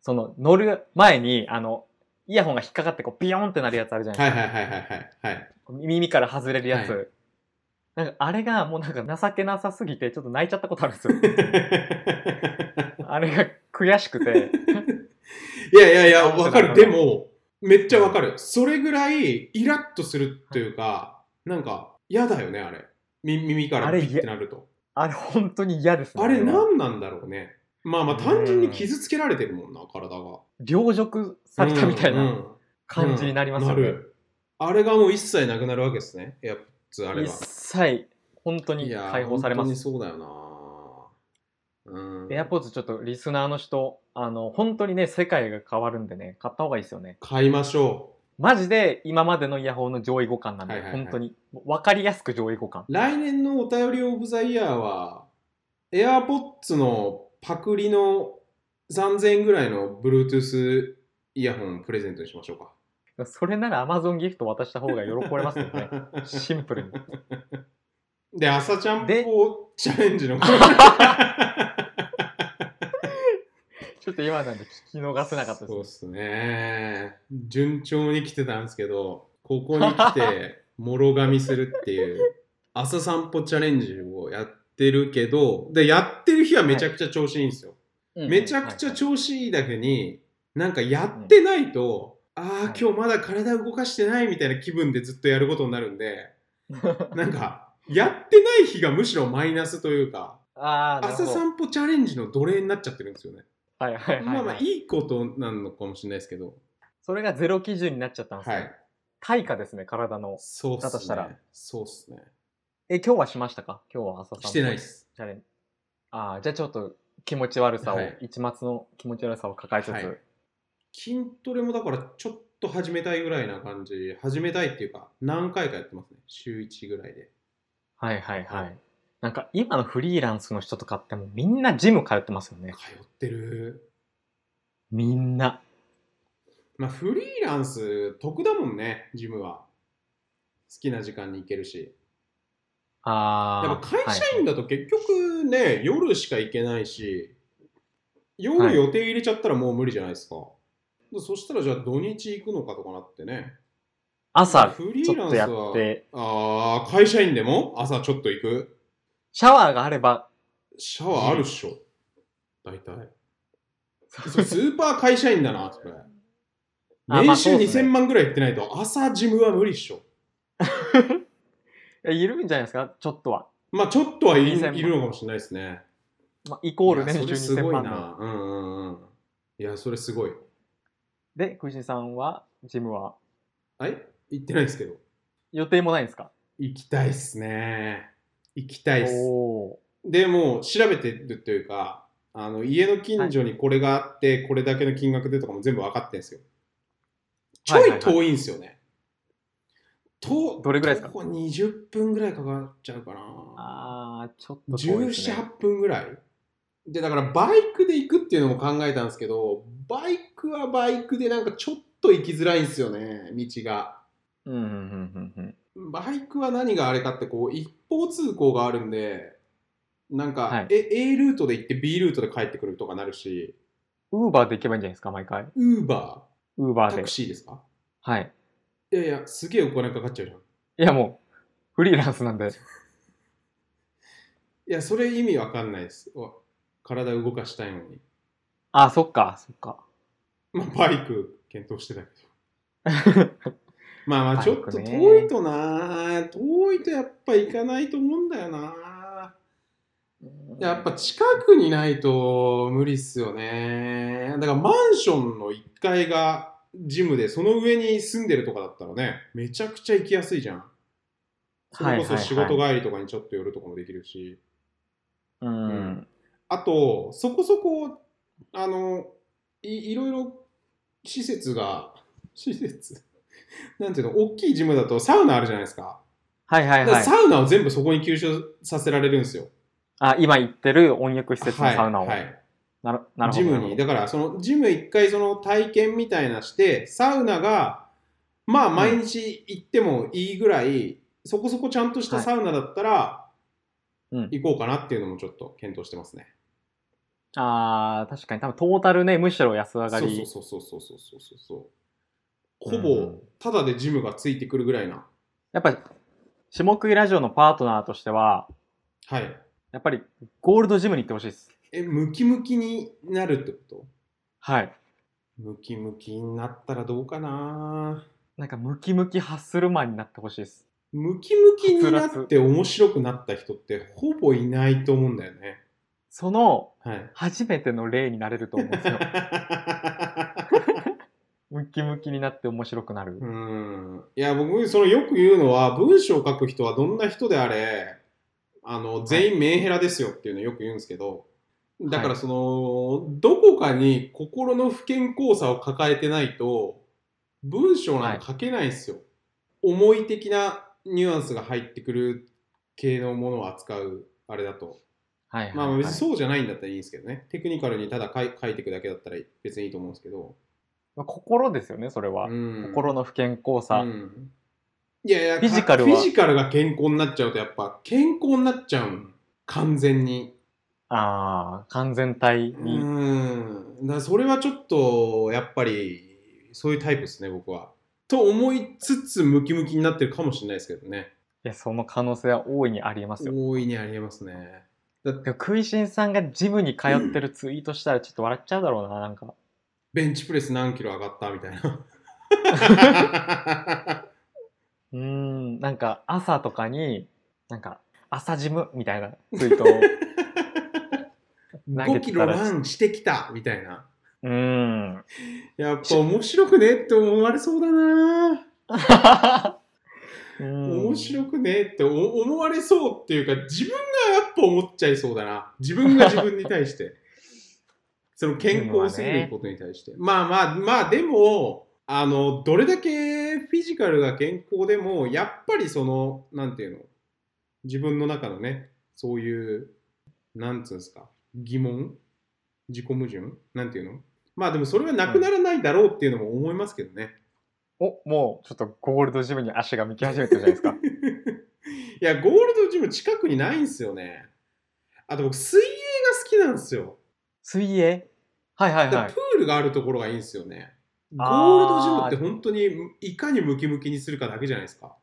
Speaker 1: その、乗る前に、あの、イヤホンが引っかかって、こう、ビヨーンってなるやつあるじゃない
Speaker 2: は
Speaker 1: で
Speaker 2: い
Speaker 1: す
Speaker 2: はいはいはいはいはい。
Speaker 1: か。耳から外れるやつ。
Speaker 2: は
Speaker 1: なんか、あれがもうなんか情けなさすぎて、ちょっと泣いちゃったことあるんですよ。 あれが悔しくて。
Speaker 2: いやいやいや、わかる。でも、めっちゃわかる。それぐらいイラッとするというか、なんか嫌だよね、あれ。み耳か
Speaker 1: あ
Speaker 2: ら
Speaker 1: れ
Speaker 2: ピッてなると。
Speaker 1: あれ、本当に嫌ですね。
Speaker 2: あれ何なんだろうね。まあまあ
Speaker 1: うん
Speaker 2: 単純に傷つけられてるもんな、体が。
Speaker 1: 凌辱されたみたい
Speaker 2: うん
Speaker 1: な感じになりますよね。
Speaker 2: なるあれがもう一切なくなるわけですね。エアプツあれ
Speaker 1: 一
Speaker 2: が。
Speaker 1: 切本当に解放されま
Speaker 2: いや
Speaker 1: す。
Speaker 2: 本当にそうだよな。うん。
Speaker 1: エアポーズちょっとリスナーの人、あの、本当にね、世界が変わるんでね、買った方がいいですよね。
Speaker 2: 買いましょ
Speaker 1: マジで今までのイヤホンの上位互換なんで、
Speaker 2: はいはいはい
Speaker 1: 本当に分かりやすく上位互換。
Speaker 2: う。来年のお便りオブザイヤーは、エアポッツのパクリの3000円ぐらいの Bluetooth イヤホンをプレゼントにしましょうか。
Speaker 1: それなら Amazon ギフト渡した方が喜ばれますよ ね。 シンプルに。
Speaker 2: で、朝ちゃん
Speaker 1: で
Speaker 2: ぽチャレンジの。
Speaker 1: ちょっと今なんで聞き逃せなかったで
Speaker 2: そう
Speaker 1: す。
Speaker 2: ですね。順調に来てたんですけど、ここに来て、もろがみするっていう、朝散歩チャレンジをやってるけど、で、やってる日はめちゃくちゃ調子いいんですよ。めちゃくち
Speaker 1: ょ、
Speaker 2: ゃ調子いいだけに、なんかやってないと、ああ、今日まだ体動かしてないみたいな気分でずっとやることになる んで、なんか、やってない日がむしろマイナスというか、
Speaker 1: ああ、なるほ
Speaker 2: 朝
Speaker 1: ど。
Speaker 2: 散歩チャレンジの奴隷になっちゃってるんですよね。
Speaker 1: はいはいはい、はい。
Speaker 2: まあまあ、いいことなのかもしれないですけど、
Speaker 1: それがゼロ基準になっちゃったんですね。
Speaker 2: はい。
Speaker 1: 対価ですね、体の。
Speaker 2: そうっす
Speaker 1: だ
Speaker 2: ね。
Speaker 1: としたら
Speaker 2: そうっすね。
Speaker 1: え、今日はしましたか今日は朝さんと
Speaker 2: してないっす。
Speaker 1: チャレンジ。ああ、じゃあちょっと気持ち悪さを、
Speaker 2: はい
Speaker 1: 一末の気持ち悪さを抱えつつ、
Speaker 2: はい筋トレもだからちょっと始めたいぐらいな感じ、始めたいっていうか、何回かやってますね。週1ぐらいで。
Speaker 1: はいはいはい。
Speaker 2: はい
Speaker 1: なんか今のフリーランスの人とかってもうみんなジム通ってますよね。
Speaker 2: 通ってる。
Speaker 1: みんな。
Speaker 2: まあ、フリーランス、得だもんね、ジムは。好きな時間に行けるし。
Speaker 1: ああ。
Speaker 2: やっぱ会社員
Speaker 1: だ、
Speaker 2: だと結局ね、夜しか行けないし、
Speaker 1: は
Speaker 2: 夜
Speaker 1: い
Speaker 2: 予定入れちゃったらもう無理じゃないですか。そしたらじゃあ土日行くのかとかなってね。
Speaker 1: 朝、
Speaker 2: フリ
Speaker 1: ち
Speaker 2: ーラ
Speaker 1: ょっ
Speaker 2: ン
Speaker 1: と
Speaker 2: ス
Speaker 1: や
Speaker 2: は
Speaker 1: って、
Speaker 2: ああ、会社員でも朝ちょっと行く
Speaker 1: シャワーがあれば、
Speaker 2: シャワーあるっしょ。大体。それスーパー会社員だな、それ。
Speaker 1: あまあ
Speaker 2: 年収
Speaker 1: そうっすね
Speaker 2: 2000万ぐらい行ってないと、朝ジムは無理っしょ。
Speaker 1: えいるんじゃないですかちょっとは。
Speaker 2: まあ、ちょっとはいいい
Speaker 1: 2000万
Speaker 2: るのかもしれないですね。
Speaker 1: まあ、イコール
Speaker 2: いや
Speaker 1: 年
Speaker 2: そ
Speaker 1: 収
Speaker 2: れす
Speaker 1: 2000
Speaker 2: ごい
Speaker 1: 万の。
Speaker 2: な。うんうんうん。いや、それすごい。
Speaker 1: で、クイシンさんは、ジムは、
Speaker 2: はい行ってないですけど。
Speaker 1: 予定もないんですか
Speaker 2: 行きたいっすね。行きたいっす。
Speaker 1: おー
Speaker 2: でもう調べてるというか、あの家の近所にこれがあって、これだけの金額でとかも全部分かってるんですよ。ちょ
Speaker 1: はいはいいはい
Speaker 2: 遠いんですよね。と
Speaker 1: どれぐらいですか
Speaker 2: 徒歩20分ぐらいかかっちゃうかな。
Speaker 1: ああ、ちょっと遠いです
Speaker 2: 17、
Speaker 1: ね。
Speaker 2: 8分ぐらい。で、だからバイクで行くっていうのも考えたんですけど、バイクはバイクでなんかちょっと行きづらいんですよね、道が。
Speaker 1: うんうんうんうんうん。
Speaker 2: バイクは何があれかってこう一方通行があるんでなんか、
Speaker 1: はい
Speaker 2: え A ルートで行って B ルートで帰ってくるとかなるし
Speaker 1: ウーバーで行けばいいんじゃないですか、毎回。
Speaker 2: ウーバ
Speaker 1: ウーバ
Speaker 2: ー
Speaker 1: ー
Speaker 2: タ
Speaker 1: で
Speaker 2: ク。シーですか
Speaker 1: はい。
Speaker 2: いやいやすげえお金かかっちゃうじゃんい
Speaker 1: いや、もう、フリーランスなんで。
Speaker 2: やそれ意味わかんないですわ体動かしたいのに、
Speaker 1: あ、そっか、そっか。
Speaker 2: まあ、バイク検討してたけどまあまあ
Speaker 1: バイ
Speaker 2: ち
Speaker 1: ク
Speaker 2: ょ
Speaker 1: ね
Speaker 2: っと遠いとな、遠いとやっぱ行かないと思うんだよな やっぱ近くにないと無理っすよね。だからマンションの1階がジムで、その上に住んでるとかだったらね、めちゃくちゃ行きやすいじゃん。それこそ仕事
Speaker 1: が。
Speaker 2: 帰りとかにちょっと寄るとかもできるし。
Speaker 1: う
Speaker 2: うんん。あと、そこそこ、あの、いいろいろ施設が、施設なんていうの、大きいジムだとサウナあるじゃないですか。
Speaker 1: はいはい
Speaker 2: だから
Speaker 1: はい。
Speaker 2: サウナを全部そこに吸収させられるんですよ。
Speaker 1: あ、今言ってる温浴施設のサウナを。
Speaker 2: はいはい
Speaker 1: なるなるほ
Speaker 2: ジ
Speaker 1: ど。
Speaker 2: ムにだからそのジム一回その体験みたいなしてサウナがまあ毎日行ってもいいぐらい、そこそこちゃんとした
Speaker 1: はい
Speaker 2: サウナだったら、
Speaker 1: うん
Speaker 2: 行こうかなっていうのもちょっと検討してますね。
Speaker 1: あー確かに多分トータルね、むしろ安上が
Speaker 2: そう
Speaker 1: り。
Speaker 2: そうそうそうそうそうそうそう。
Speaker 1: う
Speaker 2: ほ
Speaker 1: ん
Speaker 2: ぼただでジムがついてくるぐらいな。
Speaker 1: やっぱ、下食いラジオのパートナーとしては、
Speaker 2: はい。
Speaker 1: やっぱりゴールドジムに行ってほしいです。
Speaker 2: え、ムキムキになるってこと
Speaker 1: はい。
Speaker 2: ムキムキになったらどうかな
Speaker 1: なんかムキムキハッスルマンになってほしいです。
Speaker 2: ムキムキになって面白くなった人ってほぼいないと思うんだよね。
Speaker 1: その、
Speaker 2: はい。
Speaker 1: 初めての例になれると思うんですよ。ムキムキになって面白くなる。
Speaker 2: うんいや僕そのよく言うのは文章を書く人はどんな人であれあの全員メンヘラですよっていうのをよく言うんですけどだか
Speaker 1: は
Speaker 2: ら
Speaker 1: い
Speaker 2: その、どこかに心の不健康さを抱えてないと文章なんか書けないんですよ、思い的なニュアンスが入ってくる系のものを扱うあれだと
Speaker 1: はいはい、はい。
Speaker 2: まあ別にそうじゃないんだったらいいんですけどねテクニカルにただ書い書いていくだけだったら別にいいと思うんですけど、
Speaker 1: まあ心ですよね、それは。
Speaker 2: うん
Speaker 1: 心の不健康さ。
Speaker 2: うんいやいや
Speaker 1: フィジカルは
Speaker 2: フィジカルが健康になっちゃうとやっぱ健康になっちゃうん完全に
Speaker 1: ああ、完全体
Speaker 2: う
Speaker 1: に。
Speaker 2: んだからそれはちょっとやっぱりそういうタイプですね僕はと思いつつムキムキになってるかもしれないですけどね
Speaker 1: いや、その可能性は大いにありますよ。
Speaker 2: 大いにありえますねだって
Speaker 1: でも、食いしんさんがジムに通ってるツイートしたらちょっと笑っちゃうだろうな、なんか。
Speaker 2: ベンチプレス何キロ上がったみたい な
Speaker 1: うーん、なんか朝とかに、なんか、朝ジムみたいなツイート を。投げて
Speaker 2: 5キ
Speaker 1: た
Speaker 2: ロ
Speaker 1: ら
Speaker 2: ランしてきたみたいな
Speaker 1: うーん。
Speaker 2: やっぱ面白くねって思われそうだな面
Speaker 1: 面
Speaker 2: 白くねってお思われそうっていうか自分がやっぱ思っちゃいそうだな自分が自分に対してその健康すぎることに対して、まあまあまあでもあのどれだけフィジカルが健康でもやっぱりそのなんていうの自分の中のねそういうなんつうんですか疑問自己矛盾なんていうのまあでもそれはなくならないだろうっていうのも思いますけどね、
Speaker 1: お、もうちょっとゴールドジムに足が向き始めてるじゃないですか。
Speaker 2: いや、ゴールドジム近くにないんすよね。あと僕、水泳が好きなんですよ。
Speaker 1: 水泳はいはい
Speaker 2: だか
Speaker 1: は
Speaker 2: ら
Speaker 1: い
Speaker 2: プ。ールがあるところがいいんですよね。ゴ
Speaker 1: あー
Speaker 2: ールドジムって本当にいかにムキムキにするかだけじゃないですか。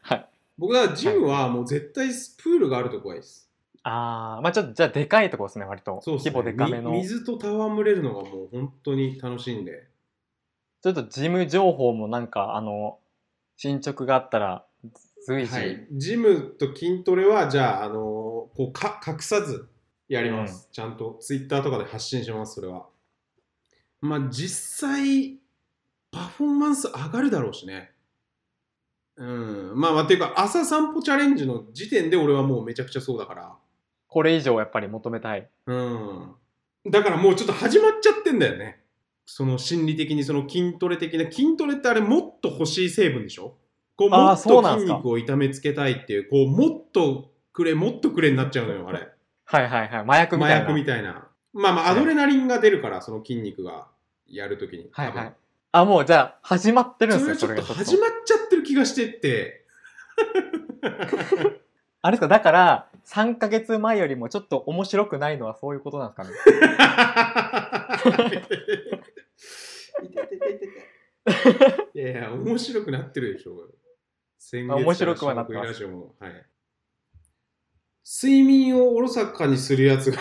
Speaker 1: はい。
Speaker 2: 僕はジムはもう絶対プールがあるとこがいいです。
Speaker 1: ああ、まあちょっと、じゃあでかいとこですね、割と。
Speaker 2: そうです
Speaker 1: 規
Speaker 2: ね。
Speaker 1: 模でかめの。
Speaker 2: み
Speaker 1: ち
Speaker 2: 水と戯れるのがもう本当に楽しいんで。
Speaker 1: ょっとジム情報もなんか、あの、進捗があったら、随時。
Speaker 2: はい、ジムと筋トレはじゃあ、あのーこうか隠さずやります、ちゃんとツイッターとかで発信しますそれはまあ実際パフォーマンス上がるだろうしねうんまあまあっていうか朝散歩チャレンジの時点で俺はもうめちゃくちゃそうだから
Speaker 1: これ以上やっぱり求めたい。
Speaker 2: うんだからもうちょっと始まっちゃってんだよねその心理的にその筋トレ的な筋トレってあれもっと欲しい成分でしょこう
Speaker 1: あー
Speaker 2: もっ
Speaker 1: そう
Speaker 2: と
Speaker 1: なんす
Speaker 2: 筋
Speaker 1: か
Speaker 2: 肉を痛めつけたいっていうこうもっとくれもっとくれになっちゃうのよあれ
Speaker 1: はいはいはい。麻薬み
Speaker 2: 麻
Speaker 1: たいな。
Speaker 2: 薬みたいなまあまあ
Speaker 1: は
Speaker 2: ア
Speaker 1: い
Speaker 2: ドレナリンが出るからその筋肉がやるときに
Speaker 1: はいは
Speaker 2: 多
Speaker 1: い。あ、もうじゃあ、始まってるん
Speaker 2: 分
Speaker 1: です
Speaker 2: それ
Speaker 1: よ、
Speaker 2: はち
Speaker 1: そ
Speaker 2: ょっ
Speaker 1: れがち
Speaker 2: と
Speaker 1: ょっと。
Speaker 2: 始まっちゃってる気がしてって
Speaker 1: あれですか、だから、3ヶ月前よりもちょっと面白くないのはそういうことなんですかね。
Speaker 2: いやいや、面白くなってるでしょ。先
Speaker 1: あ面白くはなって
Speaker 2: い
Speaker 1: ます
Speaker 2: ラジオも、はい。睡眠をおろそかにするやつが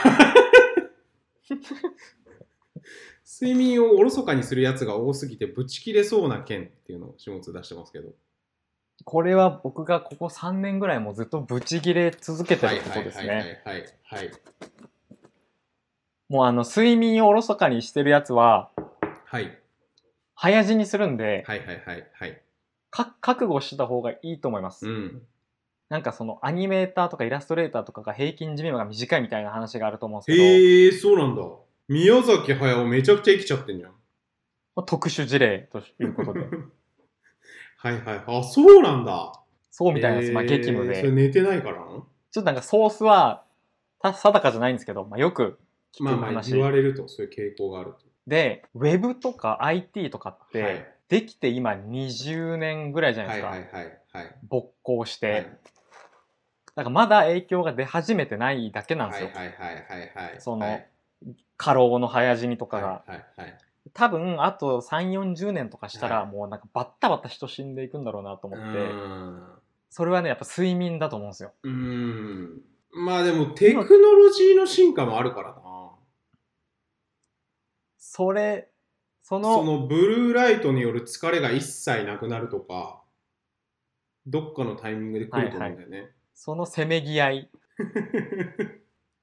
Speaker 2: 睡眠をおろそかにするやつが多すぎてブチ切れそうな件っていうのを下津出してますけど
Speaker 1: これは僕がここ3年ぐらいもうずっとブチギレ続けてることです
Speaker 2: はいはい
Speaker 1: ね。
Speaker 2: はいはいはい
Speaker 1: もうあの、睡眠をおろそかにしてるやつは、
Speaker 2: はい
Speaker 1: 早死にするんで、
Speaker 2: はいはいはいはい
Speaker 1: か覚悟してた方がいいと思います、
Speaker 2: うん
Speaker 1: なんかそのアニメーターとかイラストレーターとかが平均寿命が短いみたいな話があると思うんですけど、
Speaker 2: へえそうなんだ宮崎駿めちゃくちゃ生きちゃってんじゃん
Speaker 1: まあ、特殊事例ということ で
Speaker 2: はいはい。あ、そうなんだ。
Speaker 1: そうみたいなんです、まあ、
Speaker 2: えー
Speaker 1: 激務で
Speaker 2: それ
Speaker 1: ちょ
Speaker 2: 寝てないからな
Speaker 1: っとなんかソースはた定かじゃないんですけど、まあ、よく聞
Speaker 2: まあ
Speaker 1: く
Speaker 2: まあ
Speaker 1: 話、
Speaker 2: 言われると、そういう傾向がある
Speaker 1: でウェブとか IT とかっ
Speaker 2: と。
Speaker 1: て、
Speaker 2: はい
Speaker 1: できて今20年ぐらいじゃないで
Speaker 2: は
Speaker 1: す
Speaker 2: い
Speaker 1: か、
Speaker 2: はいはいはい。
Speaker 1: 勃興して、
Speaker 2: はい
Speaker 1: だからまだ影響が出始めてないだけなんで
Speaker 2: は
Speaker 1: す
Speaker 2: い
Speaker 1: よ、
Speaker 2: はいはいはいはい。
Speaker 1: その
Speaker 2: はい
Speaker 1: 過労の早死にとかが、
Speaker 2: はいはいはい。
Speaker 1: 多分あと3 4 0年とかしたら
Speaker 2: は
Speaker 1: もうなんかバッタバタ人死んでいくんだろうなと
Speaker 2: う
Speaker 1: 思って、
Speaker 2: ーん
Speaker 1: それはねやっぱ睡眠だと思うんですよ
Speaker 2: うーん。まあでもテクノロジーの進化もあるからな。
Speaker 1: それその
Speaker 2: そのブルーライトによる疲れが一切なくなるとか、どっかのタイミングで来ると思うんだよね。
Speaker 1: そのせめぎ合い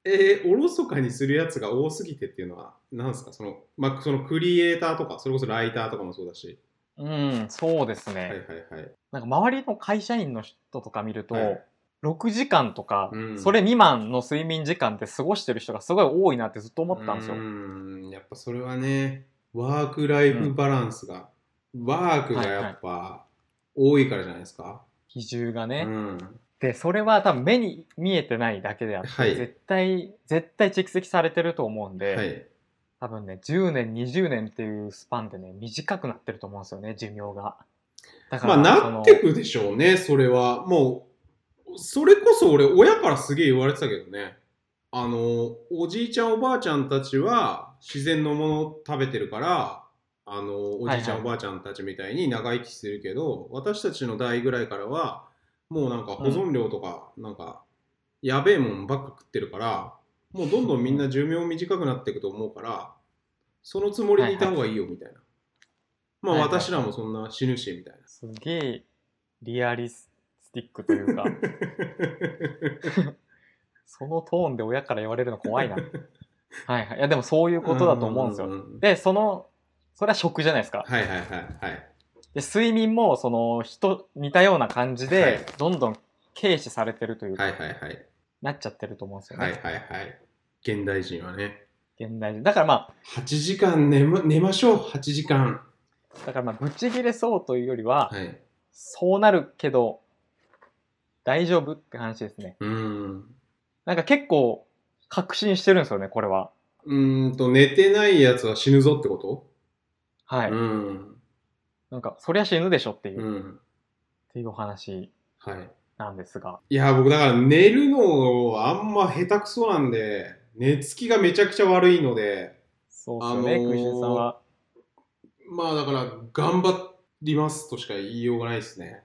Speaker 2: えー、おろそかにするやつが多すぎてっていうのは、なんですかその、まあ、そのクリエイターとか、それこそライターとかもそうだし。
Speaker 1: うんそうですね、
Speaker 2: はいはいはい。
Speaker 1: なんか周りの会社員の人とか見ると、
Speaker 2: はい
Speaker 1: 6時間とか、
Speaker 2: うん
Speaker 1: それ未満の睡眠時間って過ごしてる人がすごい多いなってずっと思ってたんですよ
Speaker 2: うーん、やっぱそれはね、ワークライフバランスが、ワークがやっぱ多いからじゃないですか。
Speaker 1: 比重がね、
Speaker 2: うん。
Speaker 1: でそれは多分目に見えてないだけであって、
Speaker 2: はい
Speaker 1: 絶対絶対蓄積されてると思うんで、
Speaker 2: はい。
Speaker 1: 多分ね10年20年っていうスパンでね短くなってると思うんですよね寿命がだ
Speaker 2: まあ、
Speaker 1: そ
Speaker 2: な
Speaker 1: の
Speaker 2: ってくでしょうね、それは。もう、それこそ俺、親からすげえ言われてたけどね。あの、おじいちゃん、おばあちゃんたちは自然のものを食べてるから、あの、おじい
Speaker 1: はい
Speaker 2: ちゃん、
Speaker 1: はい
Speaker 2: おばあちゃんたちみたいに長生きしてるけど、私たちの代ぐらいからは、もうなんか保存料とか、なんか、やべえもんばっか食ってるから、もうどんどんみんな寿命短くなっていくと思うから、そのつもりでいた方がいいよみたいな。まあ
Speaker 1: はいはい
Speaker 2: 私らもそんな死ぬし、みたいな。
Speaker 1: すげえリアリスティックと いうかそのトーンで親から言われるの怖 いなはいはいいやでもそういうことだと思うんですよ、でそのそれは食じゃないですか、
Speaker 2: はいはいはいはい。
Speaker 1: で睡眠もその人似たような感じで、
Speaker 2: はい
Speaker 1: どんどん軽視されてるというか、
Speaker 2: はいはいはい。
Speaker 1: なっちゃってると思うんですよね、
Speaker 2: はいはいはい。現代人はね。
Speaker 1: 現代人だからま
Speaker 2: 8時間寝ま寝ましょう、8時間。
Speaker 1: あだからまあぶち切れそうというよりは、
Speaker 2: はい。
Speaker 1: そうなるけど大丈夫って話ですね
Speaker 2: うーん。
Speaker 1: なんか結構確信してるんですよねこれは
Speaker 2: うーんと、寝てないやつは死ぬぞってこと、
Speaker 1: はい、
Speaker 2: うーん。
Speaker 1: なんかそりゃ死ぬでしょっていう、
Speaker 2: う
Speaker 1: っ
Speaker 2: ん。
Speaker 1: ていうお話
Speaker 2: はい。
Speaker 1: なんですが
Speaker 2: いや、僕だから寝るのあんま下手くそなんで、寝つきがめちゃくちゃ悪いので、
Speaker 1: そうですよね、
Speaker 2: あのー
Speaker 1: クイシンさんは
Speaker 2: まあだから頑張りますとしか言いようがないですね。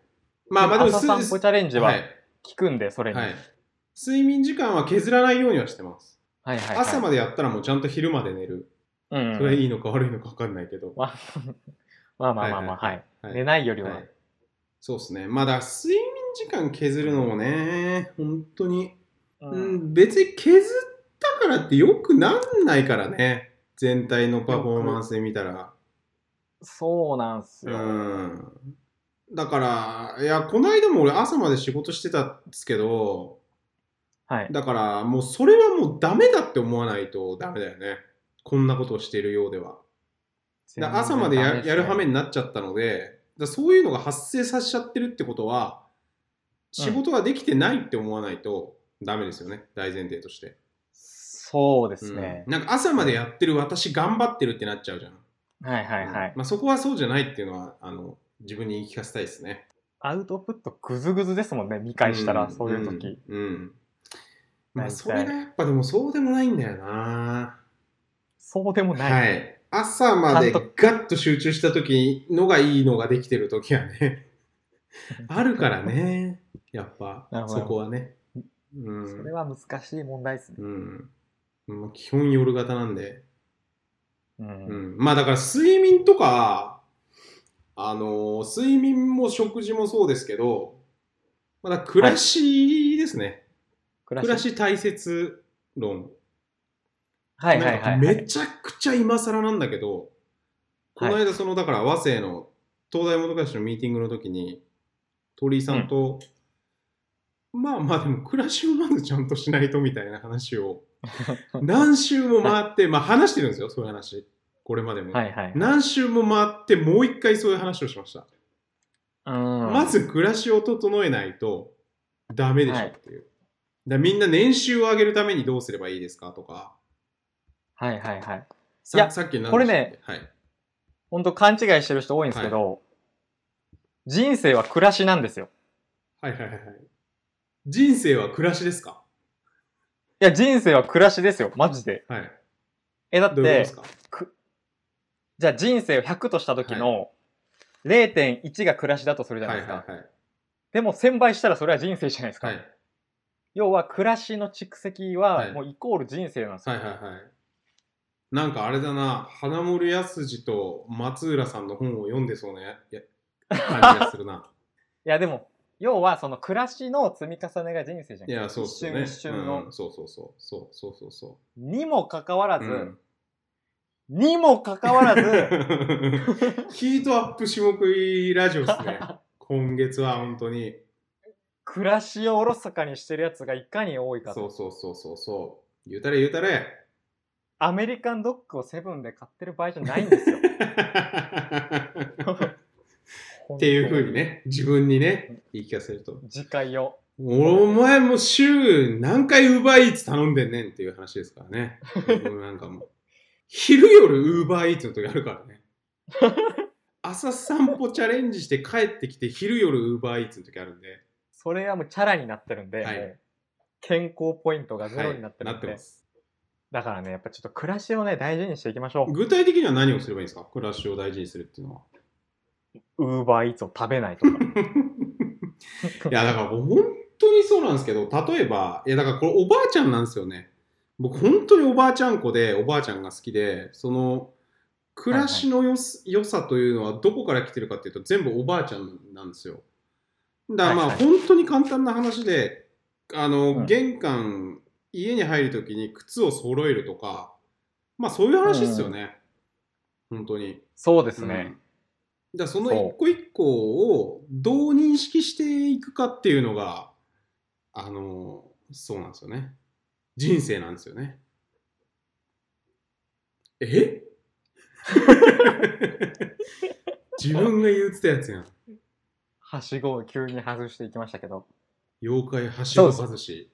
Speaker 2: まあまあでも
Speaker 1: 朝散歩チャレンジ
Speaker 2: は。
Speaker 1: はい効くんで、それに、
Speaker 2: はい。睡眠時間は削らないようにはしてます。
Speaker 1: はいはいはい
Speaker 2: 朝までやったらもうちゃんと昼まで寝る。
Speaker 1: うんうん
Speaker 2: それはいいのか悪いのか分かんないけど。
Speaker 1: まあ まあまあまあまあ、はい
Speaker 2: はい
Speaker 1: 寝ないよりは、
Speaker 2: はいそうですね。まあだから睡眠時間削るのもね、本当に。
Speaker 1: う
Speaker 2: うんん、別に削ったからってよくなんないからね。全体のパフォーマンスで見たら。
Speaker 1: そうなんす
Speaker 2: う
Speaker 1: よ、
Speaker 2: ん。だから、いや、この間も俺朝まで仕事してたんですけど、
Speaker 1: はい
Speaker 2: だからもうそれはもうダメだって思わないとダメだよね。こんなことをしているようでは。だから朝までややる羽目
Speaker 1: に
Speaker 2: になっちゃったので、だからそういうのが発生させちゃってるってことは、
Speaker 1: うん
Speaker 2: 仕事ができてないって思わないとダメですよね、大前提として。
Speaker 1: そうですね
Speaker 2: う、んなんか朝までやってる私頑張ってるってなっちゃうじゃん。
Speaker 1: はいはいはい、
Speaker 2: うんまあ、そこはそうじゃないっていうのはあの自分に言い聞かせたいですね。
Speaker 1: アウトプットグズグズですもんね見返したら、
Speaker 2: ん
Speaker 1: そういう時、。
Speaker 2: うん。うんまあ、
Speaker 1: 大体
Speaker 2: それがやっぱでもそうでもないんだよな。
Speaker 1: そうでもない、
Speaker 2: はい。朝まで
Speaker 1: ちゃ
Speaker 2: ガ
Speaker 1: んと
Speaker 2: ッと集中した時のがいいのができてる時 はね、あるからね、やっぱ
Speaker 1: なる、ほど
Speaker 2: そこはね。う
Speaker 1: それ
Speaker 2: ん。
Speaker 1: は難しい問題ですね、
Speaker 2: うん。まあ基本夜型なんで。
Speaker 1: うん
Speaker 2: うん。まあだから睡眠とか、あのー睡眠も食事もそうですけど、まあだから暮らしですね。
Speaker 1: 暮ら
Speaker 2: 暮ら
Speaker 1: し
Speaker 2: し大切論。
Speaker 1: はいはいはい、は
Speaker 2: なん
Speaker 1: い
Speaker 2: かめちゃくちゃ今更なんだけど、この間そのだから和製の東大元暮らしのミーティングの時に鳥居さんと、まあまあでも暮らしをまずちゃんと しないとみたいな話を何周も回って、まあ話してるんですよそういう話これまでも。
Speaker 1: はいはい。
Speaker 2: 何周も回って、もう一回そういう話をしました。
Speaker 1: うん
Speaker 2: まず暮らしを整えないとダメでしょっていう。だからみんな年収を上げるためにどうすればいいですかとか。
Speaker 1: はいはいはい。
Speaker 2: さ
Speaker 1: いや
Speaker 2: さっき何でしたっけ
Speaker 1: これね、
Speaker 2: はい。
Speaker 1: 本当勘違いしてる人多いんですけど、人生は暮らしなんですよ。
Speaker 2: はいはいはいはい。人生は暮らしですか
Speaker 1: いや、人生は暮らしですよ。マジで。
Speaker 2: はい。
Speaker 1: え、だっ
Speaker 2: どういうことで
Speaker 1: て
Speaker 2: す、か
Speaker 1: じゃあ人生を100とした時の0.1が暮らしだとするじゃな
Speaker 2: はいい
Speaker 1: で
Speaker 2: は
Speaker 1: す
Speaker 2: い
Speaker 1: か。
Speaker 2: はい。
Speaker 1: でも1000倍したらそれは人生じゃないですか。
Speaker 2: はい
Speaker 1: 要は暮らしの蓄積
Speaker 2: は
Speaker 1: はいもうイコール人生なんですよ。
Speaker 2: はいはいはい。なんかあれだな、花森康二と松浦さんの本を読んでそうなやや感じがするな。
Speaker 1: いやでも要はその暮らしの積み重ねが人生じゃん。
Speaker 2: いや、そうっすよね。
Speaker 1: 一瞬一瞬の
Speaker 2: うんそうそうそう。そうそうそうそ
Speaker 1: にもかかわら
Speaker 2: う。
Speaker 1: ず、
Speaker 2: うん
Speaker 1: にもかかわら ず
Speaker 2: ヒートアップ下食いラジオですね。今月は本当に。
Speaker 1: 暮らしをおろそかにしてるやつがいかに多いか
Speaker 2: そ
Speaker 1: と
Speaker 2: うそうそうそうそう。言うたれ言うたれ。
Speaker 1: アメリカンドッグをセブンで買ってる場合じゃないんですよ
Speaker 2: っていうふうにね、自分にね、言い聞かせると。
Speaker 1: 次回を
Speaker 2: お前も週何回ウーバーイーツ頼んでんねんっていう話ですからね。僕なんかもう昼夜ウーバーイーツの時あるからね。朝散歩チャレンジして帰ってきて昼夜ウーバーイーツの時あるんで。
Speaker 1: それはもうチャラになってるんで、
Speaker 2: はい
Speaker 1: もう健康ポイントがゼロになってる
Speaker 2: は
Speaker 1: ん
Speaker 2: いな
Speaker 1: で、
Speaker 2: ってます。
Speaker 1: だからねやっぱちょっと暮らしをね大事にしていきましょ
Speaker 2: 具体的には何をすればいいんですか暮らしを大事にするっていうのは。
Speaker 1: うウーバーイーツを食べないとか
Speaker 2: いやだから本当にそうなんですけど例えばいやだからこれおばあちゃんなんですよね僕本当におばあちゃん子でおばあちゃんが好きでその暮らしのよす、良さというのはどこから来てるかっていうと全部おばあちゃんなんですよだからまあ、
Speaker 1: はいはい
Speaker 2: 本当に簡単な話であの、
Speaker 1: うん
Speaker 2: 玄関家に入るときに靴を揃えるとかまあそういう話ですよね、本当に
Speaker 1: そうです
Speaker 2: うん
Speaker 1: ね、
Speaker 2: だからその
Speaker 1: そう
Speaker 2: 一個一個をどう認識していくかっていうのがあのそうなんですよね人生なんですよねえ 自分が言うてたやつやん
Speaker 1: はしごを急に外していきましたけど
Speaker 2: 妖怪はしご外し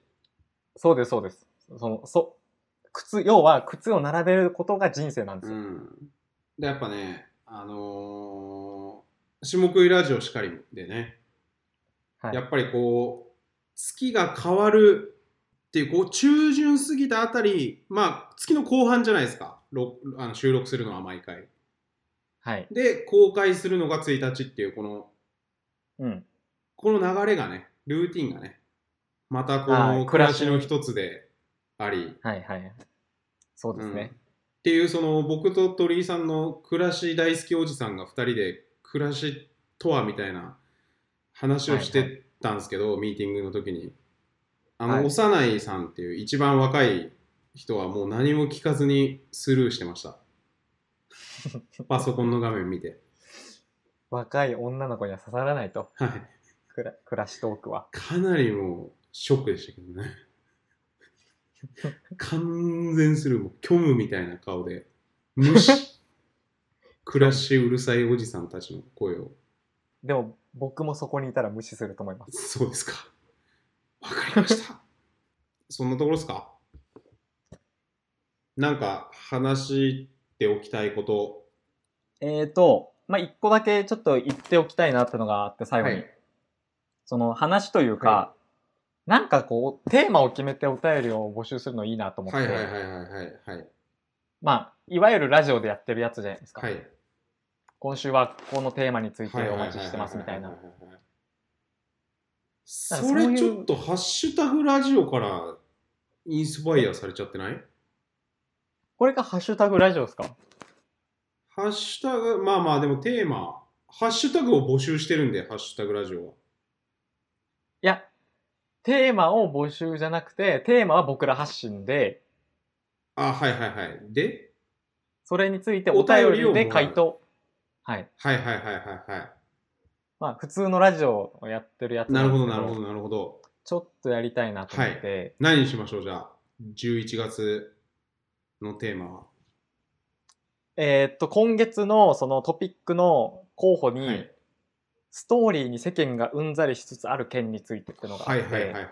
Speaker 1: そうですそうですそのそ靴要は靴を並べることが人生なんです
Speaker 2: う
Speaker 1: よ、
Speaker 2: んでやっぱねあのー、下食いラジオしかりでね
Speaker 1: はい
Speaker 2: やっぱりこう月が変わるっていうこう中旬過ぎたあたりまあ月の後半じゃないですかろあの収録するのは毎回
Speaker 1: はい
Speaker 2: で公開するのが1日っていうこの
Speaker 1: うん
Speaker 2: この流れがねルーティンがねまたこ
Speaker 1: はい
Speaker 2: の暮ら
Speaker 1: 暮
Speaker 2: し
Speaker 1: らし
Speaker 2: の一つであり
Speaker 1: はいはいそうです
Speaker 2: うんっ
Speaker 1: ね、
Speaker 2: ていうその僕と鳥居さんの暮らし大好きおじさんが2人で暮らしとはみたいな話をしてたんですけど、ミーティングの時にあの、
Speaker 1: はい
Speaker 2: 幼いさんっていう一番若い人はもう何も聞かずにスルーして ましたパソコンの画面見て
Speaker 1: 若い女の子には刺さらないと
Speaker 2: はい
Speaker 1: くら暮らしトークは
Speaker 2: かなりもうショックでしたけどね完全するもう虚無みたいな顔で無視暮らしうるさいおじさんたちの声を
Speaker 1: でも僕もそこにいたら無視すると思います
Speaker 2: そうですかわかりましたそんなところですかなんか話しておきたいこと
Speaker 1: えーとまあ1個だけちょっと言っておきたいなってのがあって最後に、その話というか、
Speaker 2: は
Speaker 1: なんかこうテーマを決めてお便りを募集するのいいなと思って、
Speaker 2: はいはいはいはいはいはい
Speaker 1: まあいわゆるラジオでやってるやつじゃないですか、
Speaker 2: はい
Speaker 1: 今週はこのテーマについて
Speaker 2: はい
Speaker 1: お待ちしてますみたいな
Speaker 2: はははいはいはいそれちょっと「ハッシュタグラジオ」からインスパイアされちゃってない
Speaker 1: これがハッシュタグラジオですか
Speaker 2: ハッシュタグまあまあでもテーマハッシュタグを募集してるんで「ハッシュタグラジオは」
Speaker 1: いやテーマを募集じゃなくてテーマは僕ら発信で
Speaker 2: あはいはいはいで
Speaker 1: それについてお
Speaker 2: お便りを
Speaker 1: 便りで回答はい
Speaker 2: はいはいはいはいは
Speaker 1: まあ普通のラジオをやってるやつ
Speaker 2: いなるほど
Speaker 1: ですけ
Speaker 2: なるほどなるほど
Speaker 1: ちょっとやりたいなと思って、
Speaker 2: 何にしましょうじゃあ11月のテーマは
Speaker 1: えーっと、今月のそのトピックの候補に、
Speaker 2: はい
Speaker 1: ストーリーに世間がうんざりしつつある件についてっていうのがあ
Speaker 2: は
Speaker 1: っ
Speaker 2: い
Speaker 1: て、
Speaker 2: はいはいはいは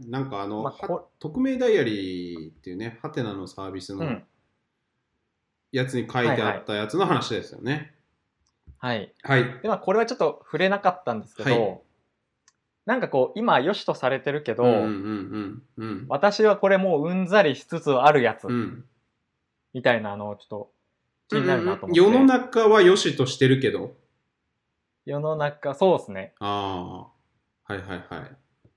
Speaker 2: い。なんかあの、
Speaker 1: まあ
Speaker 2: は
Speaker 1: こ
Speaker 2: 匿名ダイアリーっていうね、ハテナのサービス
Speaker 1: う
Speaker 2: の
Speaker 1: ん、
Speaker 2: やつに書いてあったやつの話ですよね。
Speaker 1: はい。
Speaker 2: はい。
Speaker 1: で、まあ、これはちょっと触れなかったんですけど、
Speaker 2: はい
Speaker 1: なんかこう、今、良しとされてるけど、
Speaker 2: うんうんうんうん。
Speaker 1: 私はこれもううんざりしつつあるやつ、
Speaker 2: うん
Speaker 1: みたいな、あの、ちょっと、気になるなと思って。
Speaker 2: 世の中は良しとしてるけど。
Speaker 1: 世の中、そうですね。
Speaker 2: ああ。はいはいはい。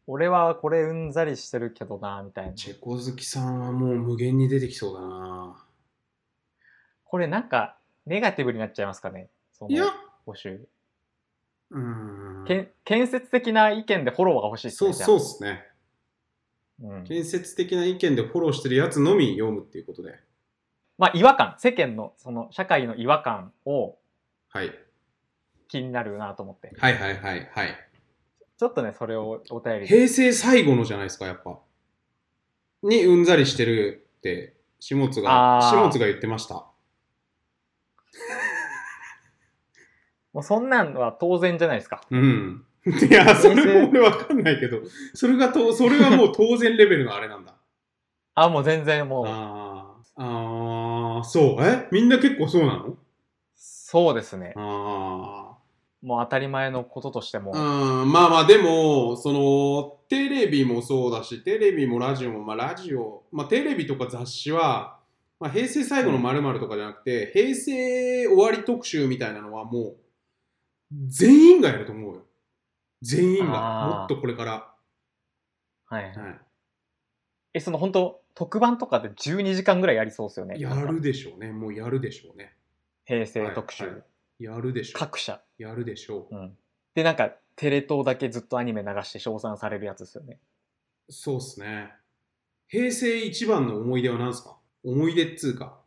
Speaker 1: 俺はこれうんざりしてるけどな、みたいな。
Speaker 2: チェコ好きさんはもう無限に出てきそうだな。
Speaker 1: これなんか、ネガティブになっちゃいますかね。そ
Speaker 2: いや
Speaker 1: の、、募集。
Speaker 2: う
Speaker 1: け
Speaker 2: ーん。
Speaker 1: ん建設的な意見でフォローが欲しいです
Speaker 2: そ
Speaker 1: ね。
Speaker 2: うそう
Speaker 1: う。
Speaker 2: ですね。
Speaker 1: うん、
Speaker 2: 建設的な意見でフォローしてるやつのみ読むっていうことで。
Speaker 1: まあ、違和感。世間の、その、社会の違和感を
Speaker 2: はい。
Speaker 1: 気になるなと思って。
Speaker 2: はいはいはいはい。
Speaker 1: ちょっとね、それをお便りで。
Speaker 2: 平成最後のじゃないですか、やっぱ。にうんざりしてるって、下津が、
Speaker 1: あー
Speaker 2: 下津が言ってました。
Speaker 1: もうそんなんは当然じゃないですか。
Speaker 2: うん。いや、そ
Speaker 1: 平成
Speaker 2: れも俺わかんないけど、それがと、それはもう当然レベルのあれなんだ。
Speaker 1: あ、もう全然もう、
Speaker 2: あーあー、そう。えみんな結構そうなの
Speaker 1: そうですね。
Speaker 2: あ
Speaker 1: もう当たり前のこととしても。
Speaker 2: あ。うん、まあまあ、でも、その、テレビもそうだし、テレビもラジオも、まあラジオ、まあテレビとか雑誌は、まあ平成最後の〇〇とかじゃなくて、平成終わり特集みたいなのはもう、全員がやると思うよ。全員
Speaker 1: あ
Speaker 2: が。
Speaker 1: ー
Speaker 2: もっとこれから。
Speaker 1: はいはい。
Speaker 2: はい
Speaker 1: え、その本当特番とかで12時間ぐらいやりそうですよね。
Speaker 2: やるでしょうね。もうやるでしょうね。
Speaker 1: 平成特集、
Speaker 2: はいはいやるでしょ
Speaker 1: 各社。
Speaker 2: う。やるでしょう
Speaker 1: う。ん。で、なんか、テレ東だけずっとアニメ流して称賛されるやつですよね。
Speaker 2: そうっすね。平成一番の思い出は何すか思い出っつうか、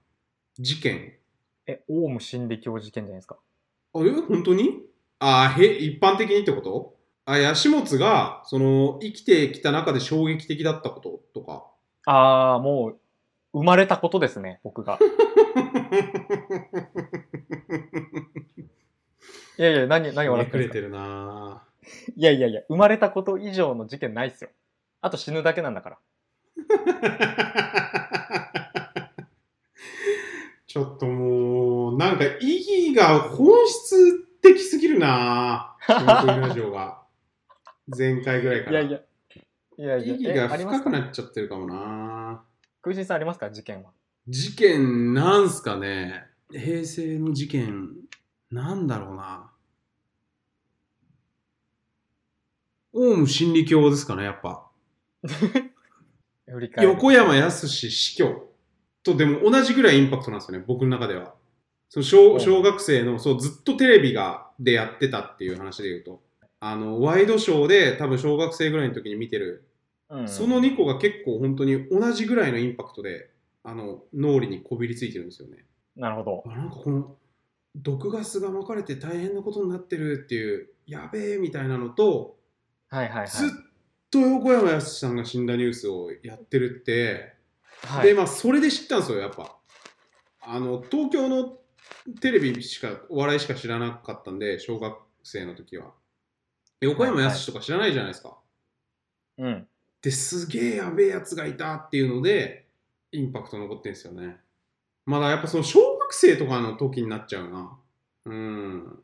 Speaker 2: 事件。
Speaker 1: え、オウム真理教事件じゃないですか。
Speaker 2: あえ本当にあーへ一般的にってことあ、いや、始末が、その、生きてきた中で衝撃的だったこととか。
Speaker 1: あー、もう、生まれたことですね、僕 が。いやいや、何、何笑って
Speaker 2: く
Speaker 1: る
Speaker 2: れ
Speaker 1: んで
Speaker 2: て
Speaker 1: すか
Speaker 2: るない
Speaker 1: やいやいや、生まれたこと以上の事件ないっすよ。あと死ぬだけなんだから。
Speaker 2: ぁ ちょっともう、なんか意義が本質的すぎるなぁ。霜降りラジ オが。前回ぐらいか
Speaker 1: い
Speaker 2: ら。
Speaker 1: やいや。いやい
Speaker 2: 意
Speaker 1: や、
Speaker 2: 義
Speaker 1: え
Speaker 2: が
Speaker 1: ありま
Speaker 2: 深
Speaker 1: す
Speaker 2: く
Speaker 1: か
Speaker 2: なっちゃってるかもな
Speaker 1: 空心さんありますか事件は。
Speaker 2: 事件なんすかね平成の事件なんだろうなオウム真理教ですかねやっぱ
Speaker 1: 振り返る
Speaker 2: 横山やすし死去とでも同じぐらいインパクトなんですよね僕の中ではその小小学生のそうずっとテレビがでやってたっていう話で言うとあのワイドショーで多分小学生ぐらいの時に見てる
Speaker 1: うん
Speaker 2: その2個が結構本当に同じぐらいのインパクトであの脳裏にこびりついてるんですよね。
Speaker 1: なるほど。
Speaker 2: あなんかこの毒ガスがまかれて大変なことになってるっていうやべえみたいなのと
Speaker 1: はいはいはい。
Speaker 2: ずっと横山やすしさんが死んだニュースをやってるって、
Speaker 1: はい
Speaker 2: でまあそれで知ったんですよやっぱ。あの東京のテレビしかお笑いしか知らなかったんで小学生の時は横山やすしとか知らないじゃないですか。
Speaker 1: うん。
Speaker 2: ですげえやべえやつがいたっていうのでインパクト残ってんですよねまだやっぱその小学生とかの時になっちゃうなうん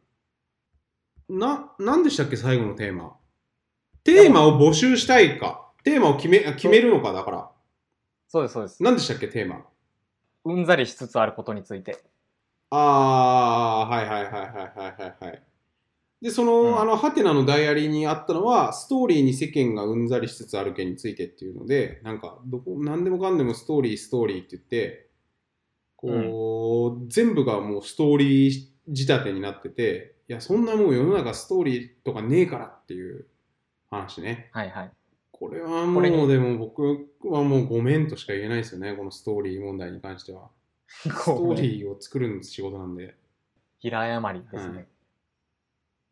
Speaker 2: な何でしたっけ最後のテーマテーマを募集したいかテーマを決めあ決めるのかだから
Speaker 1: そうですそうです。
Speaker 2: 何でしたっけテーマ
Speaker 1: うんざりしつつあることについて。
Speaker 2: ああはいはいはいはいはいはいはいでその、
Speaker 1: うん
Speaker 2: あのハテナのダイアリーにあったのはストーリーに世間がうんざりしつつある件についてっていうのでなんかどこ何でもかんでもストーリーストーリーって言ってこう、全部がもうストーリー仕立てになってていやそんなもう世の中ストーリーとかねえからっていう話ね
Speaker 1: はいはい。
Speaker 2: これは
Speaker 1: これ
Speaker 2: も
Speaker 1: に
Speaker 2: うでも僕はもうごめんとしか言えないですよねこのストーリー問題に関してはストーリーを作るの仕事なんで
Speaker 1: 平誤りですね。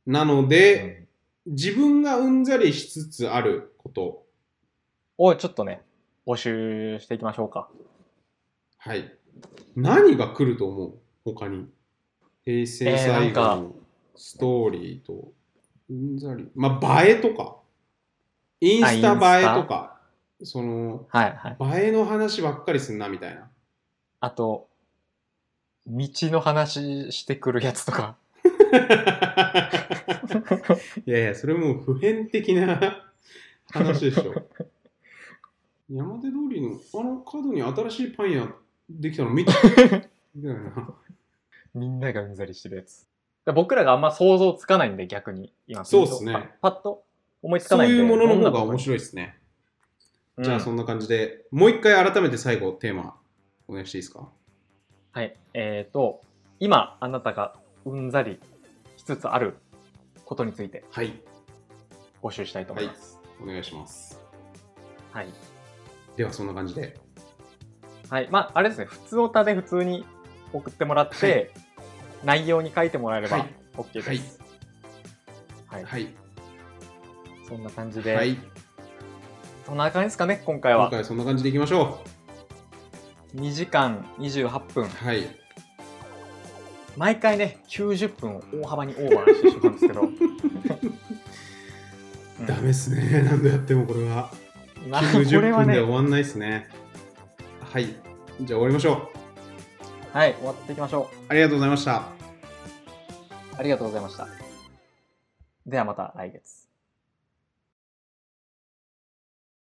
Speaker 2: なの
Speaker 1: う
Speaker 2: で、
Speaker 1: ん
Speaker 2: 自分がうんざりしつつあること。
Speaker 1: をちょっとね、募集していきましょうか。
Speaker 2: はい。何が来ると思う他に。平成最後のストーリーと、うんざり。まあ、映えとか。インスタ映えとか。その、
Speaker 1: はいはい。
Speaker 2: 映えの話ばっかりすんなみたいな。
Speaker 1: あと、道の話してくるやつとか。
Speaker 2: いやいや、それもう普遍的な 話でしょ。山手通りのあの角に新しいパン屋できたの見たみたいな。
Speaker 1: みんながうんざりしてるやつ。だから僕らがあんま想像つかないんで、逆に。今
Speaker 2: そうっすね
Speaker 1: パパッと思いつか
Speaker 2: そ
Speaker 1: な
Speaker 2: う
Speaker 1: いんで。
Speaker 2: いうものの
Speaker 1: ど
Speaker 2: 方
Speaker 1: ん
Speaker 2: が
Speaker 1: なこ
Speaker 2: 面
Speaker 1: と
Speaker 2: 白いですね。
Speaker 1: うん
Speaker 2: じゃあそんな感じで、もう一回改めて最後テーマお願いしていいですか
Speaker 1: はい。えっ、と、今、あなたがうんざりしつつあることについて
Speaker 2: はい、
Speaker 1: 募集したいと思います。
Speaker 2: お願いします。
Speaker 1: はい。
Speaker 2: ではそんな感じで。
Speaker 1: はい。まあ、あれですね。普通オタで普通に送ってもらって、内容に書いてもらえれ
Speaker 2: は
Speaker 1: ば
Speaker 2: い
Speaker 1: OK です。はい。
Speaker 2: はい。
Speaker 1: そんな感じで、
Speaker 2: はい。
Speaker 1: そんな感じですかね、今回
Speaker 2: 今
Speaker 1: は。
Speaker 2: 回はそんな感じでいきましょ
Speaker 1: 2時間28分
Speaker 2: う。。はい。
Speaker 1: 毎回ね、90分を大幅にオーバーしてしまうんですけ ど。うん
Speaker 2: ダメっすね。何度やってもこれは。
Speaker 1: まあこれ
Speaker 2: 90
Speaker 1: は
Speaker 2: 分では
Speaker 1: ね、
Speaker 2: 終わんないっすね。はい。じゃあ終わりましょ
Speaker 1: はい、終わっていきましょ
Speaker 2: う。ありがとうございました。
Speaker 1: う。ありがとうございました。ではまた来月。